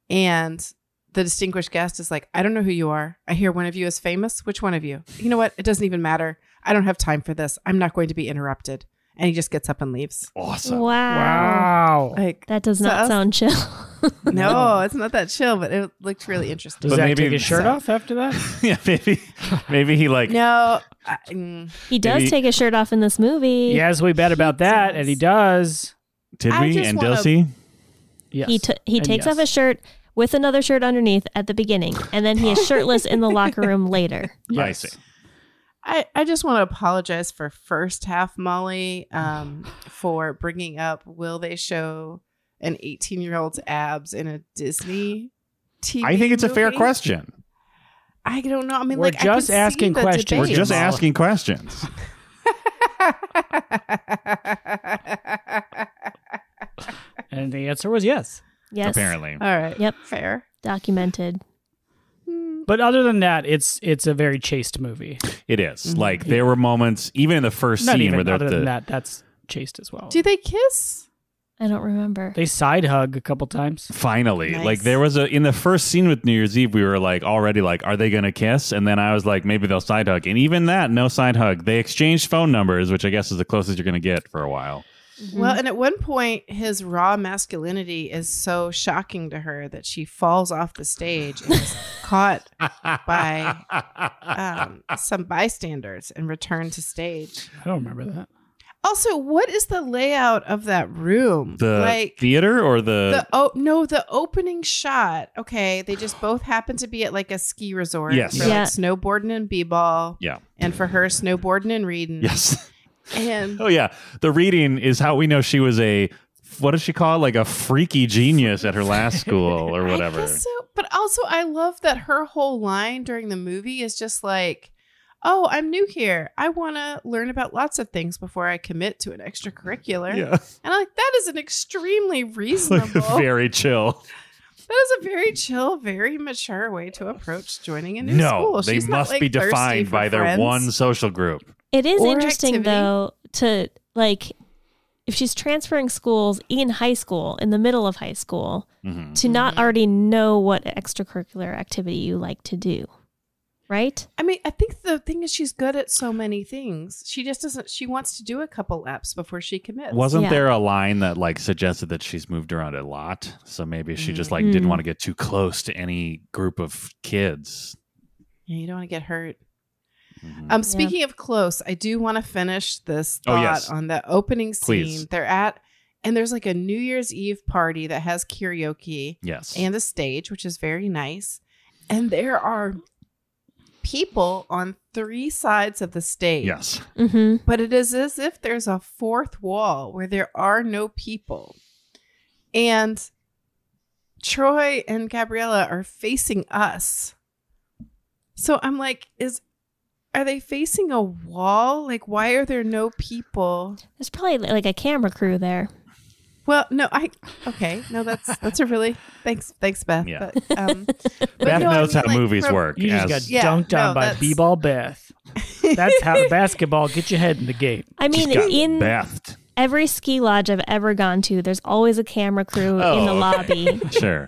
Speaker 4: and the distinguished guest is like i don't know who you are i hear one of you is famous which one of you you know what it doesn't even matter i don't have time for this i'm not going to be interrupted and he just gets up and leaves
Speaker 2: Awesome.
Speaker 3: Wow.
Speaker 1: Wow.
Speaker 4: like
Speaker 3: That does
Speaker 4: So
Speaker 3: not
Speaker 4: us-
Speaker 3: sound chill. [LAUGHS]
Speaker 4: no it's not that chill but it looked really interesting
Speaker 1: Does
Speaker 2: But
Speaker 1: that
Speaker 2: maybe-
Speaker 1: take his shirt
Speaker 4: So-
Speaker 1: off after that?
Speaker 2: [LAUGHS] [LAUGHS] yeah, maybe maybe he [LAUGHS] like
Speaker 4: no I- mm.
Speaker 3: he does
Speaker 2: Maybe-
Speaker 3: take his shirt off in this movie.
Speaker 1: yes, we bet about that, and he does.
Speaker 2: did
Speaker 4: I
Speaker 2: we
Speaker 4: just
Speaker 2: and
Speaker 4: wanna-
Speaker 2: does he?
Speaker 1: Yes.
Speaker 3: He t- he
Speaker 1: And
Speaker 3: takes
Speaker 1: yes.
Speaker 3: off his shirt with another shirt underneath at the beginning, and then he is
Speaker 1: [LAUGHS]
Speaker 3: shirtless in the locker room later.
Speaker 2: I
Speaker 1: Yes.
Speaker 2: see.
Speaker 4: I, I just want to apologize for first half Molly um, for bringing up will they show an 18 year old's abs in a Disney TV?
Speaker 2: I think it's a fair
Speaker 4: movie?
Speaker 2: question.
Speaker 4: I don't know. I mean,
Speaker 1: We're
Speaker 4: like, I can
Speaker 1: just
Speaker 4: see
Speaker 1: asking
Speaker 4: the
Speaker 1: questions.
Speaker 2: We're
Speaker 1: Thank you,
Speaker 4: debate.
Speaker 2: just
Speaker 1: Molly.
Speaker 2: asking questions.
Speaker 1: And the answer was yes.
Speaker 3: Yes,
Speaker 2: Apparently.
Speaker 4: [LAUGHS] All right.
Speaker 3: Yep.
Speaker 4: Fair.
Speaker 3: documented.
Speaker 4: Hmm.
Speaker 1: But other than that, it's it's a very chaste movie.
Speaker 2: It is.
Speaker 4: Mhm.
Speaker 2: Like there were moments even in the first
Speaker 1: Not
Speaker 2: scene
Speaker 1: even
Speaker 2: where they're
Speaker 1: other
Speaker 2: at
Speaker 1: than
Speaker 2: the
Speaker 1: that, that's chaste as well.
Speaker 4: Do they kiss?
Speaker 3: I don't remember.
Speaker 1: They side hug a couple times.
Speaker 2: finally
Speaker 4: Nice.
Speaker 2: like there was a in the first scene with new year's eve we were like already like are they gonna kiss and then i was like maybe they'll side hug and even that no side hug they exchanged phone numbers which i guess is the closest you're gonna get for a
Speaker 4: [LAUGHS]
Speaker 2: while
Speaker 3: Mhm.
Speaker 2: Mm-hmm.
Speaker 4: Well, and at one point, his raw masculinity is so shocking to her that she falls off the stage and is caught By, um, some bystanders and return to stage.
Speaker 1: I don't remember that.
Speaker 4: Also, what is the layout of that room?
Speaker 2: the
Speaker 4: like
Speaker 2: theater or the,
Speaker 4: the oh no, the opening shot. Okay, they just both happen to be at like a ski resort.
Speaker 2: Yes.
Speaker 4: for,
Speaker 3: Yeah.
Speaker 4: like snowboarding and b-ball.
Speaker 2: Yeah.
Speaker 4: and for her snowboarding and
Speaker 2: [LAUGHS]
Speaker 4: reading.
Speaker 2: yes
Speaker 4: and
Speaker 2: oh yeah the reading is how we know she was a what does she call it? like a freaky genius at her
Speaker 4: [LAUGHS]
Speaker 2: last school or
Speaker 4: I
Speaker 2: whatever
Speaker 4: guess so, but also, I love that her whole line during the movie is just like. Oh, I'm new here. I want to learn about lots of things before I commit to an extracurricular.
Speaker 2: yeah [LAUGHS]
Speaker 4: And I'm like, that is an extremely
Speaker 2: like
Speaker 4: reasonable,
Speaker 2: very chill
Speaker 4: that is a very chill, very mature way to approach joining a new
Speaker 2: no
Speaker 4: school.
Speaker 2: they
Speaker 4: She's not,
Speaker 2: must
Speaker 4: like,
Speaker 2: be
Speaker 4: thirsty
Speaker 2: defined
Speaker 4: for
Speaker 2: by their
Speaker 4: friends.
Speaker 2: one social group
Speaker 3: It is
Speaker 4: Or
Speaker 3: interesting
Speaker 4: activity.
Speaker 3: though to like if she's transferring schools in high school, in the middle of high school,
Speaker 2: Mhm.
Speaker 4: Mm-hmm.
Speaker 3: to not already know what extracurricular activity you like to do. right?
Speaker 4: I mean, I think the thing is she's good at so many things. She just doesn't. She wants to do a couple laps before she commits.
Speaker 2: Wasn't
Speaker 3: Yeah.
Speaker 2: there a line that like suggested that she's moved around a lot? So maybe she just like didn't
Speaker 3: Mm.
Speaker 2: want to get too close to any group of kids.
Speaker 4: Yeah, you don't want to get hurt.
Speaker 2: Mhm.
Speaker 4: Um, speaking of close, I do want to finish this
Speaker 2: Oh,
Speaker 4: thought
Speaker 2: yes.
Speaker 4: on the opening scene.
Speaker 2: Please.
Speaker 4: They're at, and there's like a New Year's Eve party that has karaoke
Speaker 2: yes.
Speaker 4: and a stage, which is very nice. And there are people on three sides of the stage.
Speaker 2: yes.
Speaker 3: Mm-hmm.
Speaker 4: But it is as if there's a fourth wall where there are no people. And Troy and Gabriella are facing us. So I'm like, is are they facing a wall? Like why are there no people?
Speaker 3: There's probably li- like a camera crew there.
Speaker 4: Well, no, I okay.
Speaker 2: [LAUGHS]
Speaker 4: No, that's that's a really thanks thanks Beth.
Speaker 2: Yeah.
Speaker 4: But,
Speaker 3: [LAUGHS]
Speaker 4: um [LAUGHS] but
Speaker 2: Beth
Speaker 4: no, I
Speaker 2: knows
Speaker 4: mean,
Speaker 2: how
Speaker 4: like,
Speaker 2: movies
Speaker 4: from-
Speaker 2: work.
Speaker 1: You just
Speaker 2: as-
Speaker 1: got
Speaker 4: Yeah,
Speaker 1: dunked
Speaker 4: no,
Speaker 1: on by
Speaker 4: that's-
Speaker 1: B-ball Beth. That's
Speaker 4: [LAUGHS]
Speaker 1: how basketball get your head in the gate.
Speaker 3: I
Speaker 2: just
Speaker 3: mean,
Speaker 2: got
Speaker 3: in [LAUGHS]
Speaker 2: bathed.
Speaker 3: every ski lodge I've ever gone to, there's always a camera crew
Speaker 2: Oh,
Speaker 3: in the
Speaker 1: [LAUGHS]
Speaker 2: okay.
Speaker 3: lobby,
Speaker 2: Sure.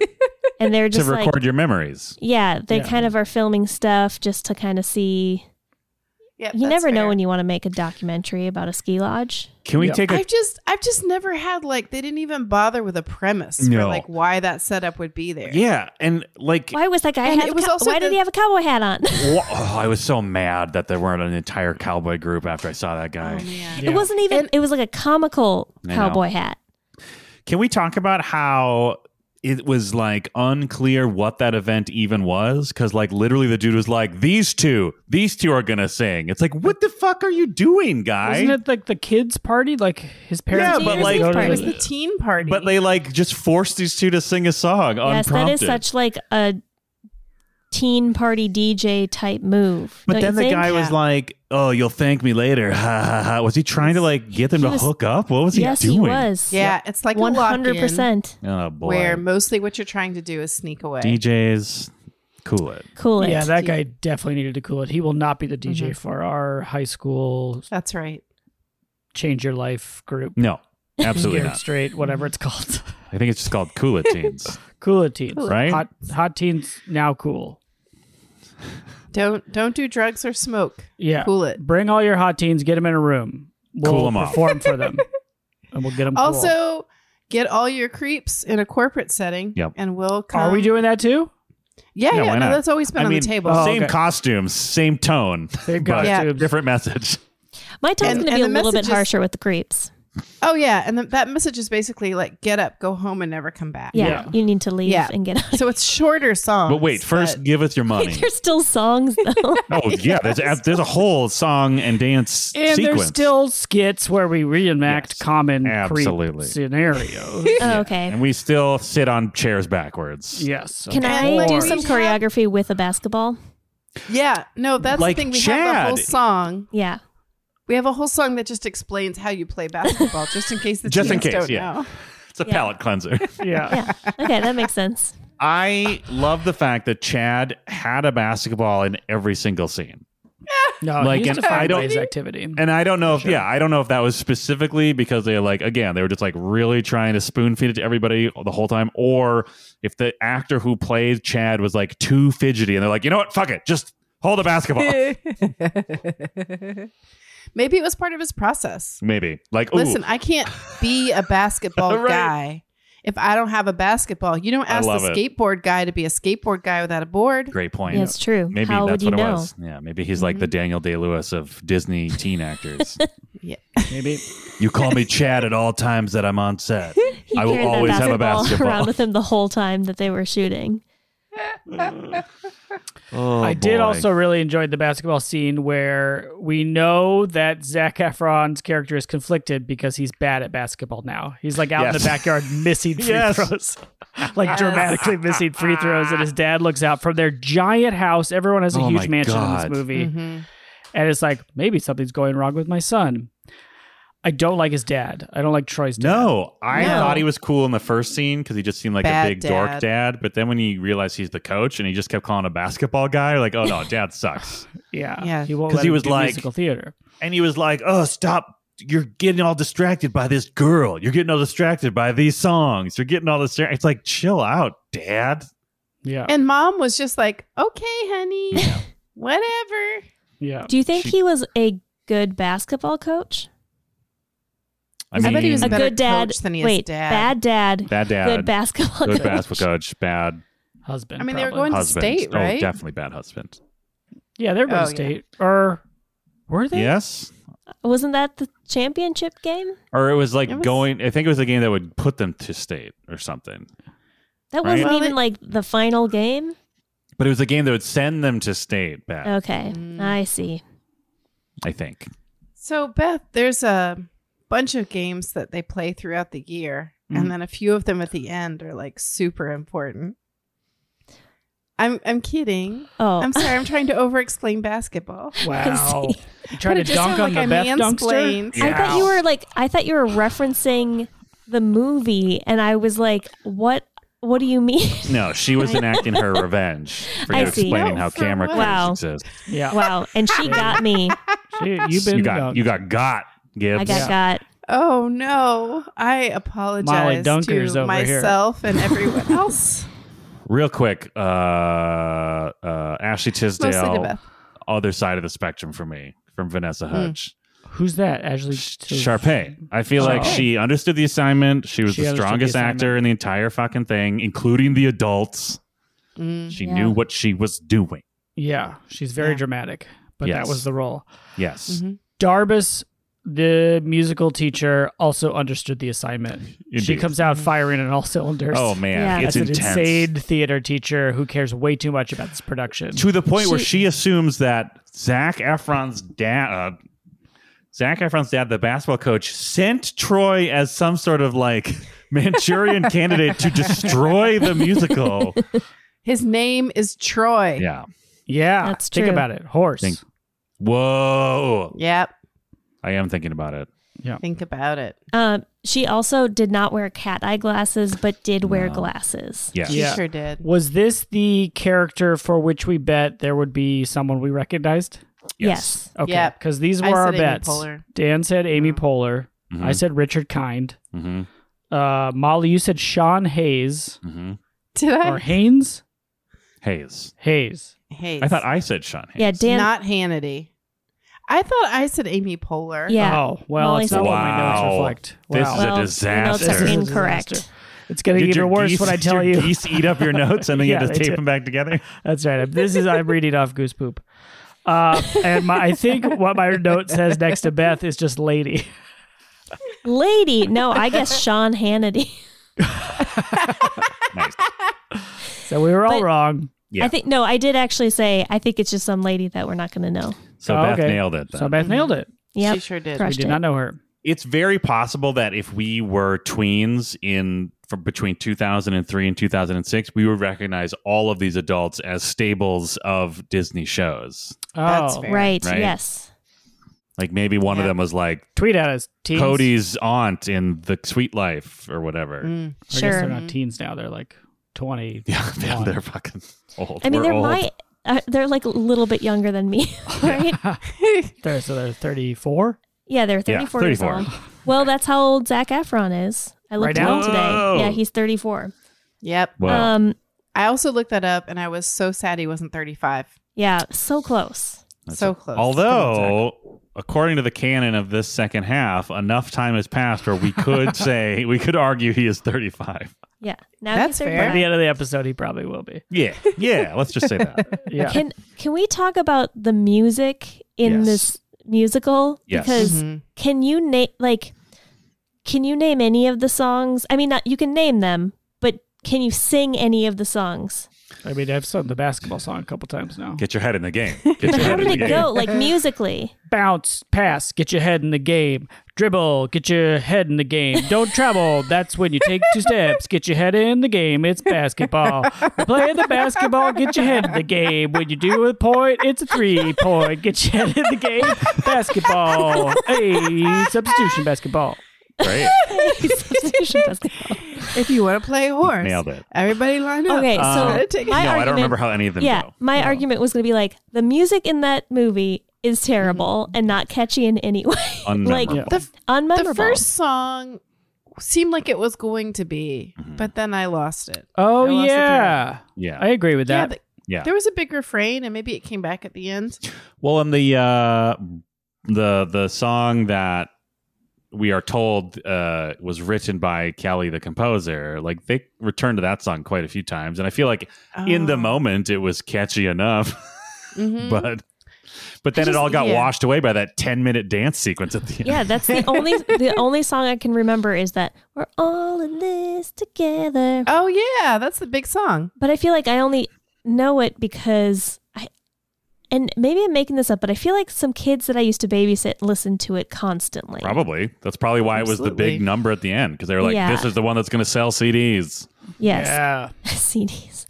Speaker 3: and
Speaker 2: [LAUGHS]
Speaker 3: they're
Speaker 2: to
Speaker 3: just
Speaker 2: record
Speaker 3: like,
Speaker 2: your memories.
Speaker 3: yeah, they
Speaker 1: Yeah.
Speaker 3: kind of are filming stuff just to kind of see.
Speaker 4: Yep,
Speaker 3: You
Speaker 4: that's
Speaker 3: never know
Speaker 4: fair.
Speaker 3: when you want to make a documentary about a ski lodge.
Speaker 2: Can we
Speaker 1: Yeah.
Speaker 2: take a
Speaker 4: I've just I've just never had like they didn't even bother with a premise for
Speaker 2: No.
Speaker 4: like why that setup would be there.
Speaker 2: [LAUGHS] Yeah, and like
Speaker 3: Why was that guy?
Speaker 4: And
Speaker 3: have
Speaker 4: it
Speaker 3: a
Speaker 4: was
Speaker 3: cow-
Speaker 4: also
Speaker 3: why
Speaker 4: the-
Speaker 3: did he have a cowboy hat on? [LAUGHS]
Speaker 2: Wha- oh, I was so mad that there weren't an entire cowboy group after I saw that
Speaker 4: Oh
Speaker 2: guy.
Speaker 4: man.
Speaker 1: Yeah.
Speaker 3: It wasn't even. it was like a comical
Speaker 2: I know.
Speaker 3: cowboy hat.
Speaker 2: Can we talk about how it was like unclear what that event even was? Because like literally the dude was like, "These two, these two are gonna sing." It's like, what the fuck are you doing, guy?
Speaker 1: Isn't it like the kids' party? Like his parents?
Speaker 2: Yeah,
Speaker 3: but
Speaker 1: just
Speaker 3: like-
Speaker 1: go to
Speaker 4: It was
Speaker 1: the-
Speaker 4: the teen party.
Speaker 2: but they like just forced these two to sing a song
Speaker 3: Yes, that
Speaker 2: unprompted.
Speaker 3: is such like a teen party DJ type move.
Speaker 2: but
Speaker 3: don't
Speaker 2: then
Speaker 3: you
Speaker 2: the
Speaker 3: think?
Speaker 2: guy was
Speaker 4: Yeah.
Speaker 2: like, "Oh, you'll thank me later." [LAUGHS] Ha ha ha. Was he trying to like get them
Speaker 3: He
Speaker 2: to
Speaker 3: was-
Speaker 2: hook up? What was he
Speaker 3: yes,
Speaker 2: doing?
Speaker 3: he was.
Speaker 4: yeah, it's like
Speaker 3: one hundred
Speaker 4: 100%
Speaker 3: percent.
Speaker 2: Oh boy.
Speaker 4: where mostly what you're trying to do is sneak away.
Speaker 2: DJs, cool it.
Speaker 3: Cool. It.
Speaker 1: Yeah, that guy definitely needed to cool it. He will not be the DJ
Speaker 4: Mm-hmm.
Speaker 1: for our high school
Speaker 4: That's right.
Speaker 1: change your life group.
Speaker 3: [LAUGHS]
Speaker 2: No, absolutely
Speaker 1: Scared
Speaker 2: not.
Speaker 1: straight, whatever it's [LAUGHS] called.
Speaker 2: I think it's just called
Speaker 3: [LAUGHS]
Speaker 2: Cool It Teens,
Speaker 1: cool it teens.
Speaker 4: Cool it.
Speaker 2: right?
Speaker 1: Hot hot teens now cool.
Speaker 4: Don't don't do drugs or smoke.
Speaker 1: Yeah.
Speaker 4: Cool it.
Speaker 1: Bring all your hot teens, get them in a room. We'll
Speaker 2: Cool 'em off.
Speaker 1: perform for
Speaker 4: [LAUGHS]
Speaker 1: them. And we'll get them cool.
Speaker 4: Also, get all your creeps in a corporate setting
Speaker 2: Yep.
Speaker 4: and we'll come.
Speaker 1: Are we doing that too?
Speaker 2: Yeah,
Speaker 4: Yeah, yeah,
Speaker 2: why
Speaker 4: no,
Speaker 2: not?
Speaker 4: that's always been
Speaker 2: I
Speaker 4: on
Speaker 2: mean, uh,
Speaker 4: the table.
Speaker 1: Oh,
Speaker 2: same
Speaker 1: okay.
Speaker 2: costumes, same [LAUGHS] tone,
Speaker 1: They've
Speaker 2: But-
Speaker 1: got
Speaker 4: Yeah.
Speaker 1: to-
Speaker 2: different message.
Speaker 3: My tone's
Speaker 4: And-
Speaker 3: going to
Speaker 4: and
Speaker 3: be a
Speaker 4: the
Speaker 3: little bit
Speaker 4: message is-
Speaker 3: harsher with the creeps.
Speaker 4: Oh, yeah, and the, that message is basically like get up, go home and never come back.
Speaker 3: Yeah,
Speaker 1: Yeah.
Speaker 3: you need to leave
Speaker 4: Yeah.
Speaker 3: and get out.
Speaker 4: So it's shorter songs.
Speaker 2: But wait, first give us your money.
Speaker 3: [LAUGHS] There's still
Speaker 2: [LAUGHS]
Speaker 3: songs though.
Speaker 2: oh yeah, there's a, there's a whole song and dance
Speaker 1: [LAUGHS] and
Speaker 2: sequence.
Speaker 1: there's still skits where we reenact
Speaker 2: Yes.
Speaker 1: common
Speaker 2: Absolutely.
Speaker 1: creep scenarios.
Speaker 3: [LAUGHS] Oh, okay.
Speaker 2: and we still sit on chairs backwards.
Speaker 1: yes.
Speaker 3: Can
Speaker 4: And
Speaker 3: I
Speaker 4: like
Speaker 3: do
Speaker 4: we
Speaker 3: some
Speaker 4: have-
Speaker 3: choreography with a basketball?
Speaker 4: But- yeah, no, that's
Speaker 2: Like
Speaker 4: the thing. We have the whole
Speaker 2: Chad.
Speaker 4: song.
Speaker 3: Yeah.
Speaker 4: We have a whole song that just explains how you play basketball, just in case the
Speaker 2: Just in
Speaker 4: teens
Speaker 2: case,
Speaker 4: don't
Speaker 2: yeah.
Speaker 4: know.
Speaker 2: It's a
Speaker 3: Yeah.
Speaker 2: palate cleanser.
Speaker 1: Yeah.
Speaker 3: Yeah. Okay, that makes sense.
Speaker 2: [LAUGHS] I love the fact that Chad had a basketball in every single scene.
Speaker 1: No,
Speaker 2: Like,
Speaker 1: like
Speaker 2: and
Speaker 1: he's
Speaker 2: I
Speaker 1: defined
Speaker 2: don't-
Speaker 1: by his
Speaker 2: [LAUGHS]
Speaker 1: activity.
Speaker 2: And I don't know if yeah, I don't know if that was specifically because they like again, they were just like really trying to spoon feed it to everybody the whole time, or if the actor who played Chad was like too fidgety and they're like, you know what, fuck it, just hold the basketball.
Speaker 1: [LAUGHS]
Speaker 4: Maybe it was part of his process.
Speaker 2: Maybe. Like, ooh,
Speaker 4: Listen, I can't
Speaker 2: [LAUGHS]
Speaker 4: be a basketball
Speaker 2: Right.
Speaker 4: guy if I don't have a basketball. You don't
Speaker 2: I
Speaker 4: ask the
Speaker 2: love it.
Speaker 4: skateboard guy to be a skateboard guy without a board.
Speaker 2: great point.
Speaker 3: Yeah, it's true.
Speaker 2: Maybe
Speaker 3: How
Speaker 2: that's
Speaker 3: would you
Speaker 2: what it
Speaker 3: know? Mm-hmm.
Speaker 2: was. Yeah, maybe he's like the Daniel Day Lewis of Disney teen
Speaker 3: [LAUGHS]
Speaker 2: actors.
Speaker 1: Maybe.
Speaker 2: you call me Chad at all times that I'm on set.
Speaker 3: [LAUGHS] He
Speaker 2: I will
Speaker 3: carried that
Speaker 2: always have a basketball.
Speaker 3: around with him the whole time that they were shooting.
Speaker 2: [LAUGHS] Oh,
Speaker 1: I did
Speaker 2: boy.
Speaker 1: also really enjoy the basketball scene where we know that Zach Efron's character is conflicted because he's bad at basketball now. He's like out in
Speaker 2: Yes.
Speaker 1: the
Speaker 2: [LAUGHS]
Speaker 1: backyard missing free
Speaker 2: Yes.
Speaker 1: throws, [LAUGHS] like
Speaker 3: [LAUGHS]
Speaker 1: dramatically missing free throws. And his dad looks out from their giant house. Everyone has a
Speaker 2: Oh my
Speaker 1: huge mansion
Speaker 2: God.
Speaker 1: in this movie.
Speaker 4: Mhm.
Speaker 1: And it's like, maybe something's going wrong with my son. I don't like his dad. I don't like Troy's dad.
Speaker 2: No, I
Speaker 3: No.
Speaker 2: thought he was cool in the first scene because he just seemed like a
Speaker 4: Bad
Speaker 2: big dork
Speaker 4: dad.
Speaker 2: dad. But then when you realize he's the coach and he just kept calling a basketball guy, like, oh no, dad sucks.
Speaker 1: Yeah.
Speaker 4: Yeah.
Speaker 1: He won't
Speaker 2: 'Cause
Speaker 1: let
Speaker 2: he
Speaker 1: him
Speaker 2: was
Speaker 1: do
Speaker 2: like-
Speaker 1: musical theater.
Speaker 2: and he was like, oh, stop. You're getting all distracted by this girl. You're getting all distracted by these songs. You're getting all distracted. It's like, chill out, dad.
Speaker 1: Yeah.
Speaker 4: And mom was just like, okay, honey. [LAUGHS] Whatever.
Speaker 1: Yeah.
Speaker 3: Do you think
Speaker 2: She-
Speaker 3: he was a good basketball coach?
Speaker 2: I mean,
Speaker 4: I bet he was
Speaker 3: a
Speaker 4: better
Speaker 3: good dad.
Speaker 4: coach than he is
Speaker 3: Wait,
Speaker 4: dad.
Speaker 3: bad dad,
Speaker 2: bad dad,
Speaker 3: good basketball
Speaker 2: good
Speaker 3: coach.
Speaker 2: basketball coach, bad
Speaker 1: Husband.
Speaker 4: I mean, they were
Speaker 1: probably.
Speaker 4: going to
Speaker 2: husband.
Speaker 4: state, right?
Speaker 2: Oh, definitely bad husband.
Speaker 1: Yeah, they're going
Speaker 4: Oh,
Speaker 1: to
Speaker 4: yeah.
Speaker 1: state. Or were they?
Speaker 2: Yes,
Speaker 3: Wasn't that the championship game?
Speaker 2: or it was like
Speaker 4: It was-
Speaker 2: going. I think it was a game that would put them to state or something.
Speaker 3: That
Speaker 2: Right.
Speaker 3: wasn't
Speaker 4: Well,
Speaker 3: even
Speaker 4: it-
Speaker 3: like the final game.
Speaker 2: But it was a game that would send them to state back.
Speaker 3: Okay,
Speaker 4: Mm.
Speaker 3: I see.
Speaker 2: I think.
Speaker 4: So, Beth, there's a bunch of games that they play throughout the year,
Speaker 2: Mhm.
Speaker 4: and then a few of them at the end are like super important. I'm I'm kidding.
Speaker 3: Oh,
Speaker 4: I'm sorry. I'm trying to over-explain basketball. [LAUGHS]
Speaker 1: Wow.
Speaker 3: see.
Speaker 1: You trying to
Speaker 4: But it just
Speaker 1: dunk on
Speaker 4: sounded
Speaker 1: the
Speaker 4: like
Speaker 1: Beth
Speaker 4: I
Speaker 1: dunkster?
Speaker 4: mansplained.
Speaker 2: Yeah.
Speaker 3: I thought you were like I thought you were referencing the movie, and I was like, what? What do you mean?
Speaker 2: No, she was enacting
Speaker 3: [LAUGHS]
Speaker 2: her revenge for
Speaker 3: I
Speaker 2: you
Speaker 3: see.
Speaker 2: explaining
Speaker 4: No,
Speaker 2: how
Speaker 4: for
Speaker 2: camera
Speaker 4: what?
Speaker 2: crews
Speaker 3: Wow.
Speaker 2: exist.
Speaker 1: Yeah.
Speaker 3: wow, and she
Speaker 2: [LAUGHS]
Speaker 3: got me.
Speaker 1: She- you've been
Speaker 2: you got
Speaker 1: dunked.
Speaker 2: you got got Gibbs.
Speaker 3: I got got.
Speaker 4: Oh no! I apologize
Speaker 1: Dunker's
Speaker 4: to
Speaker 1: over here.
Speaker 4: myself and everyone else.
Speaker 2: Real quick, uh, uh, Ashley
Speaker 4: Mostly to
Speaker 2: Tisdale,
Speaker 4: Beth.
Speaker 2: other side of the spectrum for me, from
Speaker 3: Hmm.
Speaker 2: Vanessa Hudge.
Speaker 1: Who's that? Ashley
Speaker 2: Sharpay. I feel like
Speaker 1: Sharpay.
Speaker 2: she understood the assignment. She was
Speaker 1: Oh. She
Speaker 2: the
Speaker 1: understood the
Speaker 2: strongest actor in the entire fucking thing, including the adults.
Speaker 4: Mm.
Speaker 2: She
Speaker 3: Yeah.
Speaker 2: knew what she was doing.
Speaker 1: Yeah, she's very
Speaker 4: Yeah.
Speaker 1: dramatic, but
Speaker 2: Yes.
Speaker 1: that was the role.
Speaker 2: Yes.
Speaker 3: Mm-hmm.
Speaker 4: Mhm.
Speaker 1: Darbus, the musical teacher, also understood the assignment. She
Speaker 2: Indeed.
Speaker 1: comes
Speaker 4: Mm-hmm.
Speaker 1: out firing on all cylinders.
Speaker 2: Oh man,
Speaker 3: Yeah.
Speaker 1: That's
Speaker 2: it's
Speaker 1: an
Speaker 2: intense.
Speaker 1: insane theater teacher who cares way too much about this production.
Speaker 2: To the point where
Speaker 3: She-
Speaker 2: she assumes that Zach Efron's dad, uh, Zach Efron's dad, the basketball coach, sent Troy as some sort of like [LAUGHS] Manchurian candidate to destroy the musical.
Speaker 4: His name is Troy.
Speaker 2: Yeah.
Speaker 1: Yeah,
Speaker 3: That's
Speaker 1: think
Speaker 3: true.
Speaker 1: about it. Horse.
Speaker 2: Think- Whoa.
Speaker 4: Yep.
Speaker 2: I am thinking about it.
Speaker 4: Think about it.
Speaker 3: Um, she also did not wear cat eye glasses, but did wear
Speaker 2: No.
Speaker 3: glasses.
Speaker 2: Yes.
Speaker 4: She
Speaker 1: Yeah.
Speaker 4: sure did.
Speaker 1: Was this the character for which we bet there would be someone we recognized?
Speaker 3: Yes.
Speaker 1: Okay,
Speaker 4: Yep.
Speaker 1: because these were
Speaker 4: I
Speaker 1: our
Speaker 4: said Amy
Speaker 1: bets.
Speaker 4: Poehler.
Speaker 1: Dan said Amy
Speaker 4: Oh.
Speaker 3: Mm-hmm.
Speaker 1: Poehler.
Speaker 2: Mhm.
Speaker 1: I said Richard Kind.
Speaker 2: Mhm.
Speaker 1: Uh, Molly, you said Sean Hayes
Speaker 2: Mhm.
Speaker 4: Did
Speaker 1: or
Speaker 4: I?
Speaker 1: Haynes?
Speaker 2: Hayes.
Speaker 1: Hayes.
Speaker 4: Hey,
Speaker 2: I thought I said Sean Hayes.
Speaker 3: Yeah, Dan.
Speaker 4: not Hannity. I thought I said Amy Poehler.
Speaker 3: yeah.
Speaker 1: Oh, well,
Speaker 3: Molly
Speaker 1: it's not
Speaker 3: said-
Speaker 1: what my notes
Speaker 2: Wow.
Speaker 1: reflect. Wow.
Speaker 2: This is a
Speaker 3: Well, your notes
Speaker 2: disaster.
Speaker 3: are
Speaker 1: This is a
Speaker 3: incorrect.
Speaker 1: disaster. It's going to
Speaker 2: Did
Speaker 1: get
Speaker 2: your
Speaker 1: even worse
Speaker 2: geese-
Speaker 1: when I
Speaker 2: did
Speaker 1: tell
Speaker 2: your
Speaker 1: you.
Speaker 2: geese eat up your notes
Speaker 1: [LAUGHS]
Speaker 2: and then
Speaker 1: Yeah,
Speaker 2: you had to
Speaker 1: they
Speaker 2: tape
Speaker 1: did.
Speaker 2: them back together?
Speaker 1: That's right. This is I'm reading off Goose Poop. Uh, and my, I think what my note says next to Beth is just lady. [LAUGHS]
Speaker 3: Lady. No, I guess Sean Hannity.
Speaker 2: nice.
Speaker 1: So we were all
Speaker 3: But-
Speaker 1: wrong.
Speaker 2: Yeah.
Speaker 3: I think no, I did actually say I think it's just some lady that we're not going to know.
Speaker 2: So
Speaker 1: Oh,
Speaker 2: Beth
Speaker 1: okay.
Speaker 2: nailed it. Then.
Speaker 1: So Beth nailed it.
Speaker 3: Yep.
Speaker 4: She sure did.
Speaker 1: We
Speaker 3: Crushed
Speaker 1: did
Speaker 3: it.
Speaker 1: not know her.
Speaker 2: it's very possible that if we were tweens in from between 2003 and 2006, we would recognize all of these adults as staples of Disney shows.
Speaker 1: Oh,
Speaker 4: That's fair.
Speaker 3: Right.
Speaker 2: Right.
Speaker 3: Yes.
Speaker 2: Like maybe one of
Speaker 4: Yeah.
Speaker 2: them was like
Speaker 1: tweet at us, teens.
Speaker 2: Cody's aunt in The Sweet Life or whatever.
Speaker 4: Mm.
Speaker 1: I guess they're
Speaker 3: Sure. Mm-hmm.
Speaker 1: not teens now. They're like 20.
Speaker 2: [LAUGHS] Yeah, man,
Speaker 1: Why?
Speaker 2: they're fucking old.
Speaker 3: I mean,
Speaker 2: We're
Speaker 3: they're
Speaker 2: old.
Speaker 3: my. Uh, they're like a little bit younger than me, [LAUGHS] right?
Speaker 1: They're, so they're 34?
Speaker 3: Yeah, they're
Speaker 2: Yeah,
Speaker 3: 34 years
Speaker 2: 34.
Speaker 3: old. Well, that's how old Zach Efron is. I looked
Speaker 1: Right
Speaker 3: it up
Speaker 1: now?
Speaker 3: today.
Speaker 2: Whoa.
Speaker 3: Yeah, he's 34.
Speaker 4: Yep.
Speaker 2: Whoa.
Speaker 3: Um,
Speaker 4: I also looked that up, and I was so sad he wasn't 35.
Speaker 3: yeah, so close.
Speaker 2: That's
Speaker 4: so
Speaker 2: it.
Speaker 4: close.
Speaker 2: Although, according to the canon of this second half, enough time has passed where we could say we could argue he is 35.
Speaker 3: Yeah, now
Speaker 4: That's
Speaker 3: he's
Speaker 4: fair.
Speaker 1: By
Speaker 3: 35.
Speaker 1: the end of the episode, he probably will be.
Speaker 2: Yeah, yeah. let's just say that.
Speaker 1: Yeah.
Speaker 3: Can can we talk about the music in
Speaker 2: Yes.
Speaker 3: this musical?
Speaker 2: Yes.
Speaker 3: Because
Speaker 4: Mhm.
Speaker 3: can you name like can you name any of the songs? I mean, not you can name them, but can you sing any of the songs?
Speaker 1: I mean, I've sung the basketball song a couple times now.
Speaker 2: Get your head in the
Speaker 3: [LAUGHS]
Speaker 2: game. Get your
Speaker 3: But how
Speaker 2: head
Speaker 3: did
Speaker 2: in the
Speaker 3: it
Speaker 2: game.
Speaker 3: go? Like musically,
Speaker 1: bounce, pass, get your head in the game. Dribble, get your head in the game. Don't travel, that's when you take two steps. Get your head in the game, it's basketball. We're playing the basketball, get your head in the game. When you do a point, it's a three point. Get your head in the game, basketball. Hey, substitution basketball.
Speaker 3: [LAUGHS]
Speaker 2: Great.
Speaker 3: Substitution basketball.
Speaker 4: if you want to play horse,
Speaker 2: Nailed it.
Speaker 4: everybody line up.
Speaker 3: Okay, so
Speaker 4: Try to take it.
Speaker 2: no, I
Speaker 3: my
Speaker 2: don't
Speaker 3: argument-
Speaker 2: remember how any of them
Speaker 3: yeah,
Speaker 2: go.
Speaker 3: my argument was going to be like the music in that movie is terrible and not catchy in any [LAUGHS] way, like
Speaker 2: Unmemorable.
Speaker 4: [LAUGHS] the,
Speaker 3: unmemorable.
Speaker 4: the first song seemed like it was going to be, but then I lost it. I
Speaker 1: Oh,
Speaker 4: lost it to
Speaker 1: yeah.
Speaker 2: Yeah.
Speaker 1: I agree with
Speaker 4: Yeah,
Speaker 1: that.
Speaker 4: the,
Speaker 2: Yeah.
Speaker 4: There was a big refrain, and maybe it came back at the end.
Speaker 2: Well, and the uh, the the song that we are told uh, was written by Kelly, the composer. Like they returned to that song quite a few times, and I feel like in the
Speaker 4: Oh.
Speaker 2: moment it was catchy enough, [LAUGHS]
Speaker 3: Mm-hmm.
Speaker 4: Mhm.
Speaker 2: but but then
Speaker 4: I
Speaker 2: it
Speaker 4: just-
Speaker 2: all got
Speaker 4: yeah.
Speaker 2: washed away by that ten minute dance sequence at the end.
Speaker 3: Yeah,
Speaker 2: [LAUGHS]
Speaker 3: that's the only the only song I can remember is that we're all in this together.
Speaker 4: oh yeah, that's the big song.
Speaker 3: But I feel like I only know it because I and maybe I'm making this up, but I feel like some kids that I used to babysit listened to it constantly.
Speaker 2: Probably that's probably why it was the big
Speaker 4: Absolutely.
Speaker 2: number at the end because they were like,
Speaker 3: Yeah.
Speaker 2: "This is the one that's going to sell CDs."
Speaker 3: Yes.
Speaker 1: Yeah.
Speaker 3: [LAUGHS] CDs.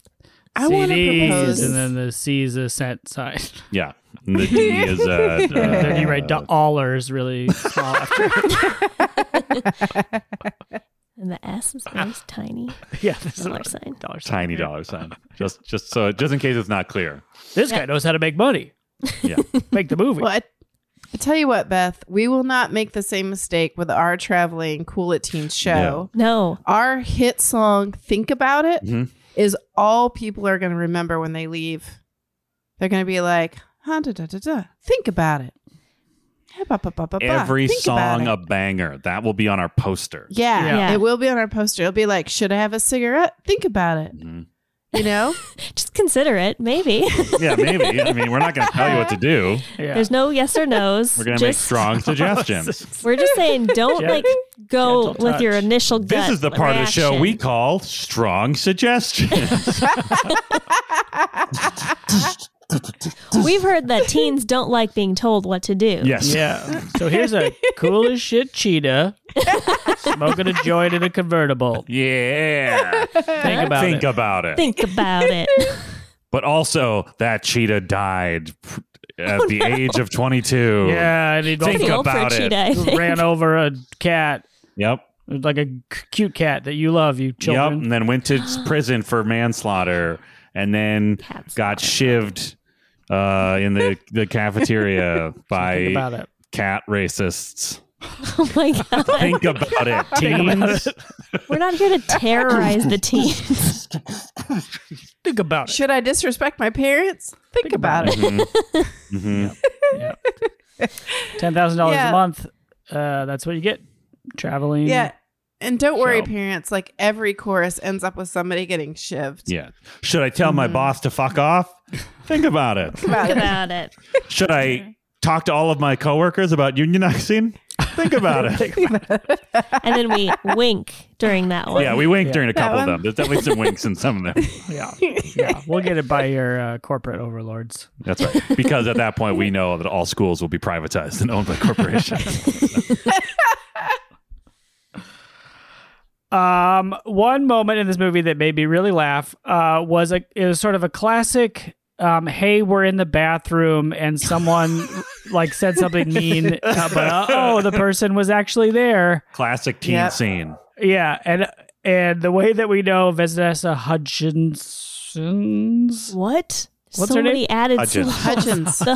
Speaker 4: I want to
Speaker 1: CDs,
Speaker 4: propose.
Speaker 1: And then the C is a cent sign.
Speaker 2: Yeah, and the D is uh,
Speaker 1: And then you
Speaker 2: uh,
Speaker 1: write dollars really small after.
Speaker 3: And the S is
Speaker 2: [LAUGHS]
Speaker 3: nice, tiny
Speaker 1: [LAUGHS] yeah, this is
Speaker 3: dollar
Speaker 1: a
Speaker 3: sign.
Speaker 1: dollar sign.
Speaker 2: tiny dollar sign. Just just so just in case it's not clear.
Speaker 1: This guy knows how to make money.
Speaker 2: Yeah.
Speaker 1: [LAUGHS] Make the movie.
Speaker 4: well, I, I tell you what, Beth, we will not make the same mistake with our traveling Cool It Teen show.
Speaker 3: No.
Speaker 4: Our hit song "Think About It" is
Speaker 2: Mhm.
Speaker 4: all people are going to remember when they leave. They're going to be like, huh, da, da, da, da. "Think about it." Hey, ba, ba, ba, ba, ba.
Speaker 2: Every
Speaker 4: Think about
Speaker 2: song
Speaker 4: it.
Speaker 2: a banger. That will be on our poster.
Speaker 4: Yeah,
Speaker 3: Yeah.
Speaker 4: it will be on our poster. It'll be like, "Should I have a cigarette?" Think about it.
Speaker 2: Mhm.
Speaker 4: You [LAUGHS] know.
Speaker 3: Just consider it, maybe.
Speaker 2: [LAUGHS] Yeah, maybe. I mean, we're not going to tell you what to do.
Speaker 1: yeah.
Speaker 3: There's no yes or no's.
Speaker 2: We're going to make
Speaker 3: Just-
Speaker 2: strong suggestions.
Speaker 3: We're just saying
Speaker 2: [LAUGHS]
Speaker 3: don't
Speaker 1: Gentle-
Speaker 3: like go
Speaker 1: gentle
Speaker 3: with your
Speaker 1: touch.
Speaker 3: initial gut.
Speaker 2: This is the part of the show we
Speaker 3: reaction.
Speaker 2: call strong suggestions.
Speaker 3: We've heard that teens don't like being told what to do.
Speaker 2: yes.
Speaker 1: Yeah. So here's a cool as shit cheetah smoking a joint in a convertible.
Speaker 2: Yeah.
Speaker 1: Think about it.
Speaker 2: Think about it.
Speaker 3: Think about it.
Speaker 2: But also, that cheetah died pr- at the age of 22.
Speaker 1: yeah, and he
Speaker 2: Think
Speaker 3: Pretty old for a
Speaker 2: about it.
Speaker 3: cheetah, I think.
Speaker 1: ran over a cat,
Speaker 2: Yep.
Speaker 1: like a c- cute cat that you love, you
Speaker 2: Yep.
Speaker 1: children.
Speaker 2: And then went to
Speaker 1: [GASPS]
Speaker 2: prison for manslaughter and then
Speaker 3: Cat
Speaker 2: got shivved uh,
Speaker 1: [LAUGHS]
Speaker 2: in the, the cafeteria
Speaker 1: Think
Speaker 2: by
Speaker 1: about it.
Speaker 2: cat racists.
Speaker 3: [LAUGHS] Oh my god.
Speaker 2: Think about it,
Speaker 1: Think about
Speaker 2: teens.
Speaker 1: it.
Speaker 3: We're not here to terrorize the teens.
Speaker 1: Think about it.
Speaker 4: Should I disrespect my parents? Think, about, it.
Speaker 2: Mhm.
Speaker 1: Ten thousand dollars
Speaker 4: Yeah.
Speaker 1: a month. Uh, that's what you get traveling.
Speaker 4: Yeah. And don't worry,
Speaker 2: So-
Speaker 4: parents. Like every chorus ends up with somebody getting shivved.
Speaker 2: Yeah. Should I tell
Speaker 1: Mm.
Speaker 2: my boss to fuck off? Think about it.
Speaker 4: About it.
Speaker 3: Think about it.
Speaker 2: Should I talk to all of my coworkers about unionizing? Think about it.
Speaker 3: And then we wink during that one.
Speaker 2: Yeah, we winked
Speaker 1: Yeah.
Speaker 2: during a couple of
Speaker 4: one.
Speaker 2: them. There's definitely some winks in some of them.
Speaker 1: yeah, yeah. We'll get it by your uh, corporate overlords.
Speaker 2: That's right. Because at that
Speaker 1: [LAUGHS]
Speaker 2: point, we know that all schools will be privatized and owned by corporations.
Speaker 1: Um, one moment in this movie that made me really laugh uh, was a it was sort of a classic. Um, hey, we're in the bathroom, and someone
Speaker 2: [LAUGHS]
Speaker 1: like said something mean, uh, but uh, oh, the person was actually there.
Speaker 2: Classic teen
Speaker 4: Yep.
Speaker 2: scene.
Speaker 1: Yeah, and and the way that we know Vanessa Hutchinson's
Speaker 3: What?
Speaker 1: What's
Speaker 3: so
Speaker 1: her name?
Speaker 3: many added
Speaker 2: Hudgens.
Speaker 3: syllables.
Speaker 4: Hutchins.
Speaker 3: [LAUGHS] The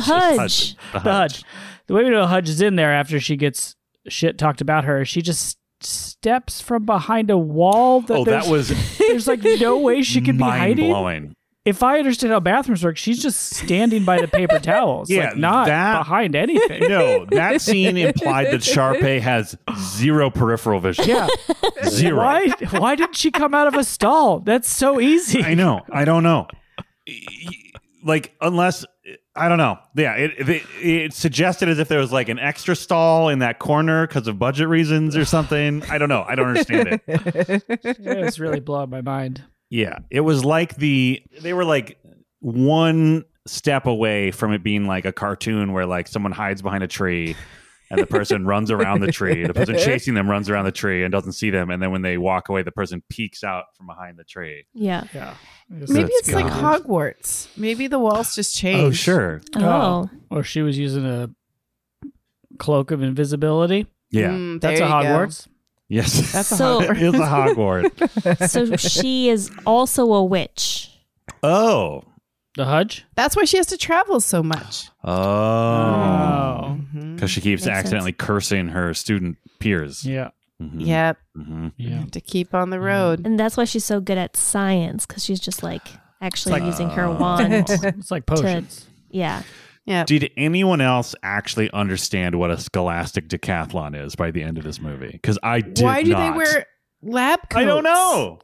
Speaker 2: Hudge.
Speaker 3: Hudge.
Speaker 2: The
Speaker 1: the
Speaker 2: Hudge.
Speaker 1: Hudge. The way we know Hudge is in there after she gets shit talked about her, she just s- steps from behind a wall. That
Speaker 2: Oh,
Speaker 1: there's,
Speaker 2: that was
Speaker 1: there's like no way [LAUGHS] she could be
Speaker 2: mind
Speaker 1: hiding.
Speaker 2: blowing.
Speaker 1: If I understand how bathrooms work, she's just standing by the
Speaker 2: [LAUGHS]
Speaker 1: paper towels,
Speaker 2: Yeah,
Speaker 1: like not
Speaker 2: that-
Speaker 1: behind
Speaker 4: [LAUGHS]
Speaker 1: anything.
Speaker 2: No,
Speaker 1: [LAUGHS]
Speaker 2: that scene implied that Sharpay has zero peripheral vision.
Speaker 1: Yeah,
Speaker 2: Zero.
Speaker 1: Why? Why didn't she come out of a stall? That's so [LAUGHS] easy.
Speaker 2: I know. I don't know. Like, unless I don't know. Yeah, it, it it suggested as if there was like an extra stall in that corner because of budget reasons or something. I don't know. I don't understand it.
Speaker 1: It's really blowing my mind.
Speaker 2: Yeah, it was like the they were like one step away from it being like a cartoon where like someone hides behind a tree. And the person runs around the tree. The person chasing them runs around the tree and doesn't see them. And then when they walk away, the person peeks out from behind the tree.
Speaker 3: Yeah.
Speaker 1: Yeah.
Speaker 4: Maybe
Speaker 2: That's
Speaker 4: it's like
Speaker 2: God.
Speaker 4: Hogwarts. Maybe the walls just change.
Speaker 2: Oh, sure.
Speaker 3: Oh.
Speaker 1: Or she was using a cloak of invisibility.
Speaker 2: Yeah.
Speaker 4: Mm,
Speaker 1: That's a
Speaker 4: there you go.
Speaker 1: Hogwarts.
Speaker 2: Yes. [LAUGHS]
Speaker 4: That's a
Speaker 3: So-
Speaker 4: Hogwarts.
Speaker 2: it's a Hogwarts.
Speaker 3: Oh. so she is also a witch.
Speaker 2: Oh.
Speaker 1: The Hudge.
Speaker 4: That's why she has to travel so much.
Speaker 2: Oh.
Speaker 1: Oh.
Speaker 4: Mhm.
Speaker 2: Because she keeps
Speaker 3: Makes
Speaker 2: accidentally cursing her student peers.
Speaker 1: Yeah.
Speaker 2: Mhm.
Speaker 4: Yep.
Speaker 2: Mhm.
Speaker 1: Yeah.
Speaker 4: [LAUGHS] Have to keep on the road.
Speaker 3: And that's why she's so good at science, because she's just like, actually
Speaker 1: like-
Speaker 3: using her
Speaker 2: Oh.
Speaker 3: wand.
Speaker 1: it's like potions.
Speaker 3: yeah.
Speaker 4: Yeah.
Speaker 2: Did anyone else actually understand what a scholastic decathlon is by the end of this movie? Because I did
Speaker 4: Why do
Speaker 2: not.
Speaker 4: they wear lab coats?
Speaker 2: I don't know.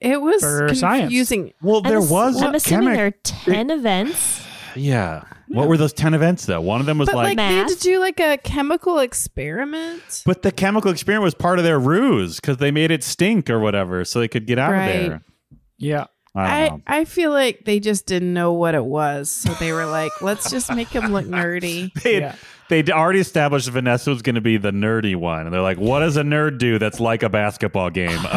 Speaker 4: It was
Speaker 1: For science.
Speaker 4: confusing.
Speaker 2: Well, there
Speaker 3: I'm ass-
Speaker 2: was.
Speaker 3: I'm assuming
Speaker 2: chemi-
Speaker 3: there are ten events.
Speaker 2: Yeah. What were those ten events though? One of them was
Speaker 4: But like,
Speaker 2: like,
Speaker 4: they had to
Speaker 3: Math.
Speaker 4: do like a chemical experiment.
Speaker 2: but the chemical experiment was part of their ruse because they made it stink or whatever, so they could get out
Speaker 4: Right.
Speaker 2: of there.
Speaker 1: Yeah.
Speaker 2: I don't
Speaker 4: I,
Speaker 2: know. [LAUGHS]
Speaker 4: I feel like they just didn't know what it was, so they were like, "Let's just make him look nerdy."
Speaker 2: They
Speaker 1: Yeah.
Speaker 2: had, they'd already established Vanessa was going to be the nerdy one, and they're like, "What does a nerd do that's like a basketball
Speaker 4: [LAUGHS]
Speaker 2: game?" Uh,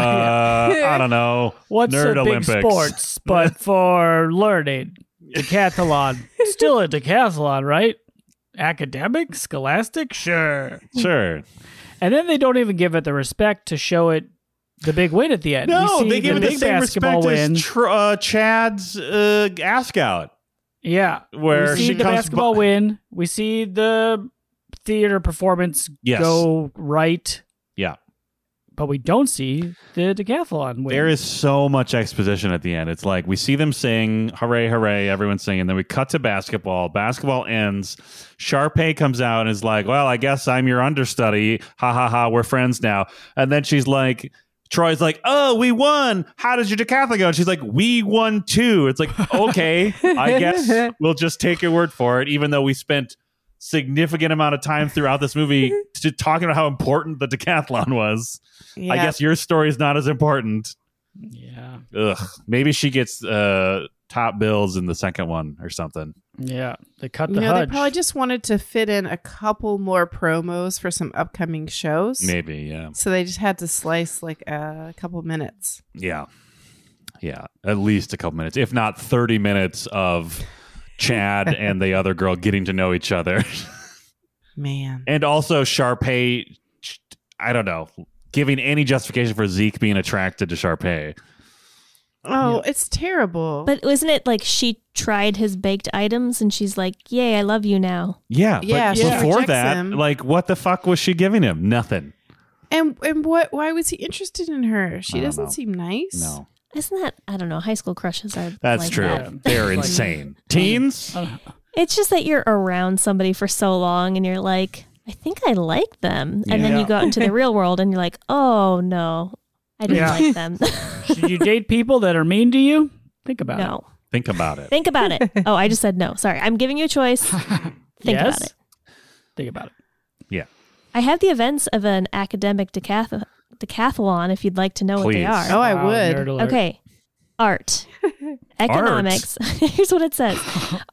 Speaker 2: I don't know.
Speaker 1: What's
Speaker 2: nerd
Speaker 1: a big
Speaker 2: Olympics? [LAUGHS]
Speaker 1: sports, but for learning? Decathlon. Still a decathlon, right? Academic, scholastic, sure.
Speaker 2: Sure.
Speaker 1: And then they don't even give it the respect to show it the big win at the end.
Speaker 2: No,
Speaker 1: We see
Speaker 2: they give
Speaker 1: the
Speaker 2: it the
Speaker 1: big
Speaker 2: same
Speaker 1: basketball
Speaker 2: respect
Speaker 1: win.
Speaker 2: as tr- uh, Chad's uh, ask out.
Speaker 1: yeah,
Speaker 2: where
Speaker 1: we see
Speaker 2: she
Speaker 1: the
Speaker 2: comes
Speaker 1: basketball
Speaker 2: bu-
Speaker 1: win. We see the theater performance
Speaker 2: Yes.
Speaker 1: go right.
Speaker 2: Yeah.
Speaker 1: but we don't see the decathlon win.
Speaker 2: There is so much exposition at the end. It's like we see them sing, hooray, hooray, everyone's singing. Then we cut to basketball. Basketball ends. Sharpay comes out and is like, well, I guess I'm your understudy. Ha ha ha, we're friends now. And then she's like, Troy's like, oh, we won. How did your decathlon go? And she's like, we won too. It's like, okay, I guess we'll just take your word for it, even though we spent significant amount of time throughout this movie to talking about how important the decathlon was.
Speaker 4: Yeah.
Speaker 2: I guess your story is not as important.
Speaker 1: yeah,
Speaker 2: Ugh. Maybe she gets uh, top bills in the second one or something.
Speaker 1: yeah. They cut
Speaker 4: you
Speaker 1: the
Speaker 4: know
Speaker 1: hudge.
Speaker 4: they probably just wanted to fit in a couple more promos for some upcoming shows,
Speaker 2: Maybe, yeah,
Speaker 4: so they just had to slice like a couple minutes.
Speaker 2: yeah, yeah. At least a couple minutes, if not thirty minutes of Chad and the other girl getting to know each other, [LAUGHS]
Speaker 4: Man,
Speaker 2: and also Sharpay. I don't know, giving any justification for Zeke being attracted to Sharpay.
Speaker 4: oh, it's terrible.
Speaker 3: But wasn't it like she tried his baked items and she's like, "Yay, I love you now."
Speaker 2: Yeah,
Speaker 4: Yeah,
Speaker 2: but
Speaker 1: she
Speaker 2: before
Speaker 4: rejects
Speaker 2: that,
Speaker 4: him.
Speaker 2: like, what the fuck was she giving him? Nothing.
Speaker 4: and and what? Why was he interested in her?
Speaker 2: I
Speaker 4: She
Speaker 2: don't
Speaker 4: doesn't
Speaker 2: know.
Speaker 4: seem nice.
Speaker 2: No,
Speaker 3: Isn't that I don't know? High school crushes are
Speaker 2: that's
Speaker 3: like
Speaker 2: true.
Speaker 3: that.
Speaker 2: They're
Speaker 1: Like-
Speaker 2: insane. Teens.
Speaker 3: It's just that you're around somebody for so long and you're like, I think I like them, and then
Speaker 1: Yeah.
Speaker 3: you go out into the real world and you're like, Oh no, I didn't
Speaker 1: Yeah.
Speaker 3: like them.
Speaker 1: Should you date people that are mean to you? Think about it.
Speaker 3: no,
Speaker 2: Think about it.
Speaker 3: think about it. Oh, I just said no. Sorry, I'm giving you a choice. Think
Speaker 1: yes?
Speaker 3: about it.
Speaker 1: Think about it.
Speaker 3: I have the events of an academic decath- decathlon if you'd like to know what
Speaker 2: Please.
Speaker 3: they are.
Speaker 4: Oh, I
Speaker 1: Wow, nerd
Speaker 4: would.
Speaker 1: alert.
Speaker 3: Okay.
Speaker 2: [LAUGHS]
Speaker 3: Art. economics. [LAUGHS] Here's what it says.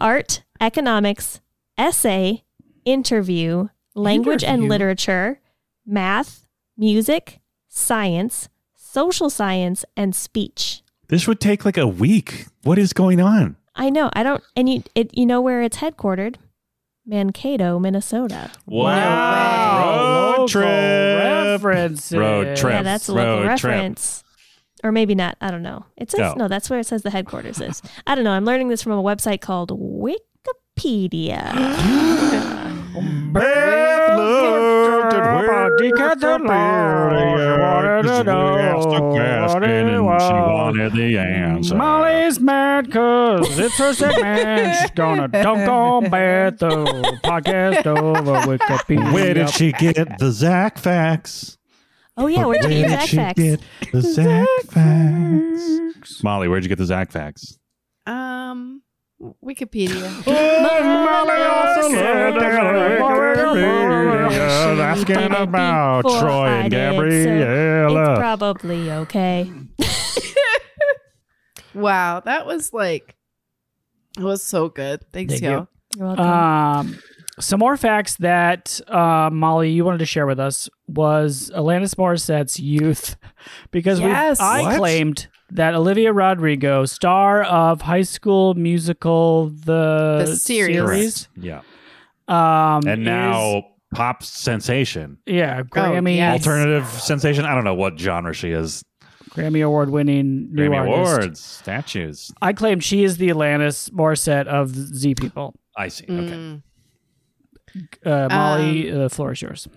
Speaker 3: Art, economics, essay, interview, language and
Speaker 1: Interview.
Speaker 3: literature, math, music, science, social science and speech.
Speaker 2: This would take like a week. What is going on?
Speaker 3: I know. I don't and you it, you know where it's headquartered? Mankato, Minnesota.
Speaker 1: Wow.
Speaker 2: Road
Speaker 1: Local
Speaker 2: trip.
Speaker 1: [LAUGHS] References.
Speaker 2: Road trip. [LAUGHS]
Speaker 3: Yeah, that's a local
Speaker 2: Road trip.
Speaker 3: reference. Or maybe not. I don't know. It says
Speaker 2: No.
Speaker 3: no. That's where it says the headquarters is. I don't know. I'm learning this from a website called
Speaker 2: [GASPS]
Speaker 3: Wikipedia. [GASPS]
Speaker 2: Bad load and where
Speaker 1: Decathlon. Wanted
Speaker 2: Decathlon.
Speaker 1: to
Speaker 2: She
Speaker 1: know
Speaker 2: asked
Speaker 1: what
Speaker 2: the question
Speaker 1: it
Speaker 2: and
Speaker 1: was.
Speaker 2: she wanted the answer.
Speaker 1: Molly's mad cause it's her segment. She's gonna dunk on Bethel. Podcast over Wikipedia.
Speaker 2: Where did she get the Zach facts?
Speaker 3: Oh yeah, where'd you
Speaker 2: Where
Speaker 3: get
Speaker 2: did
Speaker 3: that
Speaker 2: she
Speaker 3: facts?
Speaker 2: get the Zach facts? Molly, where'd you get the Zach facts?
Speaker 4: Um, Wikipedia. [LAUGHS]
Speaker 2: Molly also
Speaker 1: said that
Speaker 3: Wikipedia is asking about Troy and It's probably okay.
Speaker 4: wow, that was like, it was so good. Thanks,
Speaker 1: Thank
Speaker 4: y'all.
Speaker 1: you.
Speaker 3: You're welcome.
Speaker 1: Um, some more facts that uh, Molly you wanted to share with us was Alanis Morissette's youth, [LAUGHS] because
Speaker 4: Yes.
Speaker 1: we, I
Speaker 2: What?
Speaker 1: claimed that Olivia Rodrigo, star of High School Musical, the,
Speaker 4: The series.
Speaker 1: series,
Speaker 2: Yeah.
Speaker 1: um,
Speaker 2: And
Speaker 1: is-
Speaker 2: now pop sensation.
Speaker 1: yeah, Grammy,
Speaker 4: Oh, yes.
Speaker 2: alternative sensation. I don't know what genre she is.
Speaker 1: Grammy award winning new
Speaker 2: Grammy
Speaker 1: artist.
Speaker 2: awards, statues.
Speaker 1: I claim she is the Alanis Morissette of Z people.
Speaker 2: I see. Okay.
Speaker 4: Mm. Um,
Speaker 1: Uh, Molly, the floor is yours.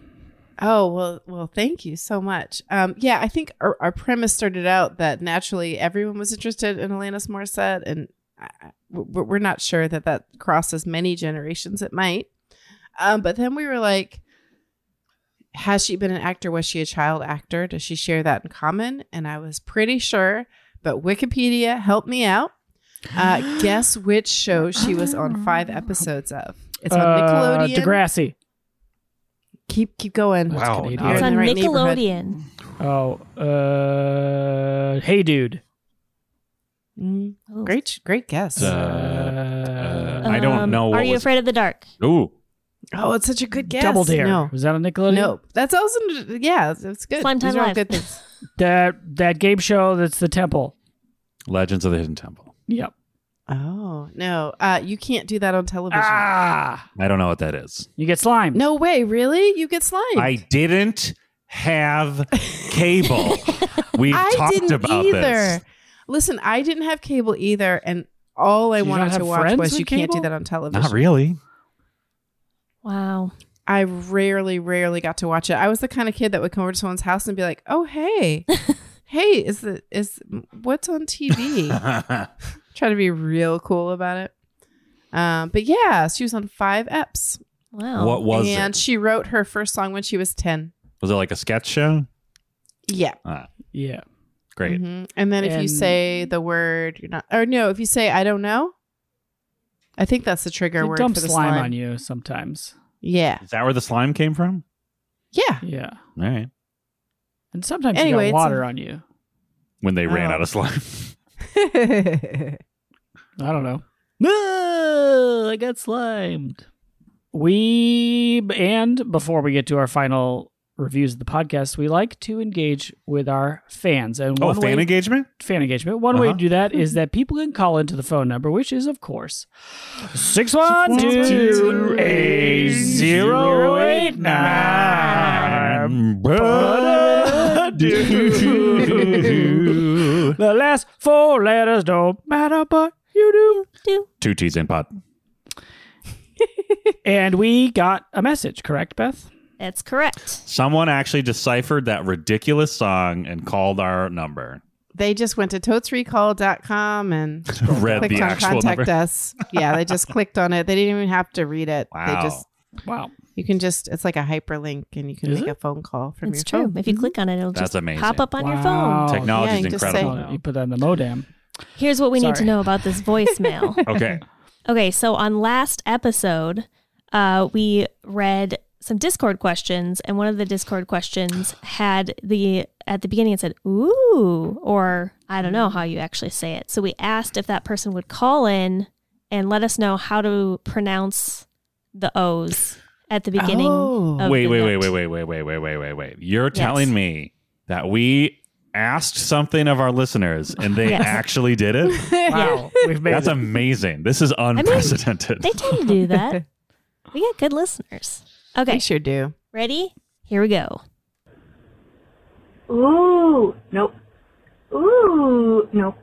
Speaker 4: Oh well, well, thank you so much. Um, yeah, I think our, our premise started out that naturally everyone was interested in Alanis Morissette, and I- I- we're we're not sure that that crosses many generations. It might, um, but then we were like, has she been an actor? Was she a child actor? Does she share that in common? And I was pretty sure, but Wikipedia helped me out. Uh, guess which show she was on five episodes of? It's on
Speaker 1: Uh,
Speaker 4: Nickelodeon.
Speaker 1: Degrassi.
Speaker 4: keep keep going.
Speaker 1: That's
Speaker 2: Wow.
Speaker 1: Canadian.
Speaker 2: You're
Speaker 3: It's
Speaker 4: in
Speaker 3: on
Speaker 4: the right neighborhood.
Speaker 3: Nickelodeon.
Speaker 1: Oh, uh, hey, dude.
Speaker 4: Mm,
Speaker 3: Oh.
Speaker 4: Great, great guess.
Speaker 2: Uh,
Speaker 1: Uh,
Speaker 2: I don't know what
Speaker 3: Um, Are you
Speaker 2: was-
Speaker 3: afraid of the dark?
Speaker 2: Ooh.
Speaker 4: oh, it's such a good guess.
Speaker 1: Double Dare.
Speaker 4: No,
Speaker 1: Was that on Nickelodeon?
Speaker 4: no, that's also yeah, it's good.
Speaker 3: Slime
Speaker 4: These
Speaker 3: Time
Speaker 4: are all
Speaker 3: Live.
Speaker 4: good things.
Speaker 1: That that game show that's the temple.
Speaker 2: Legends of the Hidden Temple.
Speaker 1: Yep.
Speaker 4: Oh no, uh, you can't do that on television.
Speaker 1: Ah,
Speaker 2: I don't know what that is.
Speaker 1: you get slime.
Speaker 4: No way, really? You get slime.
Speaker 2: I didn't have cable. We've
Speaker 4: I
Speaker 2: talked
Speaker 4: didn't
Speaker 2: about
Speaker 4: either.
Speaker 2: this.
Speaker 4: Listen, I didn't have cable either, and all I
Speaker 1: Did you
Speaker 4: wanted
Speaker 1: not
Speaker 4: to
Speaker 1: have
Speaker 4: watch
Speaker 1: friends
Speaker 4: was
Speaker 1: with
Speaker 4: you can't do
Speaker 1: cable?
Speaker 4: that on television.
Speaker 2: Not really.
Speaker 3: Wow.
Speaker 4: I rarely, rarely got to watch it. I was the kind of kid that would come over to someone's house and be like, "Oh hey, hey, is the is what's on
Speaker 1: [LAUGHS]
Speaker 4: TV?" try to be real cool about it. Um, but yeah, she was on five EPs,
Speaker 3: Wow.
Speaker 2: what was
Speaker 4: and
Speaker 2: it?
Speaker 4: she wrote her first song when she was ten.
Speaker 2: Was it like a sketch show?
Speaker 4: Yeah,
Speaker 1: Yeah.
Speaker 2: Great.
Speaker 1: Mm-hmm.
Speaker 4: Mhm. And then if you
Speaker 1: And-
Speaker 4: say the word, you're not. Or no, if you say I don't know, I think that's the trigger
Speaker 1: They
Speaker 4: word
Speaker 1: dump
Speaker 4: for the
Speaker 1: slime, on you sometimes.
Speaker 4: Yeah,
Speaker 2: Is that where the slime came from?
Speaker 1: [LAUGHS]
Speaker 4: yeah.
Speaker 1: Yeah.
Speaker 2: All right.
Speaker 1: And sometimes
Speaker 4: Anyway,
Speaker 1: you
Speaker 4: it's
Speaker 1: got water
Speaker 4: a-
Speaker 1: on you.
Speaker 2: When they ran
Speaker 4: Oh.
Speaker 2: out of slime. [LAUGHS]
Speaker 1: I don't know. No, I got slimed. We and before we get to our final reviews of the podcast, we like to engage with our fans. And
Speaker 2: oh,
Speaker 1: one
Speaker 2: fan
Speaker 1: way,
Speaker 2: engagement?
Speaker 1: fan engagement. One way to
Speaker 2: Uh-huh.
Speaker 1: do that
Speaker 2: [LAUGHS]
Speaker 1: is that people can call into the phone number, which is of course six one two eight zero eight nine.
Speaker 2: Two
Speaker 1: The last four letters don't matter, but you do.
Speaker 3: Do-
Speaker 2: T's in pot.
Speaker 1: And we got a message, correct, Beth?
Speaker 3: That's correct.
Speaker 2: Someone actually deciphered that ridiculous song and called our number.
Speaker 4: they just went to
Speaker 2: [LAUGHS]
Speaker 4: totesrecall.com and
Speaker 2: Read
Speaker 4: clicked
Speaker 2: the
Speaker 4: on
Speaker 2: actual
Speaker 4: contact
Speaker 2: number.
Speaker 4: us. Yeah, they just clicked on it. They didn't even have to read it. They
Speaker 2: Wow.
Speaker 4: just
Speaker 1: Wow.
Speaker 4: you can just it's like a hyperlink and you can
Speaker 1: Is
Speaker 4: make
Speaker 1: it?
Speaker 4: a phone call from
Speaker 3: It's
Speaker 4: your
Speaker 3: true.
Speaker 4: phone. Mm-hmm.
Speaker 3: If you click on it, it'll
Speaker 2: That's
Speaker 3: just
Speaker 2: amazing.
Speaker 3: pop up on your
Speaker 1: Wow.
Speaker 3: phone.
Speaker 4: Yeah,
Speaker 2: Technology
Speaker 4: you
Speaker 2: is
Speaker 4: can just
Speaker 2: incredible.
Speaker 4: say-
Speaker 2: now.
Speaker 1: You put that in the modem.
Speaker 3: Here's what we need to
Speaker 1: Sorry.
Speaker 3: know about this voicemail.
Speaker 2: Okay.
Speaker 3: Okay, so on last episode, uh, we read some Discord questions, and one of the Discord questions had the at the beginning it said "ooh" or I don't know how you actually say it. So we asked if that person would call in and let us know how to pronounce the O's at the beginning.
Speaker 4: Oh.
Speaker 2: [LAUGHS]
Speaker 3: of
Speaker 2: wait,
Speaker 3: the
Speaker 2: wait, wait,
Speaker 3: note.
Speaker 2: wait, wait, wait, wait, wait, wait, wait, wait. You're
Speaker 3: Yes.
Speaker 2: telling me that we asked something of our listeners and they
Speaker 3: Yes.
Speaker 2: actually did it?
Speaker 3: [LAUGHS]
Speaker 1: Wow. We've made
Speaker 2: That's
Speaker 1: it.
Speaker 2: amazing. This is unprecedented.
Speaker 3: They tend to
Speaker 4: [LAUGHS]
Speaker 3: do that. we got good listeners.
Speaker 4: They
Speaker 3: Okay,
Speaker 4: sure do.
Speaker 3: ready? Here we go.
Speaker 5: Ooh, nope. Ooh, nope.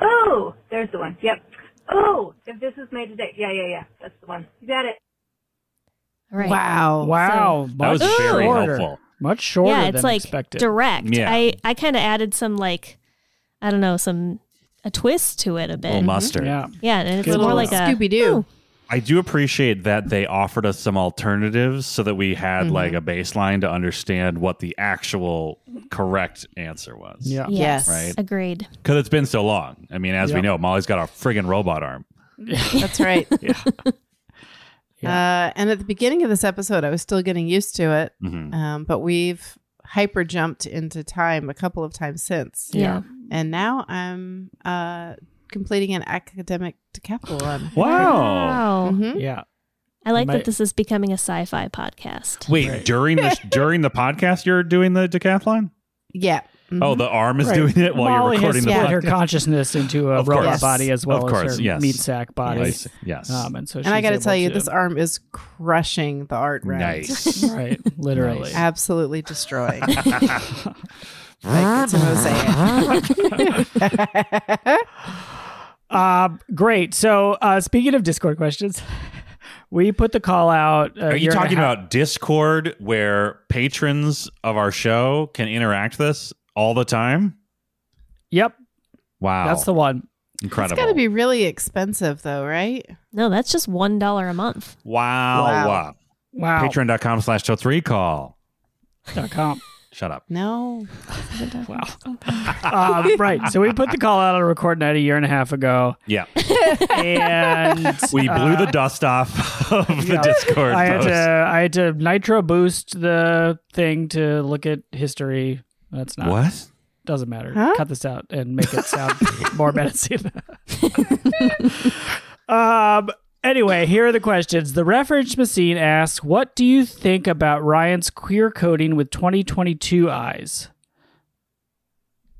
Speaker 5: Oh, there's the one. Yep. Oh, if this is made today. Yeah, yeah, yeah. That's the one. You got it.
Speaker 3: All right.
Speaker 4: Wow.
Speaker 1: Wow.
Speaker 2: that was
Speaker 1: much
Speaker 2: very
Speaker 1: shorter.
Speaker 2: helpful.
Speaker 1: Much shorter
Speaker 3: yeah, it's
Speaker 1: than
Speaker 3: like
Speaker 1: expected.
Speaker 3: direct.
Speaker 2: Yeah.
Speaker 3: I I kind of added some like I don't know some a twist to it a bit.
Speaker 2: Little mustard.
Speaker 1: yeah.
Speaker 3: yeah, and it's
Speaker 1: Good
Speaker 3: more
Speaker 1: little
Speaker 3: like a
Speaker 4: Scooby Doo.
Speaker 2: I do appreciate that they offered us some alternatives so that we had
Speaker 3: Mm-hmm.
Speaker 2: like a baseline to understand what the actual correct answer was.
Speaker 1: Yeah.
Speaker 3: Yes,
Speaker 4: Yes.
Speaker 2: Right.
Speaker 3: agreed.
Speaker 2: Because it's been so long. I mean, as we
Speaker 1: Yep.
Speaker 2: know, Molly's got a friggin' robot arm.
Speaker 4: That's right. Uh, and at the beginning of this episode, I was still getting used to it,
Speaker 2: Mhm.
Speaker 4: um, but we've hyper jumped into time a couple of times since.
Speaker 3: Yeah.
Speaker 4: And now I'm uh, completing an academic decathlon.
Speaker 2: Wow.
Speaker 1: Mm-hmm.
Speaker 4: Mhm.
Speaker 1: Yeah.
Speaker 3: I like
Speaker 1: My-
Speaker 3: that this is becoming a sci-fi podcast.
Speaker 2: Wait, during the during
Speaker 3: [LAUGHS]
Speaker 2: the podcast you're doing the decathlon?
Speaker 4: Yeah. Mhm.
Speaker 2: Oh, the arm is
Speaker 1: Mm-hmm. Right.
Speaker 2: doing it while
Speaker 1: Molly
Speaker 2: you're recording
Speaker 1: has
Speaker 2: the
Speaker 1: split
Speaker 2: podcast.
Speaker 1: her consciousness into a
Speaker 2: Of
Speaker 1: robot
Speaker 4: course.
Speaker 1: body as well as
Speaker 2: Of course,
Speaker 1: her
Speaker 2: yes.
Speaker 1: meat sack body.
Speaker 2: I see. Yes.
Speaker 1: Um, and so
Speaker 4: and I
Speaker 1: she's
Speaker 4: got to
Speaker 1: able
Speaker 4: tell you,
Speaker 1: to-
Speaker 4: this arm is crushing the art
Speaker 1: [LAUGHS]
Speaker 4: round.
Speaker 2: nice.
Speaker 1: right, literally.
Speaker 4: Absolutely destroying. [LAUGHS] like it's a mosaic.
Speaker 1: Uh, great. So, uh, speaking of Discord questions, [LAUGHS] We put the call out.
Speaker 2: Are you talking about Discord where patrons of our show can interact with us all the time?
Speaker 1: Yep,
Speaker 2: Wow.
Speaker 1: that's the one.
Speaker 4: [LAUGHS] It's
Speaker 2: incredible.
Speaker 4: got to be really expensive, though, right?
Speaker 3: No, that's just one dollar a month.
Speaker 2: wow. wow.
Speaker 4: Wow.
Speaker 1: Wow.
Speaker 2: Patreon.com slash till three call.
Speaker 1: Patreon.com.
Speaker 2: Shut up.
Speaker 4: No.
Speaker 1: Wow. um, right. So we put the call out on record night a year and a half ago,
Speaker 2: Yeah.
Speaker 1: and
Speaker 2: [LAUGHS] We blew
Speaker 1: uh,
Speaker 2: the dust off [LAUGHS] of the
Speaker 1: yeah.
Speaker 2: Discord
Speaker 1: I had
Speaker 2: post.
Speaker 1: to I had to nitro boost the thing to look at history. That's not
Speaker 2: What?
Speaker 1: doesn't matter.
Speaker 4: Huh?
Speaker 1: Cut this out and make it
Speaker 3: [LAUGHS]
Speaker 1: sound more menacing. um. Anyway, here are the questions. The reference machine asks, "What do you think about Ryan's queer coding with 2022 eyes?"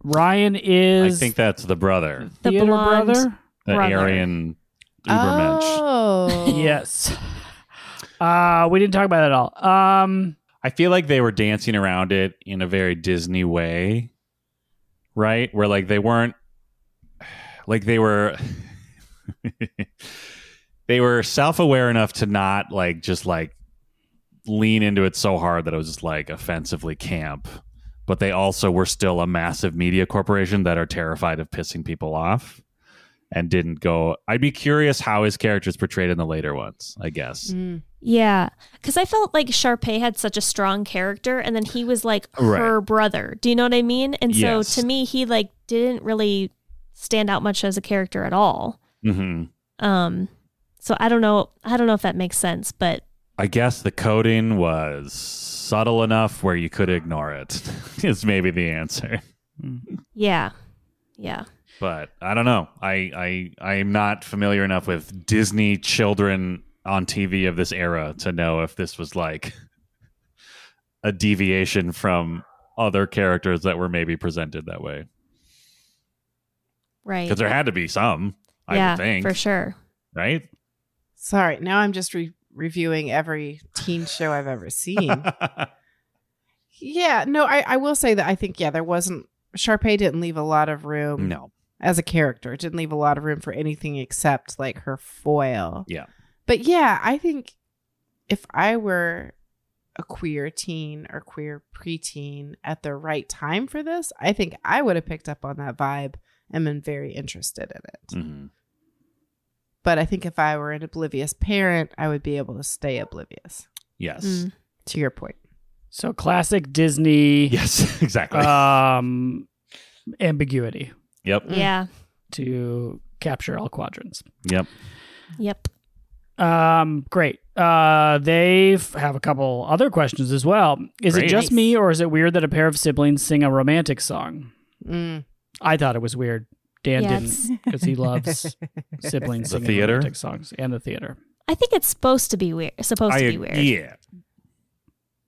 Speaker 1: Ryan
Speaker 2: I
Speaker 1: is
Speaker 2: think that's the brother,
Speaker 3: The
Speaker 1: theater
Speaker 3: blonde-
Speaker 1: brother.
Speaker 2: the
Speaker 3: Brother.
Speaker 2: Aryan Ubermensch.
Speaker 4: Oh.
Speaker 1: Yes. Uh, we didn't talk about it at all. Um,
Speaker 2: I feel like they were dancing around it in a very Disney way, right? Where like they weren't, like they were, [LAUGHS] they were self-aware enough to not like just like lean into it so hard that it was just like offensively camp. But they also were still a massive media corporation that are terrified of pissing people off and didn't go. I'd be curious how his character is portrayed in the later ones, I guess.
Speaker 4: Mm.
Speaker 3: Yeah, because I felt like Sharpay had such a strong character, and then he was like her brother. Do you know what I mean? And so
Speaker 2: Yes.
Speaker 3: to me, he like didn't really stand out much as a character at all.
Speaker 2: hmm.
Speaker 3: Um, so I don't know. I don't know if that makes sense, but
Speaker 2: I guess the coding was subtle enough where you could ignore it, [LAUGHS] is maybe the answer.
Speaker 3: yeah, yeah.
Speaker 2: But I don't know. I I I'm not familiar enough with Disney children on TV of this era to know if this was like a deviation from other characters that were maybe presented that way.
Speaker 3: Right.
Speaker 2: Because there had to be some, I
Speaker 3: yeah,
Speaker 2: would think.
Speaker 3: for sure.
Speaker 2: Right?
Speaker 4: Sorry. Now I'm just re- reviewing every teen show I've
Speaker 2: [LAUGHS]
Speaker 4: ever seen. yeah. No, I, I will say that I think, yeah, there wasn't. Sharpay didn't leave a lot of room
Speaker 2: no.
Speaker 4: as a character. It didn't leave a lot of room for anything except like her foil.
Speaker 2: Yeah.
Speaker 4: But yeah, I think if I were a queer teen or queer preteen at the right time for this, I think I would have picked up on that vibe and been very interested in it.
Speaker 2: hmm
Speaker 4: But I think if I were an oblivious parent, I would be able to stay oblivious.
Speaker 2: Yes.
Speaker 3: Mm.
Speaker 4: To your point.
Speaker 1: so classic Disney
Speaker 2: Yes, [LAUGHS] exactly.
Speaker 3: Uh,
Speaker 1: um, ambiguity
Speaker 2: yep.
Speaker 4: Mm.
Speaker 3: Yeah.
Speaker 1: to capture all quadrants.
Speaker 2: Yep.
Speaker 3: Yep.
Speaker 1: Um, great. Uh, they f- have a couple other questions as well. Is it
Speaker 2: Great.
Speaker 1: just me, or is it weird that a pair of siblings sing a romantic song?
Speaker 4: Mm.
Speaker 1: I thought it was weird. Dan
Speaker 3: Yeah,
Speaker 1: didn't
Speaker 3: it's-
Speaker 1: because he loves siblings
Speaker 2: The
Speaker 1: singing
Speaker 2: theater?
Speaker 1: romantic songs and the theater.
Speaker 3: I think it's supposed to be weird. Supposed to be weird,
Speaker 2: yeah.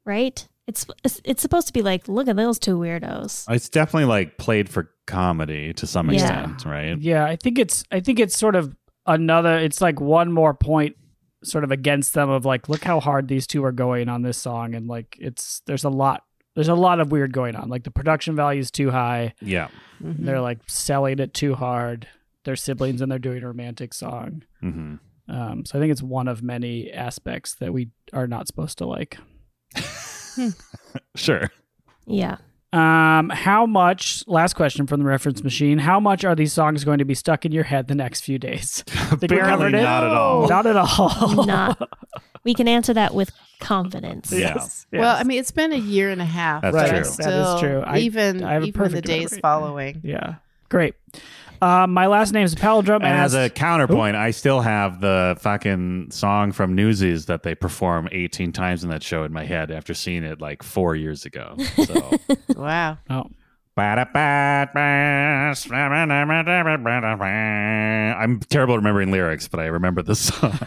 Speaker 3: right? It's it's supposed to be like, look at those two weirdos.
Speaker 2: It's definitely like played for comedy to some
Speaker 3: Yeah.
Speaker 2: extent, right?
Speaker 1: Yeah, I think it's I think it's sort of another it's like one more point sort of against them of like look how hard these two are going on this song and like it's there's a lot there's a lot of weird going on. Like the production value is too high.
Speaker 2: Yeah. Mm-hmm.
Speaker 4: Mhm.
Speaker 1: They're like selling it too hard. They're siblings and they're doing a romantic song.
Speaker 2: hmm
Speaker 1: Um, so I think it's one of many aspects that we are not supposed to like.
Speaker 2: Sure. [LAUGHS]
Speaker 3: Yeah.
Speaker 1: Um, how much? Last question from the reference machine. How much are these songs going to be stuck in your head the next few days? [LAUGHS] Think we
Speaker 2: Barely
Speaker 1: covered it?
Speaker 2: not at all.
Speaker 1: Not at all.
Speaker 3: Not. We can answer that with confidence.
Speaker 2: [LAUGHS] Yeah.
Speaker 1: [LAUGHS] Yes.
Speaker 4: Well, I mean, it's been a year and a half.
Speaker 2: That's
Speaker 4: but
Speaker 2: true.
Speaker 4: I'm
Speaker 2: That is
Speaker 4: still-
Speaker 1: true. I-
Speaker 4: even
Speaker 1: I have a
Speaker 4: even the
Speaker 1: perfect
Speaker 4: days
Speaker 1: memory.
Speaker 4: following.
Speaker 1: yeah, great. Um, my last name is Palindrome.
Speaker 2: And as a
Speaker 1: asked-
Speaker 2: counterpoint, I still have the fucking song from Newsies that they perform 18 times in that show in my head after seeing it like four years ago. So.
Speaker 4: Wow.
Speaker 1: oh,
Speaker 2: I'm terrible at remembering lyrics, but I remember the song.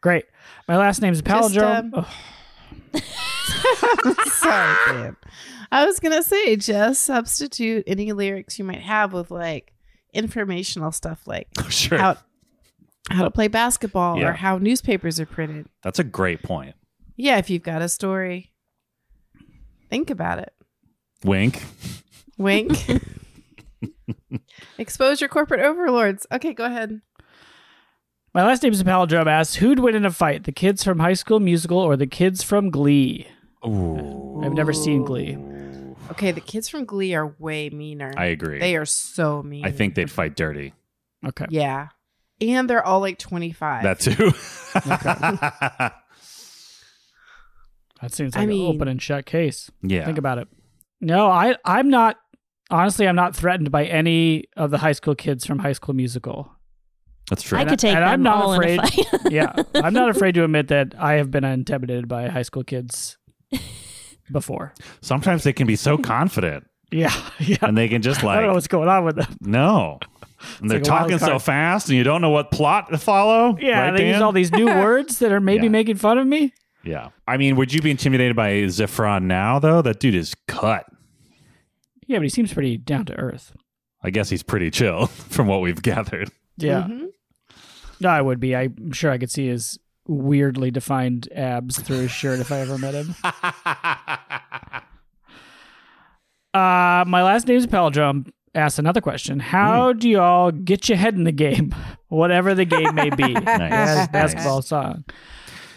Speaker 1: great. My last name is Palindrome.
Speaker 4: um,
Speaker 1: Ugh.
Speaker 4: Sorry,
Speaker 1: [LAUGHS]
Speaker 4: babe. I was gonna say just substitute any lyrics you might have with like informational stuff like
Speaker 2: sure.
Speaker 4: how how to play basketball
Speaker 2: Yeah.
Speaker 4: or how newspapers are printed.
Speaker 2: That's a great point.
Speaker 4: Yeah, if you've got a story. Think about it.
Speaker 2: Wink.
Speaker 1: [LAUGHS]
Speaker 4: Wink. Expose your corporate overlords. Okay, go ahead.
Speaker 1: My last name is Palindrome asks, who'd win in a fight? The kids from High School Musical or the kids from Glee?
Speaker 2: Ooh,
Speaker 1: I've never seen Glee.
Speaker 4: Okay, the kids from Glee are way meaner.
Speaker 2: I agree.
Speaker 4: They are so mean.
Speaker 2: I think they'd fight dirty.
Speaker 1: Okay.
Speaker 4: Yeah. And they're all like 25.
Speaker 2: That too.
Speaker 1: That seems
Speaker 4: I
Speaker 1: like
Speaker 4: mean-
Speaker 1: an open and shut case.
Speaker 2: [LAUGHS] yeah.
Speaker 1: Think about it. No, I I'm not honestly I'm not threatened by any of the high school kids from High School Musical.
Speaker 2: That's true.
Speaker 3: I could take
Speaker 1: and
Speaker 3: them
Speaker 1: I'm not
Speaker 3: all in a
Speaker 1: afraid-
Speaker 4: [LAUGHS]
Speaker 3: fight. [LAUGHS]
Speaker 1: Yeah. I'm not afraid to admit that I have been intimidated by high school
Speaker 4: [LAUGHS]
Speaker 1: kids before.
Speaker 2: Sometimes they can be so confident
Speaker 1: Yeah. [LAUGHS] Yeah.
Speaker 2: and they can just
Speaker 1: [LAUGHS] I don't know
Speaker 2: like
Speaker 1: what's going on with them.
Speaker 2: no. And they're
Speaker 1: like a wild
Speaker 2: talking so
Speaker 1: card.
Speaker 2: fast and you don't know what plot to follow.
Speaker 1: Yeah,
Speaker 2: Right,
Speaker 1: they use
Speaker 2: Dan?
Speaker 1: all these
Speaker 2: [LAUGHS]
Speaker 1: new words that are maybe
Speaker 2: Yeah.
Speaker 1: making fun of me.
Speaker 2: Yeah. I mean, would you be intimidated by Zifron now though? That dude is cut.
Speaker 1: Yeah, but he seems pretty down to earth.
Speaker 2: I guess he's pretty chill [LAUGHS] from what we've gathered. [LAUGHS]
Speaker 1: Yeah.
Speaker 4: Mhm.
Speaker 1: No, I would be. I'm sure I could see his weirdly defined abs through his shirt if I ever met
Speaker 2: [LAUGHS]
Speaker 1: him. Uh, my last name is Peldrum. Asks another question: How
Speaker 2: Hmm.
Speaker 1: do y'all get your head in the game, [LAUGHS] whatever the game may be?
Speaker 2: [LAUGHS] Nice.
Speaker 1: As basketball song.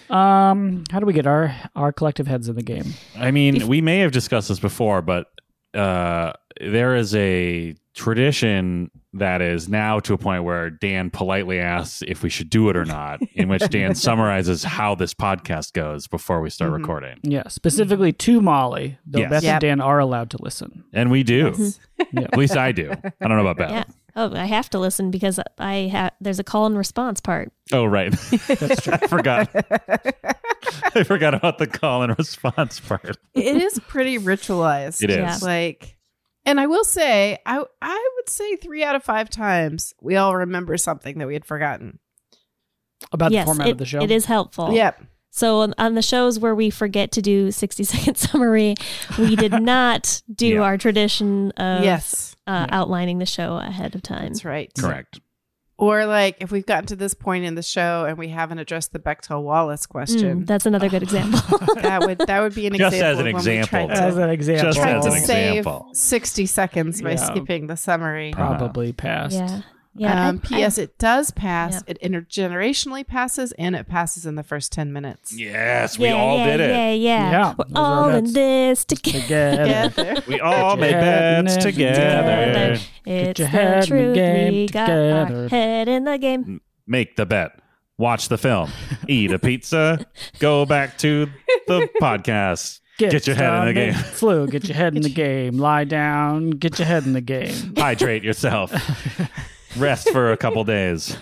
Speaker 1: Um, how do we get our our collective heads in the game?
Speaker 2: I mean, we may have discussed this before, but uh, there is a tradition that is now to a point where Dan politely asks if we should do it or not, in which
Speaker 3: [LAUGHS]
Speaker 2: Dan summarizes how this podcast goes before we start
Speaker 3: Mm-hmm.
Speaker 4: Mhm.
Speaker 2: recording.
Speaker 1: Yeah, specifically to Molly, though
Speaker 2: Yes.
Speaker 1: Beth
Speaker 4: Yep.
Speaker 1: and Dan are allowed to listen.
Speaker 2: And we do.
Speaker 4: Yes.
Speaker 2: [LAUGHS] At least I do. I don't know about Beth.
Speaker 3: Yeah. Oh, I have to listen because I have. There's a call and response part.
Speaker 2: Oh,
Speaker 3: [LAUGHS]
Speaker 2: right.
Speaker 1: That's true.
Speaker 2: I forgot. [LAUGHS] I forgot about the call and response part.
Speaker 4: It is pretty ritualized.
Speaker 2: [LAUGHS] It is.
Speaker 3: Yeah.
Speaker 4: Like, and I will say, I I would say three out of five times we all remember something that we had forgotten.
Speaker 1: About the
Speaker 3: yes,
Speaker 1: format
Speaker 3: it,
Speaker 1: of the show.
Speaker 3: it is helpful.
Speaker 4: Yep.
Speaker 3: So on, on the shows where we forget to do 60 [LAUGHS] second summary, we did not do
Speaker 2: Yeah.
Speaker 3: our tradition of
Speaker 4: yes.
Speaker 3: uh, outlining the show ahead of time.
Speaker 4: That's right.
Speaker 2: Correct.
Speaker 4: Or like if we've gotten to this point in the show and we haven't addressed the Bechtel Wallace question,
Speaker 3: Mm, that's another good example.
Speaker 4: [LAUGHS] that would that would be an
Speaker 2: Just as
Speaker 4: example.
Speaker 2: an
Speaker 4: of when we
Speaker 2: example.
Speaker 4: tried to-
Speaker 1: as an example.
Speaker 2: Just
Speaker 4: tried
Speaker 2: as
Speaker 4: to
Speaker 2: an
Speaker 4: save
Speaker 2: example.
Speaker 4: sixty seconds by
Speaker 1: Yeah.
Speaker 4: skipping the summary.
Speaker 1: probably passed.
Speaker 3: [LAUGHS] [LAUGHS] yeah. Yeah.
Speaker 4: um,
Speaker 3: I-
Speaker 4: P.S. it does pass.
Speaker 3: Yeah.
Speaker 4: It intergenerationally passes, and it passes in the first ten minutes.
Speaker 2: Yes,
Speaker 3: I-
Speaker 2: we
Speaker 3: yeah,
Speaker 2: all
Speaker 3: yeah,
Speaker 2: did it.
Speaker 3: Yeah, yeah.
Speaker 1: Yeah,
Speaker 3: We're
Speaker 1: those are
Speaker 3: all in
Speaker 1: nuts.
Speaker 3: this together.
Speaker 1: Together.
Speaker 3: [LAUGHS]
Speaker 4: Together.
Speaker 2: We all made
Speaker 1: Yeah.
Speaker 2: bets
Speaker 1: Together.
Speaker 2: together.
Speaker 3: It's
Speaker 1: your head in
Speaker 3: the
Speaker 1: the
Speaker 3: truth.
Speaker 1: game
Speaker 3: we got
Speaker 1: together.
Speaker 3: our head in the game.
Speaker 2: make the bet, watch the film, eat a pizza, go back to the podcast. Get your head in the
Speaker 1: stomach
Speaker 2: game.
Speaker 1: Flu, get your head in the game. Lie down, get your head in the
Speaker 2: [LAUGHS]
Speaker 1: game.
Speaker 2: Hydrate yourself. Rest for a couple days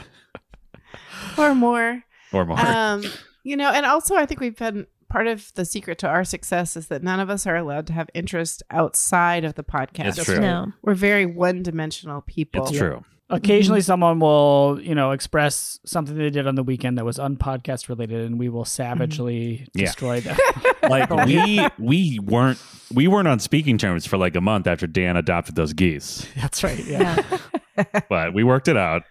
Speaker 4: or more.
Speaker 2: or more.
Speaker 4: Um, you know, and also I think we've been part of the secret to our success is that none of us are allowed to have interest outside of the podcast.
Speaker 2: It's true.
Speaker 3: No.
Speaker 4: We're very one-dimensional people.
Speaker 2: it's true.
Speaker 1: Occasionally, someone will, you know, express something they did on the weekend that was unpodcast related, and we will savagely
Speaker 2: Yeah.
Speaker 1: destroy them. [LAUGHS]
Speaker 2: Like we we weren't we weren't on speaking terms for like a month after Dan adopted those geese,
Speaker 1: That's right. Yeah.
Speaker 3: Yeah.
Speaker 2: but we worked it out.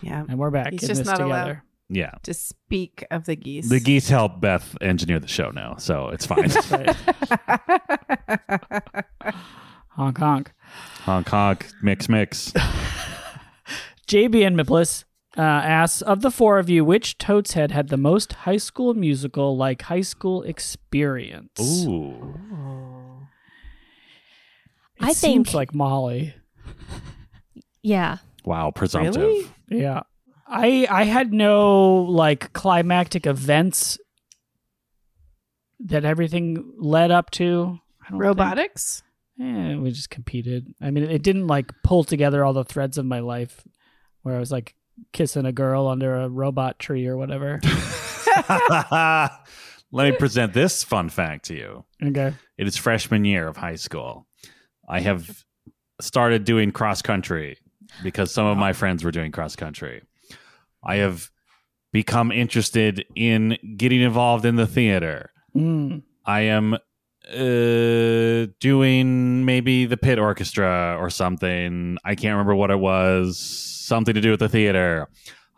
Speaker 4: Yeah.
Speaker 1: And we're back
Speaker 4: He's
Speaker 1: in
Speaker 4: just
Speaker 1: this
Speaker 4: not
Speaker 1: together.
Speaker 4: allowed.
Speaker 2: Yeah.
Speaker 4: To speak of the geese.
Speaker 2: The geese help Beth engineer the show now, so it's fine.
Speaker 1: Right. honk honk.
Speaker 2: honk honk, mix mix.
Speaker 1: JB and Miplis uh, asks of the four of you, which totes head had the most high school musical like high school experience?
Speaker 2: Ooh.
Speaker 1: It
Speaker 3: I
Speaker 1: seems
Speaker 3: think-
Speaker 1: like Molly.
Speaker 3: Yeah.
Speaker 2: Wow, presumptive.
Speaker 4: Really?
Speaker 1: Yeah. I I had no like climactic events that everything led up to. I don't think-
Speaker 4: Robotics?
Speaker 1: Eh, we just competed. I mean, it didn't like pull together all the threads of my life where I was like kissing a girl under a robot tree or whatever.
Speaker 2: [LAUGHS] Let me present this fun fact to you.
Speaker 1: okay.
Speaker 2: It is freshman year of high school. I have started doing cross country because some of my friends were doing cross country. I have become interested in getting involved in the theater.
Speaker 1: Mm.
Speaker 2: I am uh, doing maybe the pit orchestra or something. I can't remember what it was. Something to do with the theater.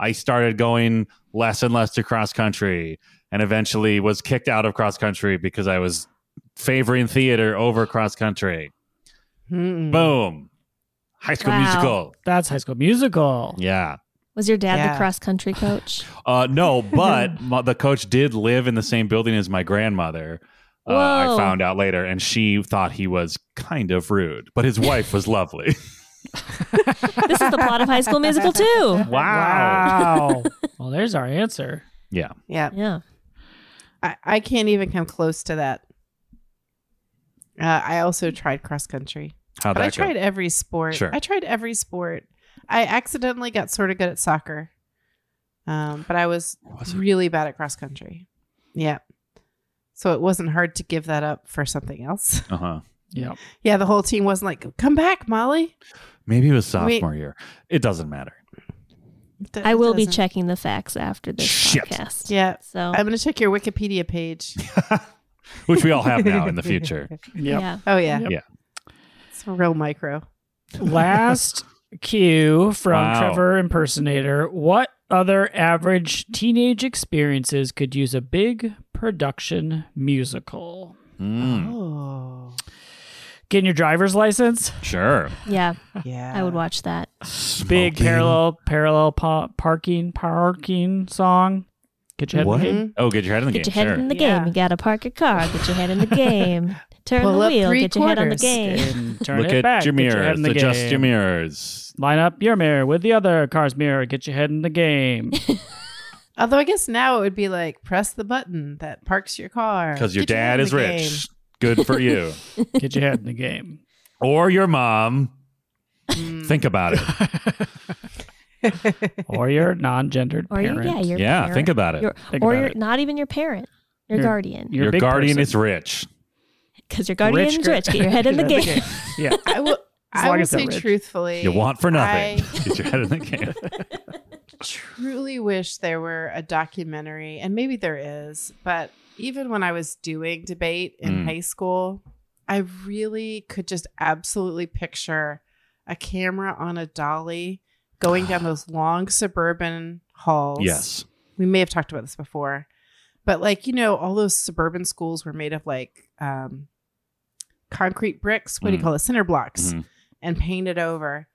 Speaker 2: I started going less and less to cross country and eventually was kicked out of cross country because I was favoring theater over cross country.
Speaker 4: Mm-mm. Mm.
Speaker 2: Boom. High school
Speaker 3: Wow.
Speaker 2: musical.
Speaker 1: That's High School Musical.
Speaker 2: Yeah.
Speaker 3: Was your dad
Speaker 4: Yeah.
Speaker 3: the cross country coach?
Speaker 2: Uh, no, but my, the coach did live in the same building as my grandmother. Uh, I
Speaker 3: Whoa.
Speaker 2: found out later, and she thought he was kind of rude, but his wife was lovely.
Speaker 3: this is the plot of High School Musical too.
Speaker 1: Wow. well, there's our answer.
Speaker 2: Yeah.
Speaker 4: Yeah.
Speaker 3: Yeah.
Speaker 4: I, I can't even come close to that. Uh, I also tried cross country,
Speaker 2: How'd
Speaker 4: but I
Speaker 2: that go?
Speaker 4: tried every sport.
Speaker 2: Sure.
Speaker 4: I tried every sport. I accidentally got sort of good at soccer, um, but I was
Speaker 2: Was it-
Speaker 4: really bad at cross country. Yeah. So it wasn't hard to give that up for something else. [LAUGHS]
Speaker 2: Uh-huh.
Speaker 1: Yep.
Speaker 4: Yeah, the whole team wasn't like, "Come back, Molly."
Speaker 2: Maybe it was
Speaker 4: We-
Speaker 2: sophomore year. It doesn't matter.
Speaker 4: It do-
Speaker 3: I
Speaker 4: it
Speaker 3: will be
Speaker 4: doesn't-
Speaker 3: checking the facts after this
Speaker 2: Shit.
Speaker 3: podcast.
Speaker 4: Yeah,
Speaker 3: So
Speaker 4: I'm going to check your
Speaker 2: [LAUGHS]
Speaker 4: Wikipedia page.
Speaker 2: Which we all have now in the future.
Speaker 1: Yep.
Speaker 3: yeah.
Speaker 4: Oh yeah,
Speaker 1: Yep.
Speaker 2: Yeah.
Speaker 4: It's real micro.
Speaker 1: Last cue from
Speaker 2: Wow.
Speaker 1: Trevor Impersonator. What other average teenage experiences could use a big production musical?
Speaker 2: Mm,
Speaker 4: Oh,
Speaker 1: Getting your driver's license,
Speaker 2: sure.
Speaker 3: Yeah.
Speaker 4: yeah.
Speaker 3: I would watch that.
Speaker 1: big
Speaker 2: Smoking.
Speaker 1: parallel parallel pa- parking parking song. Get your head in the
Speaker 2: What?
Speaker 1: game.
Speaker 3: Mm-hmm.
Speaker 4: Mhm.
Speaker 2: Oh, get your head in the
Speaker 3: Get
Speaker 2: game.
Speaker 3: your head
Speaker 2: sure.
Speaker 3: in the
Speaker 4: Yeah.
Speaker 3: game. You gotta park your car. Get your
Speaker 4: [LAUGHS]
Speaker 3: head in the game. Turn
Speaker 4: Pull
Speaker 3: the
Speaker 4: up
Speaker 3: wheel.
Speaker 4: three
Speaker 3: Get your head on the
Speaker 4: quarters.
Speaker 3: game.
Speaker 1: And
Speaker 2: [LAUGHS]
Speaker 1: turn
Speaker 2: Look
Speaker 1: it
Speaker 2: at
Speaker 1: back.
Speaker 2: your
Speaker 1: Get head
Speaker 2: mirrors.
Speaker 1: in the
Speaker 2: Adjust your
Speaker 1: game.
Speaker 2: mirrors.
Speaker 1: Line up your mirror with the other car's mirror. Get your head in the
Speaker 3: [LAUGHS]
Speaker 1: game.
Speaker 4: Although I guess now it would be like press the button that parks your car
Speaker 2: Because your
Speaker 4: Get
Speaker 2: dad
Speaker 4: hand in
Speaker 2: is
Speaker 4: the
Speaker 2: rich. Good for you.
Speaker 1: Get your head in the game.
Speaker 2: or your mom.
Speaker 4: game.
Speaker 2: Think about it.
Speaker 1: Or your non-gendered
Speaker 3: Or your,
Speaker 1: parent.
Speaker 3: yeah, your
Speaker 2: yeah,
Speaker 3: parent.
Speaker 2: think about it.
Speaker 3: your,
Speaker 1: Think
Speaker 3: or
Speaker 1: about
Speaker 3: your,
Speaker 1: it.
Speaker 3: not even your parent, your,
Speaker 1: Your-
Speaker 3: guardian,
Speaker 1: Your
Speaker 2: Your
Speaker 1: big
Speaker 2: guardian
Speaker 1: person.
Speaker 2: is rich.
Speaker 3: because your guardian is
Speaker 1: girl-
Speaker 3: rich.
Speaker 4: [LAUGHS]
Speaker 3: Get your head in the
Speaker 1: Get
Speaker 3: game.
Speaker 1: [LAUGHS] yeah.
Speaker 4: I will,
Speaker 1: [LAUGHS] As
Speaker 4: I
Speaker 1: long
Speaker 4: will
Speaker 1: as they're
Speaker 4: say
Speaker 1: rich.
Speaker 4: truthfully,
Speaker 2: You want for nothing.
Speaker 4: I
Speaker 2: [LAUGHS] Get your head in
Speaker 1: [LAUGHS]
Speaker 2: the game.
Speaker 4: truly wish there were a documentary, and maybe there is, but even when I was doing debate
Speaker 2: Mm.
Speaker 4: in high school, I really could just absolutely picture a camera on a dolly
Speaker 2: [SIGHS]
Speaker 4: going down those long suburban halls.
Speaker 2: yes.
Speaker 4: we may have talked about this before, but like you know, all those suburban schools were made of like um, concrete bricks. What do
Speaker 2: Mm.
Speaker 4: you call it? Cinder blocks,
Speaker 2: Mhm.
Speaker 4: and painted over.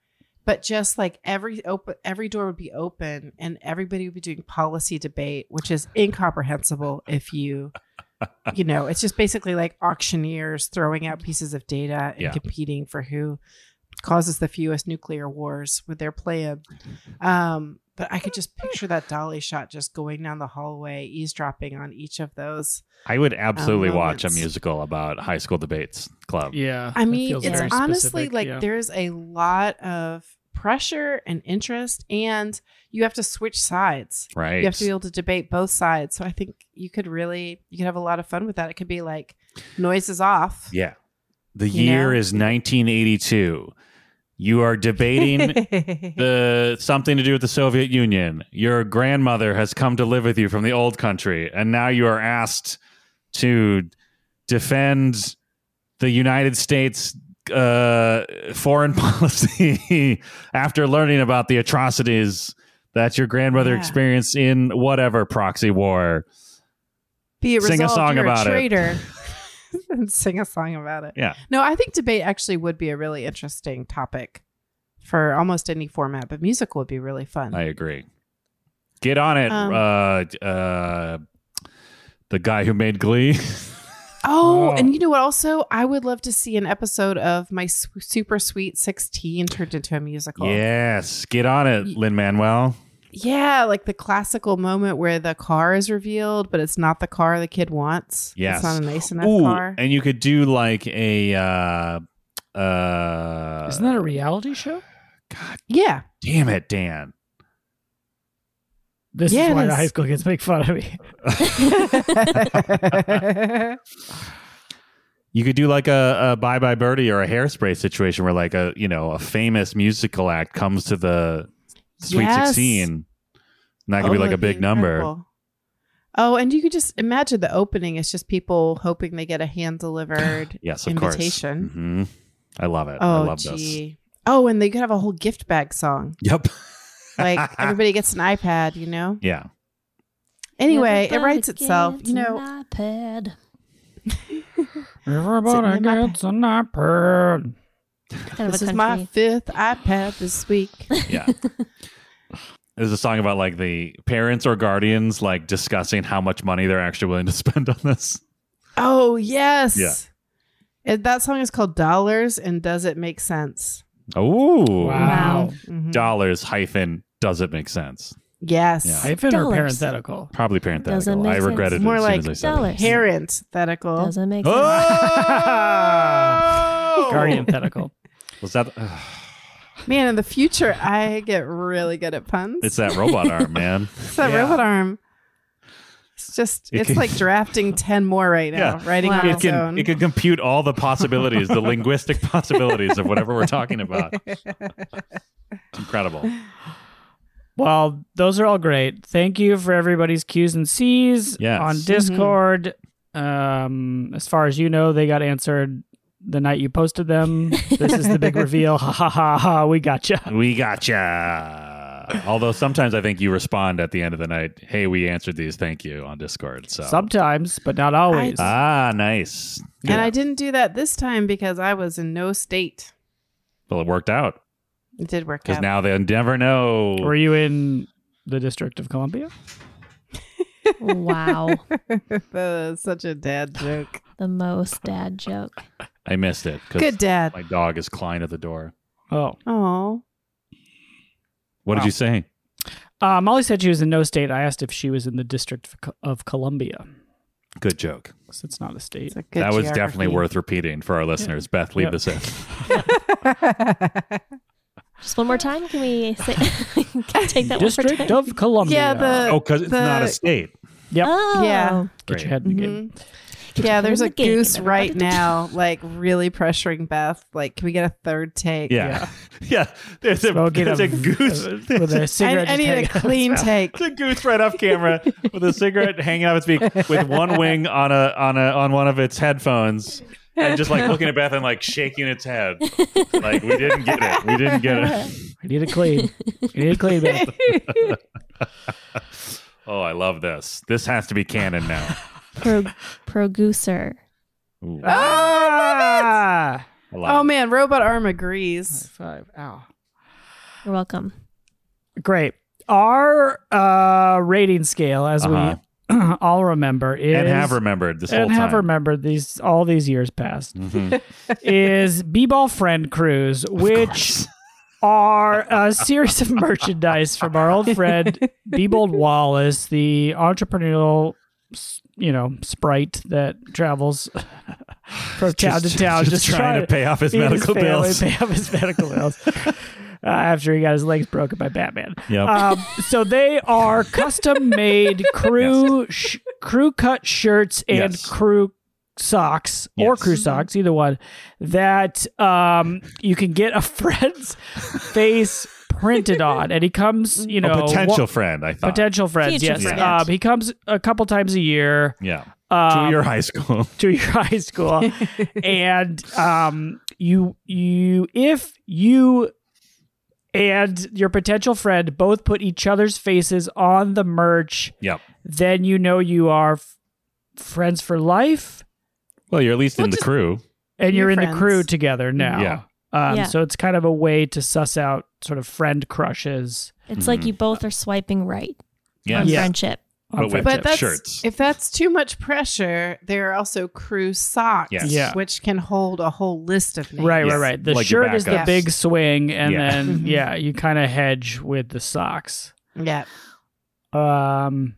Speaker 4: But just like every open, every door would be open, and everybody would be doing policy debate, which is incomprehensible
Speaker 2: [LAUGHS]
Speaker 4: if you, you know, it's just basically like auctioneers throwing out pieces of data and
Speaker 2: Yeah.
Speaker 4: competing for who causes the fewest nuclear wars with their plan. Um, but I could just picture that dolly shot just going down the hallway, eavesdropping on each of those.
Speaker 2: I would absolutely
Speaker 4: Um,
Speaker 2: watch a
Speaker 4: moments.
Speaker 2: musical about high school debates club.
Speaker 1: Yeah.
Speaker 4: I
Speaker 1: that
Speaker 4: mean,
Speaker 1: feels
Speaker 4: it's
Speaker 1: very
Speaker 4: honestly
Speaker 1: specific,
Speaker 4: like
Speaker 1: yeah.
Speaker 4: there's a lot of pressure and interest, and you have to switch sides.
Speaker 2: Right.
Speaker 4: You have to be able to debate both sides. So I think you could really, you could have a lot of fun with that. It could be like noise is off.
Speaker 2: yeah. The
Speaker 4: You
Speaker 2: year
Speaker 4: know?
Speaker 2: is 1982. You are
Speaker 4: [LAUGHS]
Speaker 2: debating the something to do with the Soviet Union. Your grandmother has come to live with you from the old country, and now you are asked to defend the United States uh, foreign [LAUGHS] policy after learning about the atrocities that your grandmother
Speaker 4: Yeah.
Speaker 2: experienced in whatever proxy war.
Speaker 4: be it
Speaker 2: Sing a
Speaker 4: resolved,
Speaker 2: song
Speaker 4: you're
Speaker 2: about it. [LAUGHS]
Speaker 4: a traitor. [LAUGHS] and sing a song about it.
Speaker 2: Yeah.
Speaker 4: No, I think debate actually would be a really interesting topic for almost any format, but musical would be really fun.
Speaker 2: I agree. Get on it,
Speaker 4: Um,
Speaker 2: uh, uh, the guy who made Glee.
Speaker 4: Oh,
Speaker 1: Oh.
Speaker 4: and you know what? Also, I would love to see an episode of my su- super sweet sixteen turned into a musical.
Speaker 2: yes, get on it, Lin Manuel.
Speaker 4: yeah, like the classical moment where the car is revealed, but it's not the car the kid wants.
Speaker 2: Yes.
Speaker 4: it's not a nice enough
Speaker 2: Ooh,
Speaker 4: car.
Speaker 2: and you could do like a uh uh
Speaker 1: Isn't that a reality show?
Speaker 4: yeah,
Speaker 2: damn it, Dan.
Speaker 1: This
Speaker 4: Yeah,
Speaker 1: is
Speaker 4: it
Speaker 1: why the
Speaker 4: is.
Speaker 1: high school kids make fun of me.
Speaker 3: [LAUGHS]
Speaker 2: You could do like a, a Bye Bye Birdie or a hairspray situation where like a you know, a famous musical act comes to the Sweet
Speaker 4: Yes.
Speaker 2: Sixteen. And that could
Speaker 4: Oh,
Speaker 2: be like a
Speaker 4: that'd
Speaker 2: big number.
Speaker 4: incredible. Oh, and you could just imagine the opening. It's just people hoping they get a hand delivered.
Speaker 2: Yes, of
Speaker 4: Invitation.
Speaker 2: course. hmm I love it. I
Speaker 4: oh,
Speaker 2: love this.
Speaker 4: gee. Oh, and they could have a whole gift bag song.
Speaker 2: Yep. [LAUGHS]
Speaker 4: Like everybody gets an iPad, you know.
Speaker 2: Yeah.
Speaker 4: Anyway, it
Speaker 3: Everybody
Speaker 4: writes itself.
Speaker 3: gets
Speaker 4: You know,
Speaker 3: an iPad.
Speaker 1: [LAUGHS] Everybody
Speaker 4: Sitting in my
Speaker 1: gets an iPad.
Speaker 3: Kind of
Speaker 4: This
Speaker 3: a
Speaker 4: is my
Speaker 3: country.
Speaker 4: [LAUGHS] fifth iPad this week.
Speaker 2: Yeah. There's a song about like the parents or guardians like discussing how much money they're actually willing to spend on this.
Speaker 4: Oh yes.
Speaker 2: Yeah.
Speaker 4: It, that song is called Dollars and Does It Make Sense?
Speaker 2: Oh,
Speaker 1: Wow.
Speaker 3: Hmm.
Speaker 4: Mhm.
Speaker 2: dollars hyphen does it make sense?
Speaker 4: yes.
Speaker 2: Yeah.
Speaker 1: I found her
Speaker 3: Dollars.
Speaker 1: parenthetical.
Speaker 2: Probably
Speaker 3: Doesn't
Speaker 2: parenthetical.
Speaker 3: make
Speaker 2: I
Speaker 3: sense.
Speaker 2: regretted it
Speaker 4: More
Speaker 2: as
Speaker 4: like
Speaker 2: soon as I said
Speaker 3: dollars.
Speaker 2: it.
Speaker 4: Parenthetical.
Speaker 3: Doesn't make
Speaker 2: Ah!
Speaker 3: sense.
Speaker 2: [LAUGHS] Oh!
Speaker 1: [LAUGHS] Guardianthetical.
Speaker 2: Was that?
Speaker 4: Man, in the future, I get really good at puns.
Speaker 2: It's that robot
Speaker 3: [LAUGHS]
Speaker 2: arm, man.
Speaker 4: It's that
Speaker 1: Yeah.
Speaker 4: robot arm. It's just,
Speaker 2: It
Speaker 4: it's
Speaker 2: can-
Speaker 4: like drafting 10 more right now,
Speaker 2: Yeah.
Speaker 4: writing on
Speaker 3: Wow.
Speaker 2: It
Speaker 4: its
Speaker 2: can
Speaker 4: own.
Speaker 2: it can compute all the possibilities, the
Speaker 3: [LAUGHS]
Speaker 2: linguistic possibilities of whatever we're talking about. It's incredible.
Speaker 1: Well, those are all great. Thank you for everybody's Q's and C's
Speaker 2: Yes.
Speaker 3: Mm-hmm.
Speaker 1: on Discord. Um, as far as you know, they got answered the night you posted them. this is
Speaker 3: [LAUGHS]
Speaker 1: the big reveal. Ha ha ha ha. We gotcha.
Speaker 2: We gotcha. Although sometimes I think you respond at the end of the night, "Hey, we answered these. Thank you" on Discord. So
Speaker 1: Sometimes, but not always.
Speaker 2: ah, nice.
Speaker 4: And I didn't do that this time because I was in no state.
Speaker 2: well, it worked out
Speaker 4: It did work
Speaker 2: because
Speaker 4: out.
Speaker 2: now they never know.
Speaker 1: Were you in the District of Columbia?
Speaker 3: [LAUGHS] wow.
Speaker 4: [LAUGHS] that was such a dad
Speaker 2: [SIGHS]
Speaker 4: joke.
Speaker 3: The most dad joke.
Speaker 2: I missed it because
Speaker 4: Good dad.
Speaker 2: my dog is clawing at the door.
Speaker 1: Oh.
Speaker 4: Oh,
Speaker 2: What
Speaker 1: Wow.
Speaker 2: did you say?
Speaker 1: Uh, Molly said she was in no state. I asked if she was in the District of Co- of Columbia.
Speaker 2: Good joke.
Speaker 1: 'cause it's not a
Speaker 4: it's
Speaker 1: state.
Speaker 4: a good
Speaker 2: that was
Speaker 4: geography.
Speaker 2: definitely worth repeating for our listeners. Beth, leave
Speaker 1: Yeah.
Speaker 2: this in.
Speaker 3: Just one more time. Can we say, [LAUGHS] can I take that one for
Speaker 1: District
Speaker 3: time?
Speaker 1: of Columbia.
Speaker 4: yeah, the.
Speaker 2: Oh, because it's
Speaker 4: the-
Speaker 2: not a state.
Speaker 3: Oh.
Speaker 4: Yeah.
Speaker 1: Get
Speaker 2: Great.
Speaker 1: your head in the game.
Speaker 4: Mhm. Yeah, there's a
Speaker 3: the game,
Speaker 4: goose right
Speaker 3: everybody.
Speaker 4: now, like really pressuring Beth. Like, can we get a third take?
Speaker 2: Yeah. [LAUGHS] Yeah. There's a,
Speaker 1: Smoking
Speaker 2: there's a
Speaker 1: a-
Speaker 2: goose.
Speaker 1: With
Speaker 2: There's
Speaker 4: [LAUGHS]
Speaker 1: a
Speaker 4: I,
Speaker 1: cigarette.
Speaker 4: I
Speaker 1: in
Speaker 4: need
Speaker 1: his [LAUGHS]
Speaker 4: a
Speaker 1: hand.
Speaker 4: clean take.
Speaker 2: a goose right off camera with a cigarette hanging out of its beak with one wing on a on a on one of its headphones and just like looking at Beth and like shaking its head. Like we didn't get it. We didn't get it.
Speaker 1: I need a clean. I need a clean. man.
Speaker 4: [LAUGHS]
Speaker 2: Oh, I love this. This has to be canon now.
Speaker 3: Pro, producer.
Speaker 2: Ooh,
Speaker 1: Ah!
Speaker 2: I love
Speaker 4: Oh
Speaker 2: it.
Speaker 4: man, Robot Arm agrees.
Speaker 1: Five. Ow.
Speaker 3: You're welcome.
Speaker 1: Great. Our uh, rating scale, as we [CLEARS THROAT] all remember, is
Speaker 2: Uh-huh. and have remembered this
Speaker 1: and
Speaker 2: whole
Speaker 1: have
Speaker 2: time.
Speaker 1: remembered these all these years past
Speaker 2: Mhm.
Speaker 1: [LAUGHS] is B-ball friend cruise, which [LAUGHS] are a series of merchandise from our old
Speaker 2: [LAUGHS]
Speaker 1: friend Beebold Wallace, the entrepreneurial, s- you know, sprite that
Speaker 2: [SIGHS]
Speaker 1: travels from town to town, just,
Speaker 2: trying to pay
Speaker 1: [LAUGHS]
Speaker 2: off his
Speaker 1: feed
Speaker 2: medical
Speaker 1: family,
Speaker 2: bills.
Speaker 1: Pay off his medical
Speaker 2: [LAUGHS]
Speaker 1: bills uh, after he got his legs broken by Batman.
Speaker 2: Yep.
Speaker 1: Um, so they
Speaker 2: [LAUGHS]
Speaker 1: are custom made crew sh- crew cut shirts and
Speaker 2: Yes.
Speaker 1: crew socks or
Speaker 2: Yes.
Speaker 1: crew socks, either one, that um, you can get a [LAUGHS] friend's face printed on, and he comes, you know,
Speaker 2: a potential
Speaker 1: wa-
Speaker 2: friend, I thought.
Speaker 1: potential friends.
Speaker 3: Future
Speaker 1: yes,
Speaker 3: friend.
Speaker 1: Um, he comes a couple times a year.
Speaker 2: yeah.
Speaker 1: Um,
Speaker 2: To your [LAUGHS] high school.
Speaker 1: to your [LAUGHS] high school and um you you if you and your potential friend both put each other's faces on the merch
Speaker 2: Yep.
Speaker 1: then you know you are f- friends for life
Speaker 2: Well, you're at least
Speaker 4: We'll
Speaker 2: in the
Speaker 4: just-
Speaker 2: crew.
Speaker 1: and
Speaker 4: New
Speaker 1: you're in
Speaker 4: friends.
Speaker 1: the crew together now
Speaker 2: Mm, Yeah.
Speaker 1: Um,
Speaker 3: Yeah.
Speaker 1: so it's kind of a way to suss out sort of friend crushes
Speaker 3: It's like you both are swiping right
Speaker 2: Hmm. Yes.
Speaker 3: on
Speaker 1: Yeah.
Speaker 3: friendship.
Speaker 1: on
Speaker 2: But with-
Speaker 1: friendship.
Speaker 4: But that's
Speaker 2: Shirts.
Speaker 4: if that's too much pressure, there are also crew socks,
Speaker 2: Yes.
Speaker 1: Yeah.
Speaker 4: which can hold a whole list of names.
Speaker 1: Right,
Speaker 2: Yeah.
Speaker 1: right, right. The
Speaker 2: Like your
Speaker 1: shirt is the
Speaker 4: backups.
Speaker 1: big swing, and
Speaker 2: Yeah.
Speaker 4: [LAUGHS]
Speaker 1: then
Speaker 4: Mhm.
Speaker 1: yeah, you kind of hedge with the socks.
Speaker 4: Yeah,
Speaker 1: Um,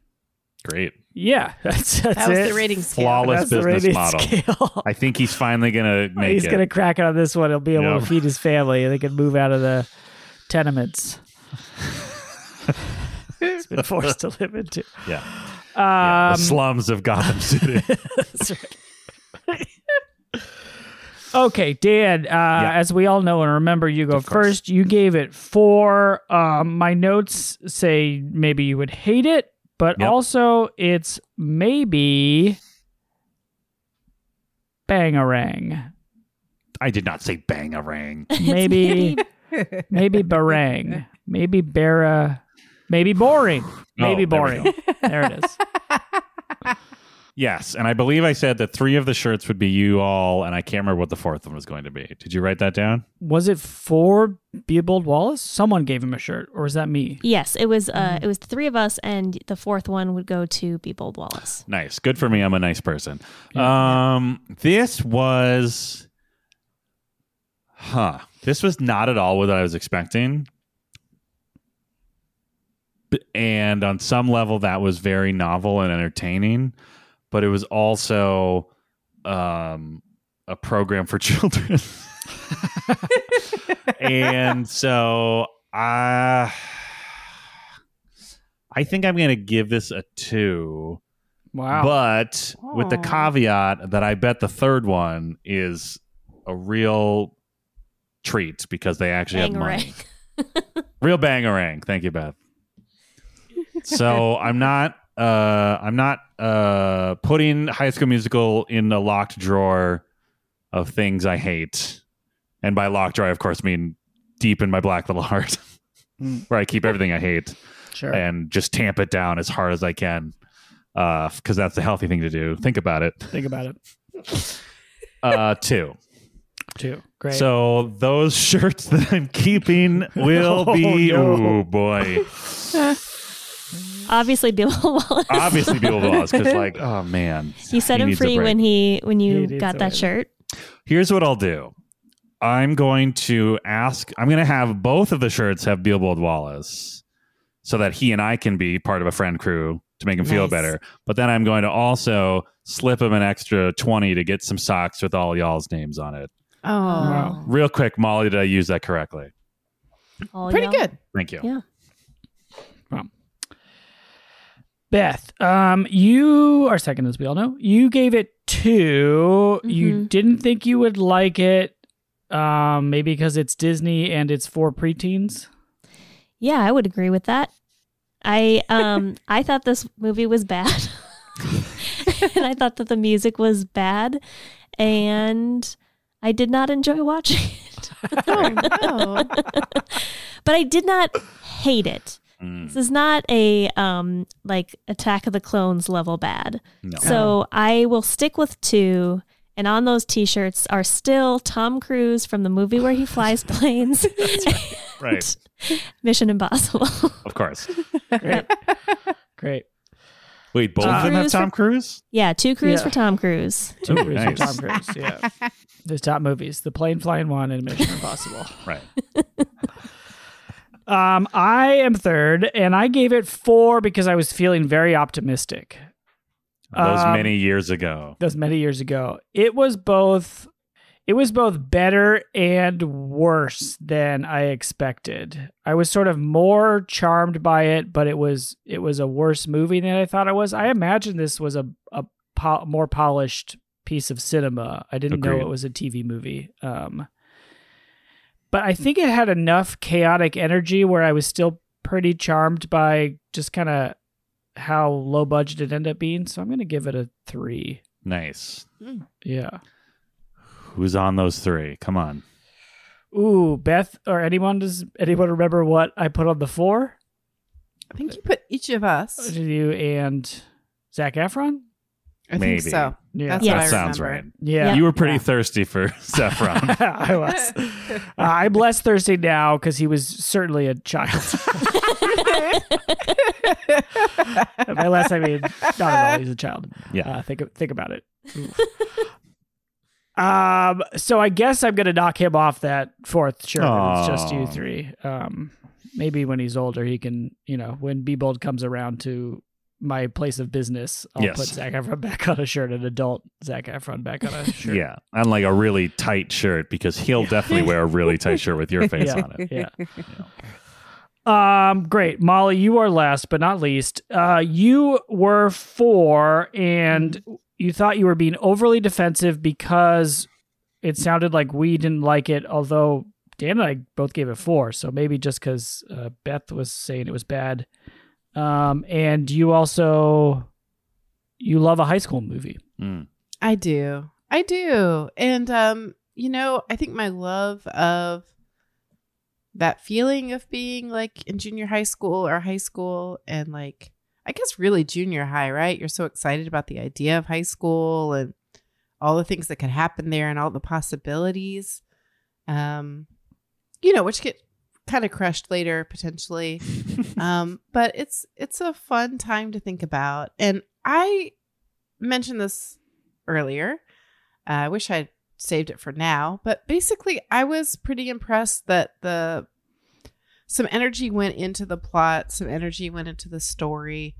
Speaker 2: Great.
Speaker 1: Yeah, [LAUGHS] that's, that's
Speaker 4: that was
Speaker 1: it.
Speaker 4: the rating scale.
Speaker 2: Flawless
Speaker 1: That's the
Speaker 2: business
Speaker 1: rating
Speaker 2: model.
Speaker 1: scale.
Speaker 2: I think he's finally gonna [LAUGHS] make
Speaker 1: [LAUGHS] He's
Speaker 2: it.
Speaker 1: gonna crack it on this one. He'll be able
Speaker 2: Yep.
Speaker 1: to feed his family, and they can move out of the tenements.
Speaker 2: [LAUGHS]
Speaker 1: He's been forced to live into.
Speaker 2: Yeah. Yeah,
Speaker 1: Um,
Speaker 2: the slums of Gotham City.
Speaker 1: that's right. [LAUGHS] okay, Dan. Uh, As we all know and remember, you go
Speaker 2: Of course.
Speaker 1: first. You gave it four. Um, my notes say maybe you would hate it, but
Speaker 2: Yep.
Speaker 1: also it's maybe bangarang,
Speaker 2: [LAUGHS] I did not say bangarang.
Speaker 3: It's
Speaker 1: Maybe- [LAUGHS] maybe barang, maybe bara, maybe boring, maybe
Speaker 2: Oh,
Speaker 1: [LAUGHS]
Speaker 2: there we
Speaker 1: boring. There it is.
Speaker 2: Yes, and I believe I said that three of the shirts would be you all, and I can't remember what the fourth one was going to be. Did you write that down?
Speaker 1: Was it for Beobold Wallace? Someone gave him a shirt, or was that me?
Speaker 3: Yes, it was. Uh,
Speaker 2: Hmm.
Speaker 3: it was the three of us, and the fourth one would go to Be Bold Wallace.
Speaker 2: Nice. Good for me. I'm a nice person. Um, this was, huh? This was not at all what I was expecting. B- And on some level, that was very novel and entertaining, but it was also um, a program for [LAUGHS] children. and so I, I think I'm going to give this a two.
Speaker 1: Wow.
Speaker 2: But with the
Speaker 4: Aw.
Speaker 2: caveat that I bet the third one is a real treat because they actually have money.
Speaker 3: Bangarang.
Speaker 2: Real bangarang. Thank you, Beth. so I'm not uh I'm not uh putting high school musical in the locked drawer of things I hate. And by locked drawer, I, of course, mean deep in my black little [LAUGHS] heart.
Speaker 1: Mm.
Speaker 2: where I keep everything I hate
Speaker 1: sure.
Speaker 2: and just tamp it down as hard as I can. Uh, because that's the healthy thing to do. Think about it.
Speaker 3: [LAUGHS]
Speaker 1: Think about it
Speaker 2: Uh, two.
Speaker 1: too. Great.
Speaker 2: So those [LAUGHS] shirts that I'm keeping
Speaker 3: [LAUGHS]
Speaker 2: will be.
Speaker 1: Oh,
Speaker 2: Oh,
Speaker 1: no.
Speaker 2: boy!
Speaker 3: [LAUGHS] Obviously, Be Bold [LAUGHS] Wallace.
Speaker 2: Obviously, people lost because like,
Speaker 3: [LAUGHS]
Speaker 2: oh man.
Speaker 3: you set
Speaker 2: He
Speaker 3: him
Speaker 2: needs a
Speaker 3: free
Speaker 2: break.
Speaker 3: when he when
Speaker 1: He
Speaker 3: you
Speaker 1: needs a
Speaker 3: got that
Speaker 1: break.
Speaker 3: shirt.
Speaker 2: Here's what I'll do. I'm going to ask. I'm going to have both of the shirts have Beelbold Wallace, so that he and I can be part of a friend crew to make him feel
Speaker 3: Nice.
Speaker 2: better. But then I'm going to also slip him an extra twenty to get some socks with all y'all's names on it.
Speaker 4: Oh,
Speaker 1: Wow.
Speaker 2: Real quick, Molly, did I use that correctly?
Speaker 3: All
Speaker 4: pretty
Speaker 3: y'all.
Speaker 4: good.
Speaker 2: Thank you.
Speaker 3: Yeah.
Speaker 1: Beth, um, you are second, as we all know. You gave it 2 You
Speaker 3: Mhm.
Speaker 1: didn't think you would like it, um, maybe because it's Disney and it's for preteens.
Speaker 3: Yeah, I would agree with that. I
Speaker 1: [LAUGHS]
Speaker 3: um I thought this movie was bad. [LAUGHS] and I thought that the music was bad and I did not enjoy watching it.
Speaker 4: Oh, no.
Speaker 3: But I did not hate it.
Speaker 2: Mm,
Speaker 3: This is not a um like Attack of the Clones level bad.
Speaker 2: no.
Speaker 3: So I will stick with two. And on those T-shirts are still Tom Cruise from the movie where
Speaker 2: [LAUGHS]
Speaker 3: he flies planes,
Speaker 2: right.
Speaker 3: [LAUGHS] Mission Impossible. [LAUGHS]
Speaker 2: Of course.
Speaker 1: Great. Great.
Speaker 2: Wait, both
Speaker 1: Tom
Speaker 2: of them have
Speaker 3: Cruise
Speaker 2: Tom Cruise?
Speaker 3: yeah, two Cruise
Speaker 1: Yeah.
Speaker 3: for Tom Cruise.
Speaker 1: Tom
Speaker 2: Ooh,
Speaker 1: Cruise
Speaker 2: nice.
Speaker 1: Tom Cruise. Yeah. His top movies The Plane Flying One and Mission Impossible.
Speaker 2: [LAUGHS] Right.
Speaker 1: Um, I am third, and I gave it four because I was feeling very optimistic.
Speaker 2: Those
Speaker 1: Um,
Speaker 2: many years ago.
Speaker 1: That's many years ago. It was both it was both better and worse than I expected. I was sort of more charmed by it, but it was it was a worse movie than I thought it was. I imagined this was a a po- more polished piece of cinema. I didn't know
Speaker 2: Agreed.
Speaker 1: it was a TV movie. Um but I think it had enough chaotic energy where I was still pretty charmed by just kind of how low budget it ended up being. So I'm going to give it a 3.
Speaker 2: Nice.
Speaker 1: Yeah.
Speaker 2: Who's on those three? Come on.
Speaker 1: Ooh, Beth or anyone does anyone remember what I put on the four?
Speaker 4: I think you put each of us.
Speaker 1: You and Zach Efron?
Speaker 4: I think
Speaker 2: Maybe.
Speaker 4: so.
Speaker 1: Yeah.
Speaker 4: That's
Speaker 3: Yeah.
Speaker 4: what
Speaker 2: that
Speaker 4: I
Speaker 2: sounds right.
Speaker 4: remember.
Speaker 1: yeah.
Speaker 2: You were pretty thirsty for [LAUGHS] Saffron.
Speaker 1: [LAUGHS] I was. Uh, I bless Thursday now because he was certainly a child. [LAUGHS] By last I mean not at all. He's a child.
Speaker 2: Yeah.
Speaker 1: Uh, think think about
Speaker 2: [LAUGHS]
Speaker 1: it. Oof. um. So I guess I'm gonna knock him off that fourth shirt. if It's just you
Speaker 2: Aw.
Speaker 1: three. Um. Maybe when he's older, he can. You know, when Beebold comes around to my place of business, I'll
Speaker 2: Yes.
Speaker 1: put Zach Efron back on a shirt. An adult Zach Efron back
Speaker 2: [LAUGHS]
Speaker 1: on a shirt.
Speaker 2: Yeah. And like a really tight shirt because he'll definitely wear a really tight shirt with
Speaker 4: [LAUGHS]
Speaker 2: your face
Speaker 1: Yeah.
Speaker 2: on it.
Speaker 1: yeah. [LAUGHS] Um, great, Molly. You are last but not least. Uh, you were four, and you thought you were being overly defensive because it sounded like we didn't like it. Although Dan and I both gave it four, so maybe just because uh, Beth was saying it was bad. Um, and you also you love a high school movie.
Speaker 4: [LAUGHS]
Speaker 2: Mm.
Speaker 4: I do. I do. And um, you know, I think my love of that feeling of being like in junior high school or high school and like I I guess really junior high, right? You're so excited about the idea of high school and all the things that could happen there and all the possibilities. Um, you know, which get kind of crushed later potentially. [LAUGHS] um, but it's it's a fun time to think about. And I mentioned this earlier. Uh, I wish I'd saved it for now, but basically I was pretty impressed that the some energy went into the plot, some energy went into the story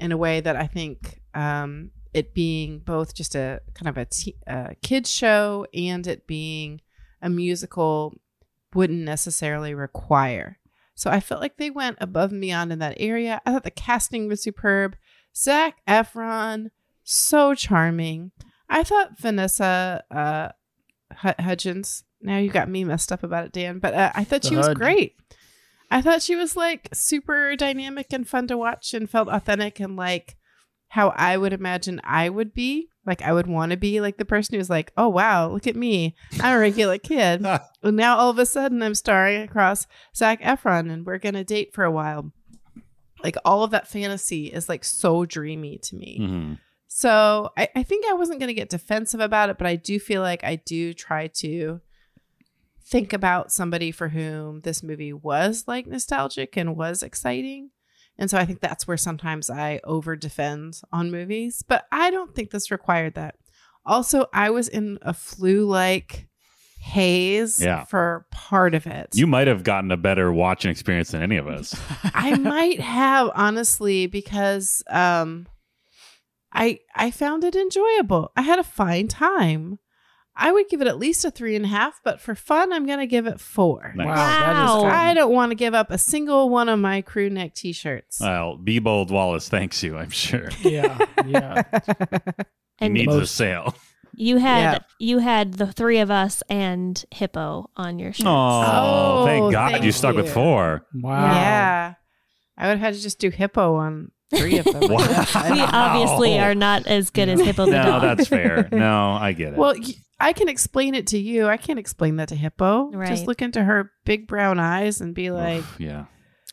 Speaker 4: in a way that I think um, it being both just a kind of a te- uh, kids show and it being a musical wouldn't necessarily require. So I felt like they went above and beyond in that area. I thought the casting was superb. Zach Efron, so charming. I thought Vanessa uh, Hu- Hudgens. Now you got me messed up about it, Dan. But uh, I thought
Speaker 1: The
Speaker 4: she was
Speaker 1: Hudge.
Speaker 4: great. I thought she was like super dynamic and fun to watch, and felt authentic and like how I would imagine I would be. Like I would want to be like the person who's like, "Oh wow, look at me! [LAUGHS] I'm a regular kid." And now all of a sudden I'm starring across Zach Efron and we're gonna date for a while. Like all of that fantasy is like so dreamy to me.
Speaker 2: Mhm.
Speaker 4: So I, I think I wasn't gonna get defensive about it, but I do feel like I do try to think about somebody for whom this movie was like nostalgic and was exciting. And so I think that's where sometimes I over defend on movies, but I don't think this required that. Also, I was in a flu like haze
Speaker 2: Yeah.
Speaker 4: for part of it.
Speaker 2: You might have gotten a better watching experience than any of
Speaker 4: [LAUGHS]
Speaker 2: us.
Speaker 4: I might have honestly because um I I found it enjoyable. I had a fine time. I would give it at least a three and a half, but for fun, I'm gonna give it four.
Speaker 2: Nice.
Speaker 3: Wow.
Speaker 4: I don't want to give up a single one of my crew neck t-shirts.
Speaker 2: Well, Be Bold Wallace thanks you, I'm sure.
Speaker 1: good. yeah, yeah.
Speaker 4: [LAUGHS]
Speaker 2: He
Speaker 3: And
Speaker 2: needs a
Speaker 1: Most-
Speaker 2: sale.
Speaker 3: you had
Speaker 4: Yeah.
Speaker 3: you had the three of us and Hippo on your shirt.
Speaker 2: Oh, thank
Speaker 4: Oh,
Speaker 2: God
Speaker 4: thank
Speaker 2: you stuck
Speaker 4: you.
Speaker 2: with four.
Speaker 1: Wow.
Speaker 4: yeah, I would have had to just do hippo on three of them.
Speaker 2: Wow.
Speaker 3: We obviously are not as good as Hippo the
Speaker 2: No,
Speaker 3: dog.
Speaker 2: that's fair.
Speaker 4: [LAUGHS]
Speaker 2: No, I get it.
Speaker 4: Well, y- I can explain it to you. I can't explain that to Hippo.
Speaker 3: Right.
Speaker 4: Just look into her big brown eyes and be
Speaker 2: Oof,
Speaker 4: like,
Speaker 2: yeah.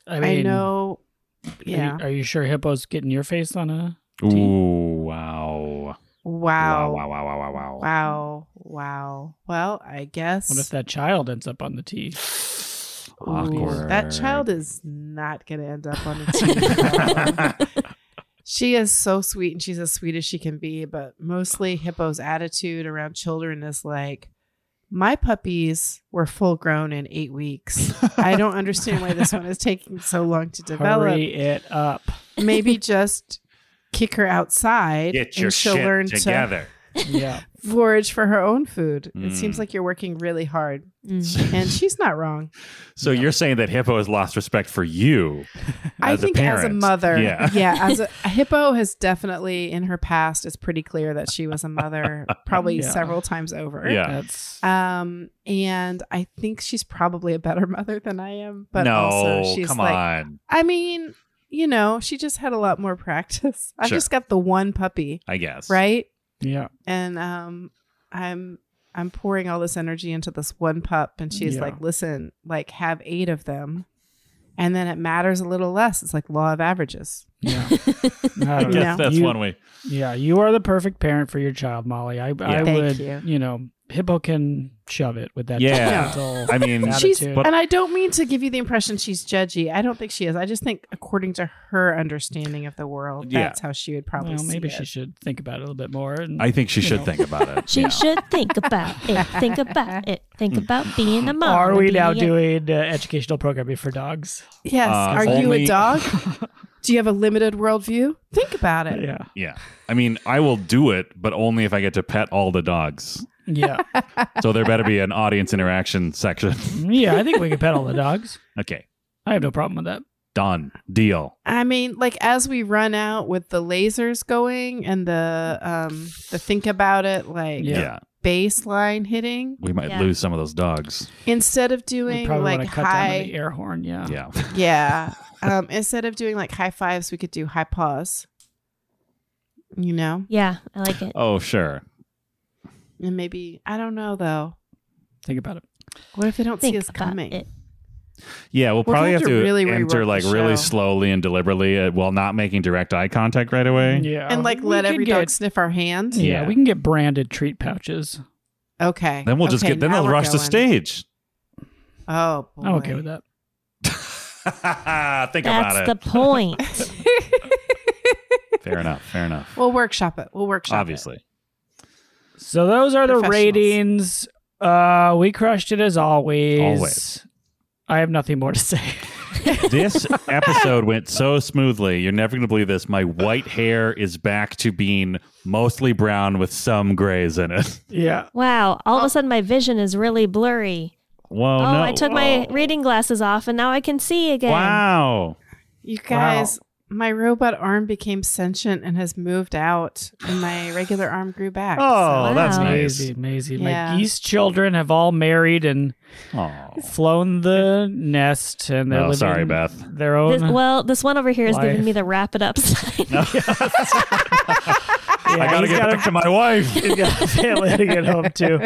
Speaker 1: I
Speaker 4: I,
Speaker 1: mean,
Speaker 4: know.
Speaker 1: Are you-
Speaker 4: Yeah.
Speaker 1: Are you, sure Hippo's getting your face on a?
Speaker 2: Ooh, wow.
Speaker 4: Wow.
Speaker 2: Wow, wow, wow, wow, wow, wow.
Speaker 4: Wow. Wow. Well, I guess
Speaker 1: What if that child ends up on the tee?
Speaker 4: Ooh,
Speaker 2: [SIGHS] Awkward.
Speaker 4: that child is not going to end up on
Speaker 1: [LAUGHS]
Speaker 4: a team. she is so sweet and she's as sweet as she can be, but mostly Hippo's attitude around children is like, my puppies were full grown in eight weeks.
Speaker 1: [LAUGHS]
Speaker 4: I don't understand why this one is taking so long to develop.
Speaker 1: Hurry it up.
Speaker 4: Maybe just kick her
Speaker 2: [LAUGHS]
Speaker 4: outside
Speaker 2: Get your
Speaker 4: and she'll
Speaker 2: shit
Speaker 4: learn to
Speaker 2: together. [LAUGHS]
Speaker 1: Yeah.
Speaker 4: forage for her own food. It
Speaker 2: Mm.
Speaker 4: seems like you're working really hard.
Speaker 3: Mm.
Speaker 4: and she's not wrong.
Speaker 2: So you're saying that Hippo has lost respect for you
Speaker 4: I
Speaker 2: as a
Speaker 4: think
Speaker 2: Uh, parent.
Speaker 4: as a mother, [LAUGHS]
Speaker 2: Yeah. [LAUGHS]
Speaker 4: as a, a hippo has definitely in her past, it's pretty clear that she was a mother
Speaker 2: [LAUGHS]
Speaker 4: probably
Speaker 1: Yeah.
Speaker 4: several times over.
Speaker 2: Yeah.
Speaker 1: That's
Speaker 4: Um, and I think she's probably a better [LAUGHS] mother than I am, but
Speaker 2: no,
Speaker 4: also she's
Speaker 2: come
Speaker 4: like,
Speaker 2: on.
Speaker 4: I mean, you know, she just had a lot more practice. I've
Speaker 2: Sure.
Speaker 4: just got the one puppy,
Speaker 2: I guess.
Speaker 4: right? [LAUGHS]
Speaker 1: yeah.
Speaker 4: and um i'm i'm pouring all this energy into this one pup and she's
Speaker 1: Yeah.
Speaker 4: like listen like have eight of them and then it matters a little less it's like law of averages
Speaker 1: Yeah.
Speaker 2: I
Speaker 1: don't
Speaker 2: guess
Speaker 1: know.
Speaker 4: Yeah.
Speaker 2: that's
Speaker 1: You-
Speaker 2: one way.
Speaker 1: Yeah, you are the perfect parent for your child, Molly. I, I
Speaker 4: Thank
Speaker 1: would,
Speaker 4: you.
Speaker 1: you. know, Hippo can shove it with that.
Speaker 2: Yeah.
Speaker 4: [LAUGHS]
Speaker 1: gentle
Speaker 2: I mean,
Speaker 1: attitude.
Speaker 4: she's and i don't mean to give you the impression she's judgy i don't think she is i just think according to her understanding of the world
Speaker 2: Yeah.
Speaker 4: that's how she would probably
Speaker 1: well,
Speaker 4: see
Speaker 1: maybe she
Speaker 4: it.
Speaker 1: should think about it a little bit more. And
Speaker 2: I think she
Speaker 1: You
Speaker 2: should
Speaker 1: know.
Speaker 2: think about it.
Speaker 3: She
Speaker 2: Yeah.
Speaker 3: should think about it. Think about it. Think about being a mom.
Speaker 1: are we
Speaker 3: and
Speaker 1: now
Speaker 3: being a-
Speaker 1: doing uh, educational programming for dogs?
Speaker 4: yes
Speaker 2: Uh,
Speaker 4: are you
Speaker 2: only-
Speaker 1: [LAUGHS]
Speaker 4: a dog do you have a limited worldview think about it
Speaker 1: Yeah,
Speaker 2: Yeah. I mean, I will do it, but only if I get to pet all the dogs.
Speaker 4: [LAUGHS]
Speaker 1: yeah,
Speaker 2: So there better be an audience interaction section. [LAUGHS]
Speaker 1: yeah. I think we can pet all the dogs.
Speaker 2: okay.
Speaker 1: I have no problem with that.
Speaker 2: Done. Deal.
Speaker 4: I mean, like as we run out with the lasers going and the um the think about it like
Speaker 1: Yeah.
Speaker 2: Yeah.
Speaker 4: baseline hitting,
Speaker 2: We might
Speaker 3: Yeah.
Speaker 2: lose some of those dogs.
Speaker 4: instead of
Speaker 1: We
Speaker 4: doing
Speaker 1: probably
Speaker 4: like
Speaker 1: want to cut down on
Speaker 4: high
Speaker 1: the air horn. Yeah,
Speaker 2: Yeah.
Speaker 1: [LAUGHS]
Speaker 4: yeah, um instead of doing like high fives, we could do high paws. You know,
Speaker 3: Yeah, I like it.
Speaker 2: Oh, sure.
Speaker 4: and maybe I don't know though.
Speaker 1: think about it.
Speaker 4: What if they don't
Speaker 3: Think
Speaker 4: see us
Speaker 3: about
Speaker 4: coming?
Speaker 3: it.
Speaker 2: Yeah, we'll
Speaker 4: We'll
Speaker 2: probably
Speaker 4: have
Speaker 2: have to,
Speaker 4: to really
Speaker 2: enter
Speaker 4: rework
Speaker 2: like
Speaker 4: the
Speaker 2: really
Speaker 4: show.
Speaker 2: slowly and deliberately uh, while not making direct eye contact right away.
Speaker 1: Yeah.
Speaker 4: and like
Speaker 1: Oh, we
Speaker 4: let
Speaker 1: could
Speaker 4: every
Speaker 1: get,
Speaker 4: dog sniff our hand.
Speaker 1: Yeah,
Speaker 2: Yeah.
Speaker 1: we can get branded treat pouches.
Speaker 4: Okay.
Speaker 2: Then we'll just
Speaker 4: Okay,
Speaker 2: get then
Speaker 4: now
Speaker 2: they'll
Speaker 4: we're
Speaker 2: rush the [LAUGHS]
Speaker 4: going.
Speaker 2: stage.
Speaker 4: Oh, boy.
Speaker 1: I'm okay with that.
Speaker 2: Think about
Speaker 3: That's the
Speaker 2: it.
Speaker 3: point.
Speaker 2: [LAUGHS] fair enough. Fair enough.
Speaker 4: We'll workshop it. We'll workshop it.
Speaker 2: Obviously.
Speaker 1: So those are the
Speaker 4: Professionals.
Speaker 1: ratings. Uh, we crushed it as always.
Speaker 2: Always.
Speaker 1: I have nothing more to [LAUGHS] say.
Speaker 2: this episode went so smoothly. You're never going to believe this. My white hair is back to being mostly brown with some grays in it.
Speaker 1: yeah.
Speaker 3: Wow. All of a sudden, my vision is really blurry.
Speaker 2: Whoa,
Speaker 3: Oh,
Speaker 2: no.
Speaker 3: I took my reading glasses off and now I can see again.
Speaker 2: Wow.
Speaker 4: You guys, my robot arm became sentient and has moved out, and my regular arm grew back.
Speaker 2: Oh, that's
Speaker 3: Wow.
Speaker 2: nice.
Speaker 1: Amazing, amazing.
Speaker 4: Yeah.
Speaker 1: Like these children have all married and
Speaker 2: Oh,
Speaker 1: flown the nest, and they're
Speaker 2: oh
Speaker 1: living
Speaker 2: sorry, Beth.
Speaker 1: their own.
Speaker 3: This,
Speaker 1: [LAUGHS]
Speaker 3: well, this one over here is
Speaker 1: Life.
Speaker 3: giving me the wrap it up [LAUGHS] sign.
Speaker 1: Yeah,
Speaker 2: I got to
Speaker 1: he's
Speaker 2: get
Speaker 1: got
Speaker 2: back to my wife.
Speaker 1: [LAUGHS] a- he's got a family to get home
Speaker 2: [LAUGHS]
Speaker 1: too.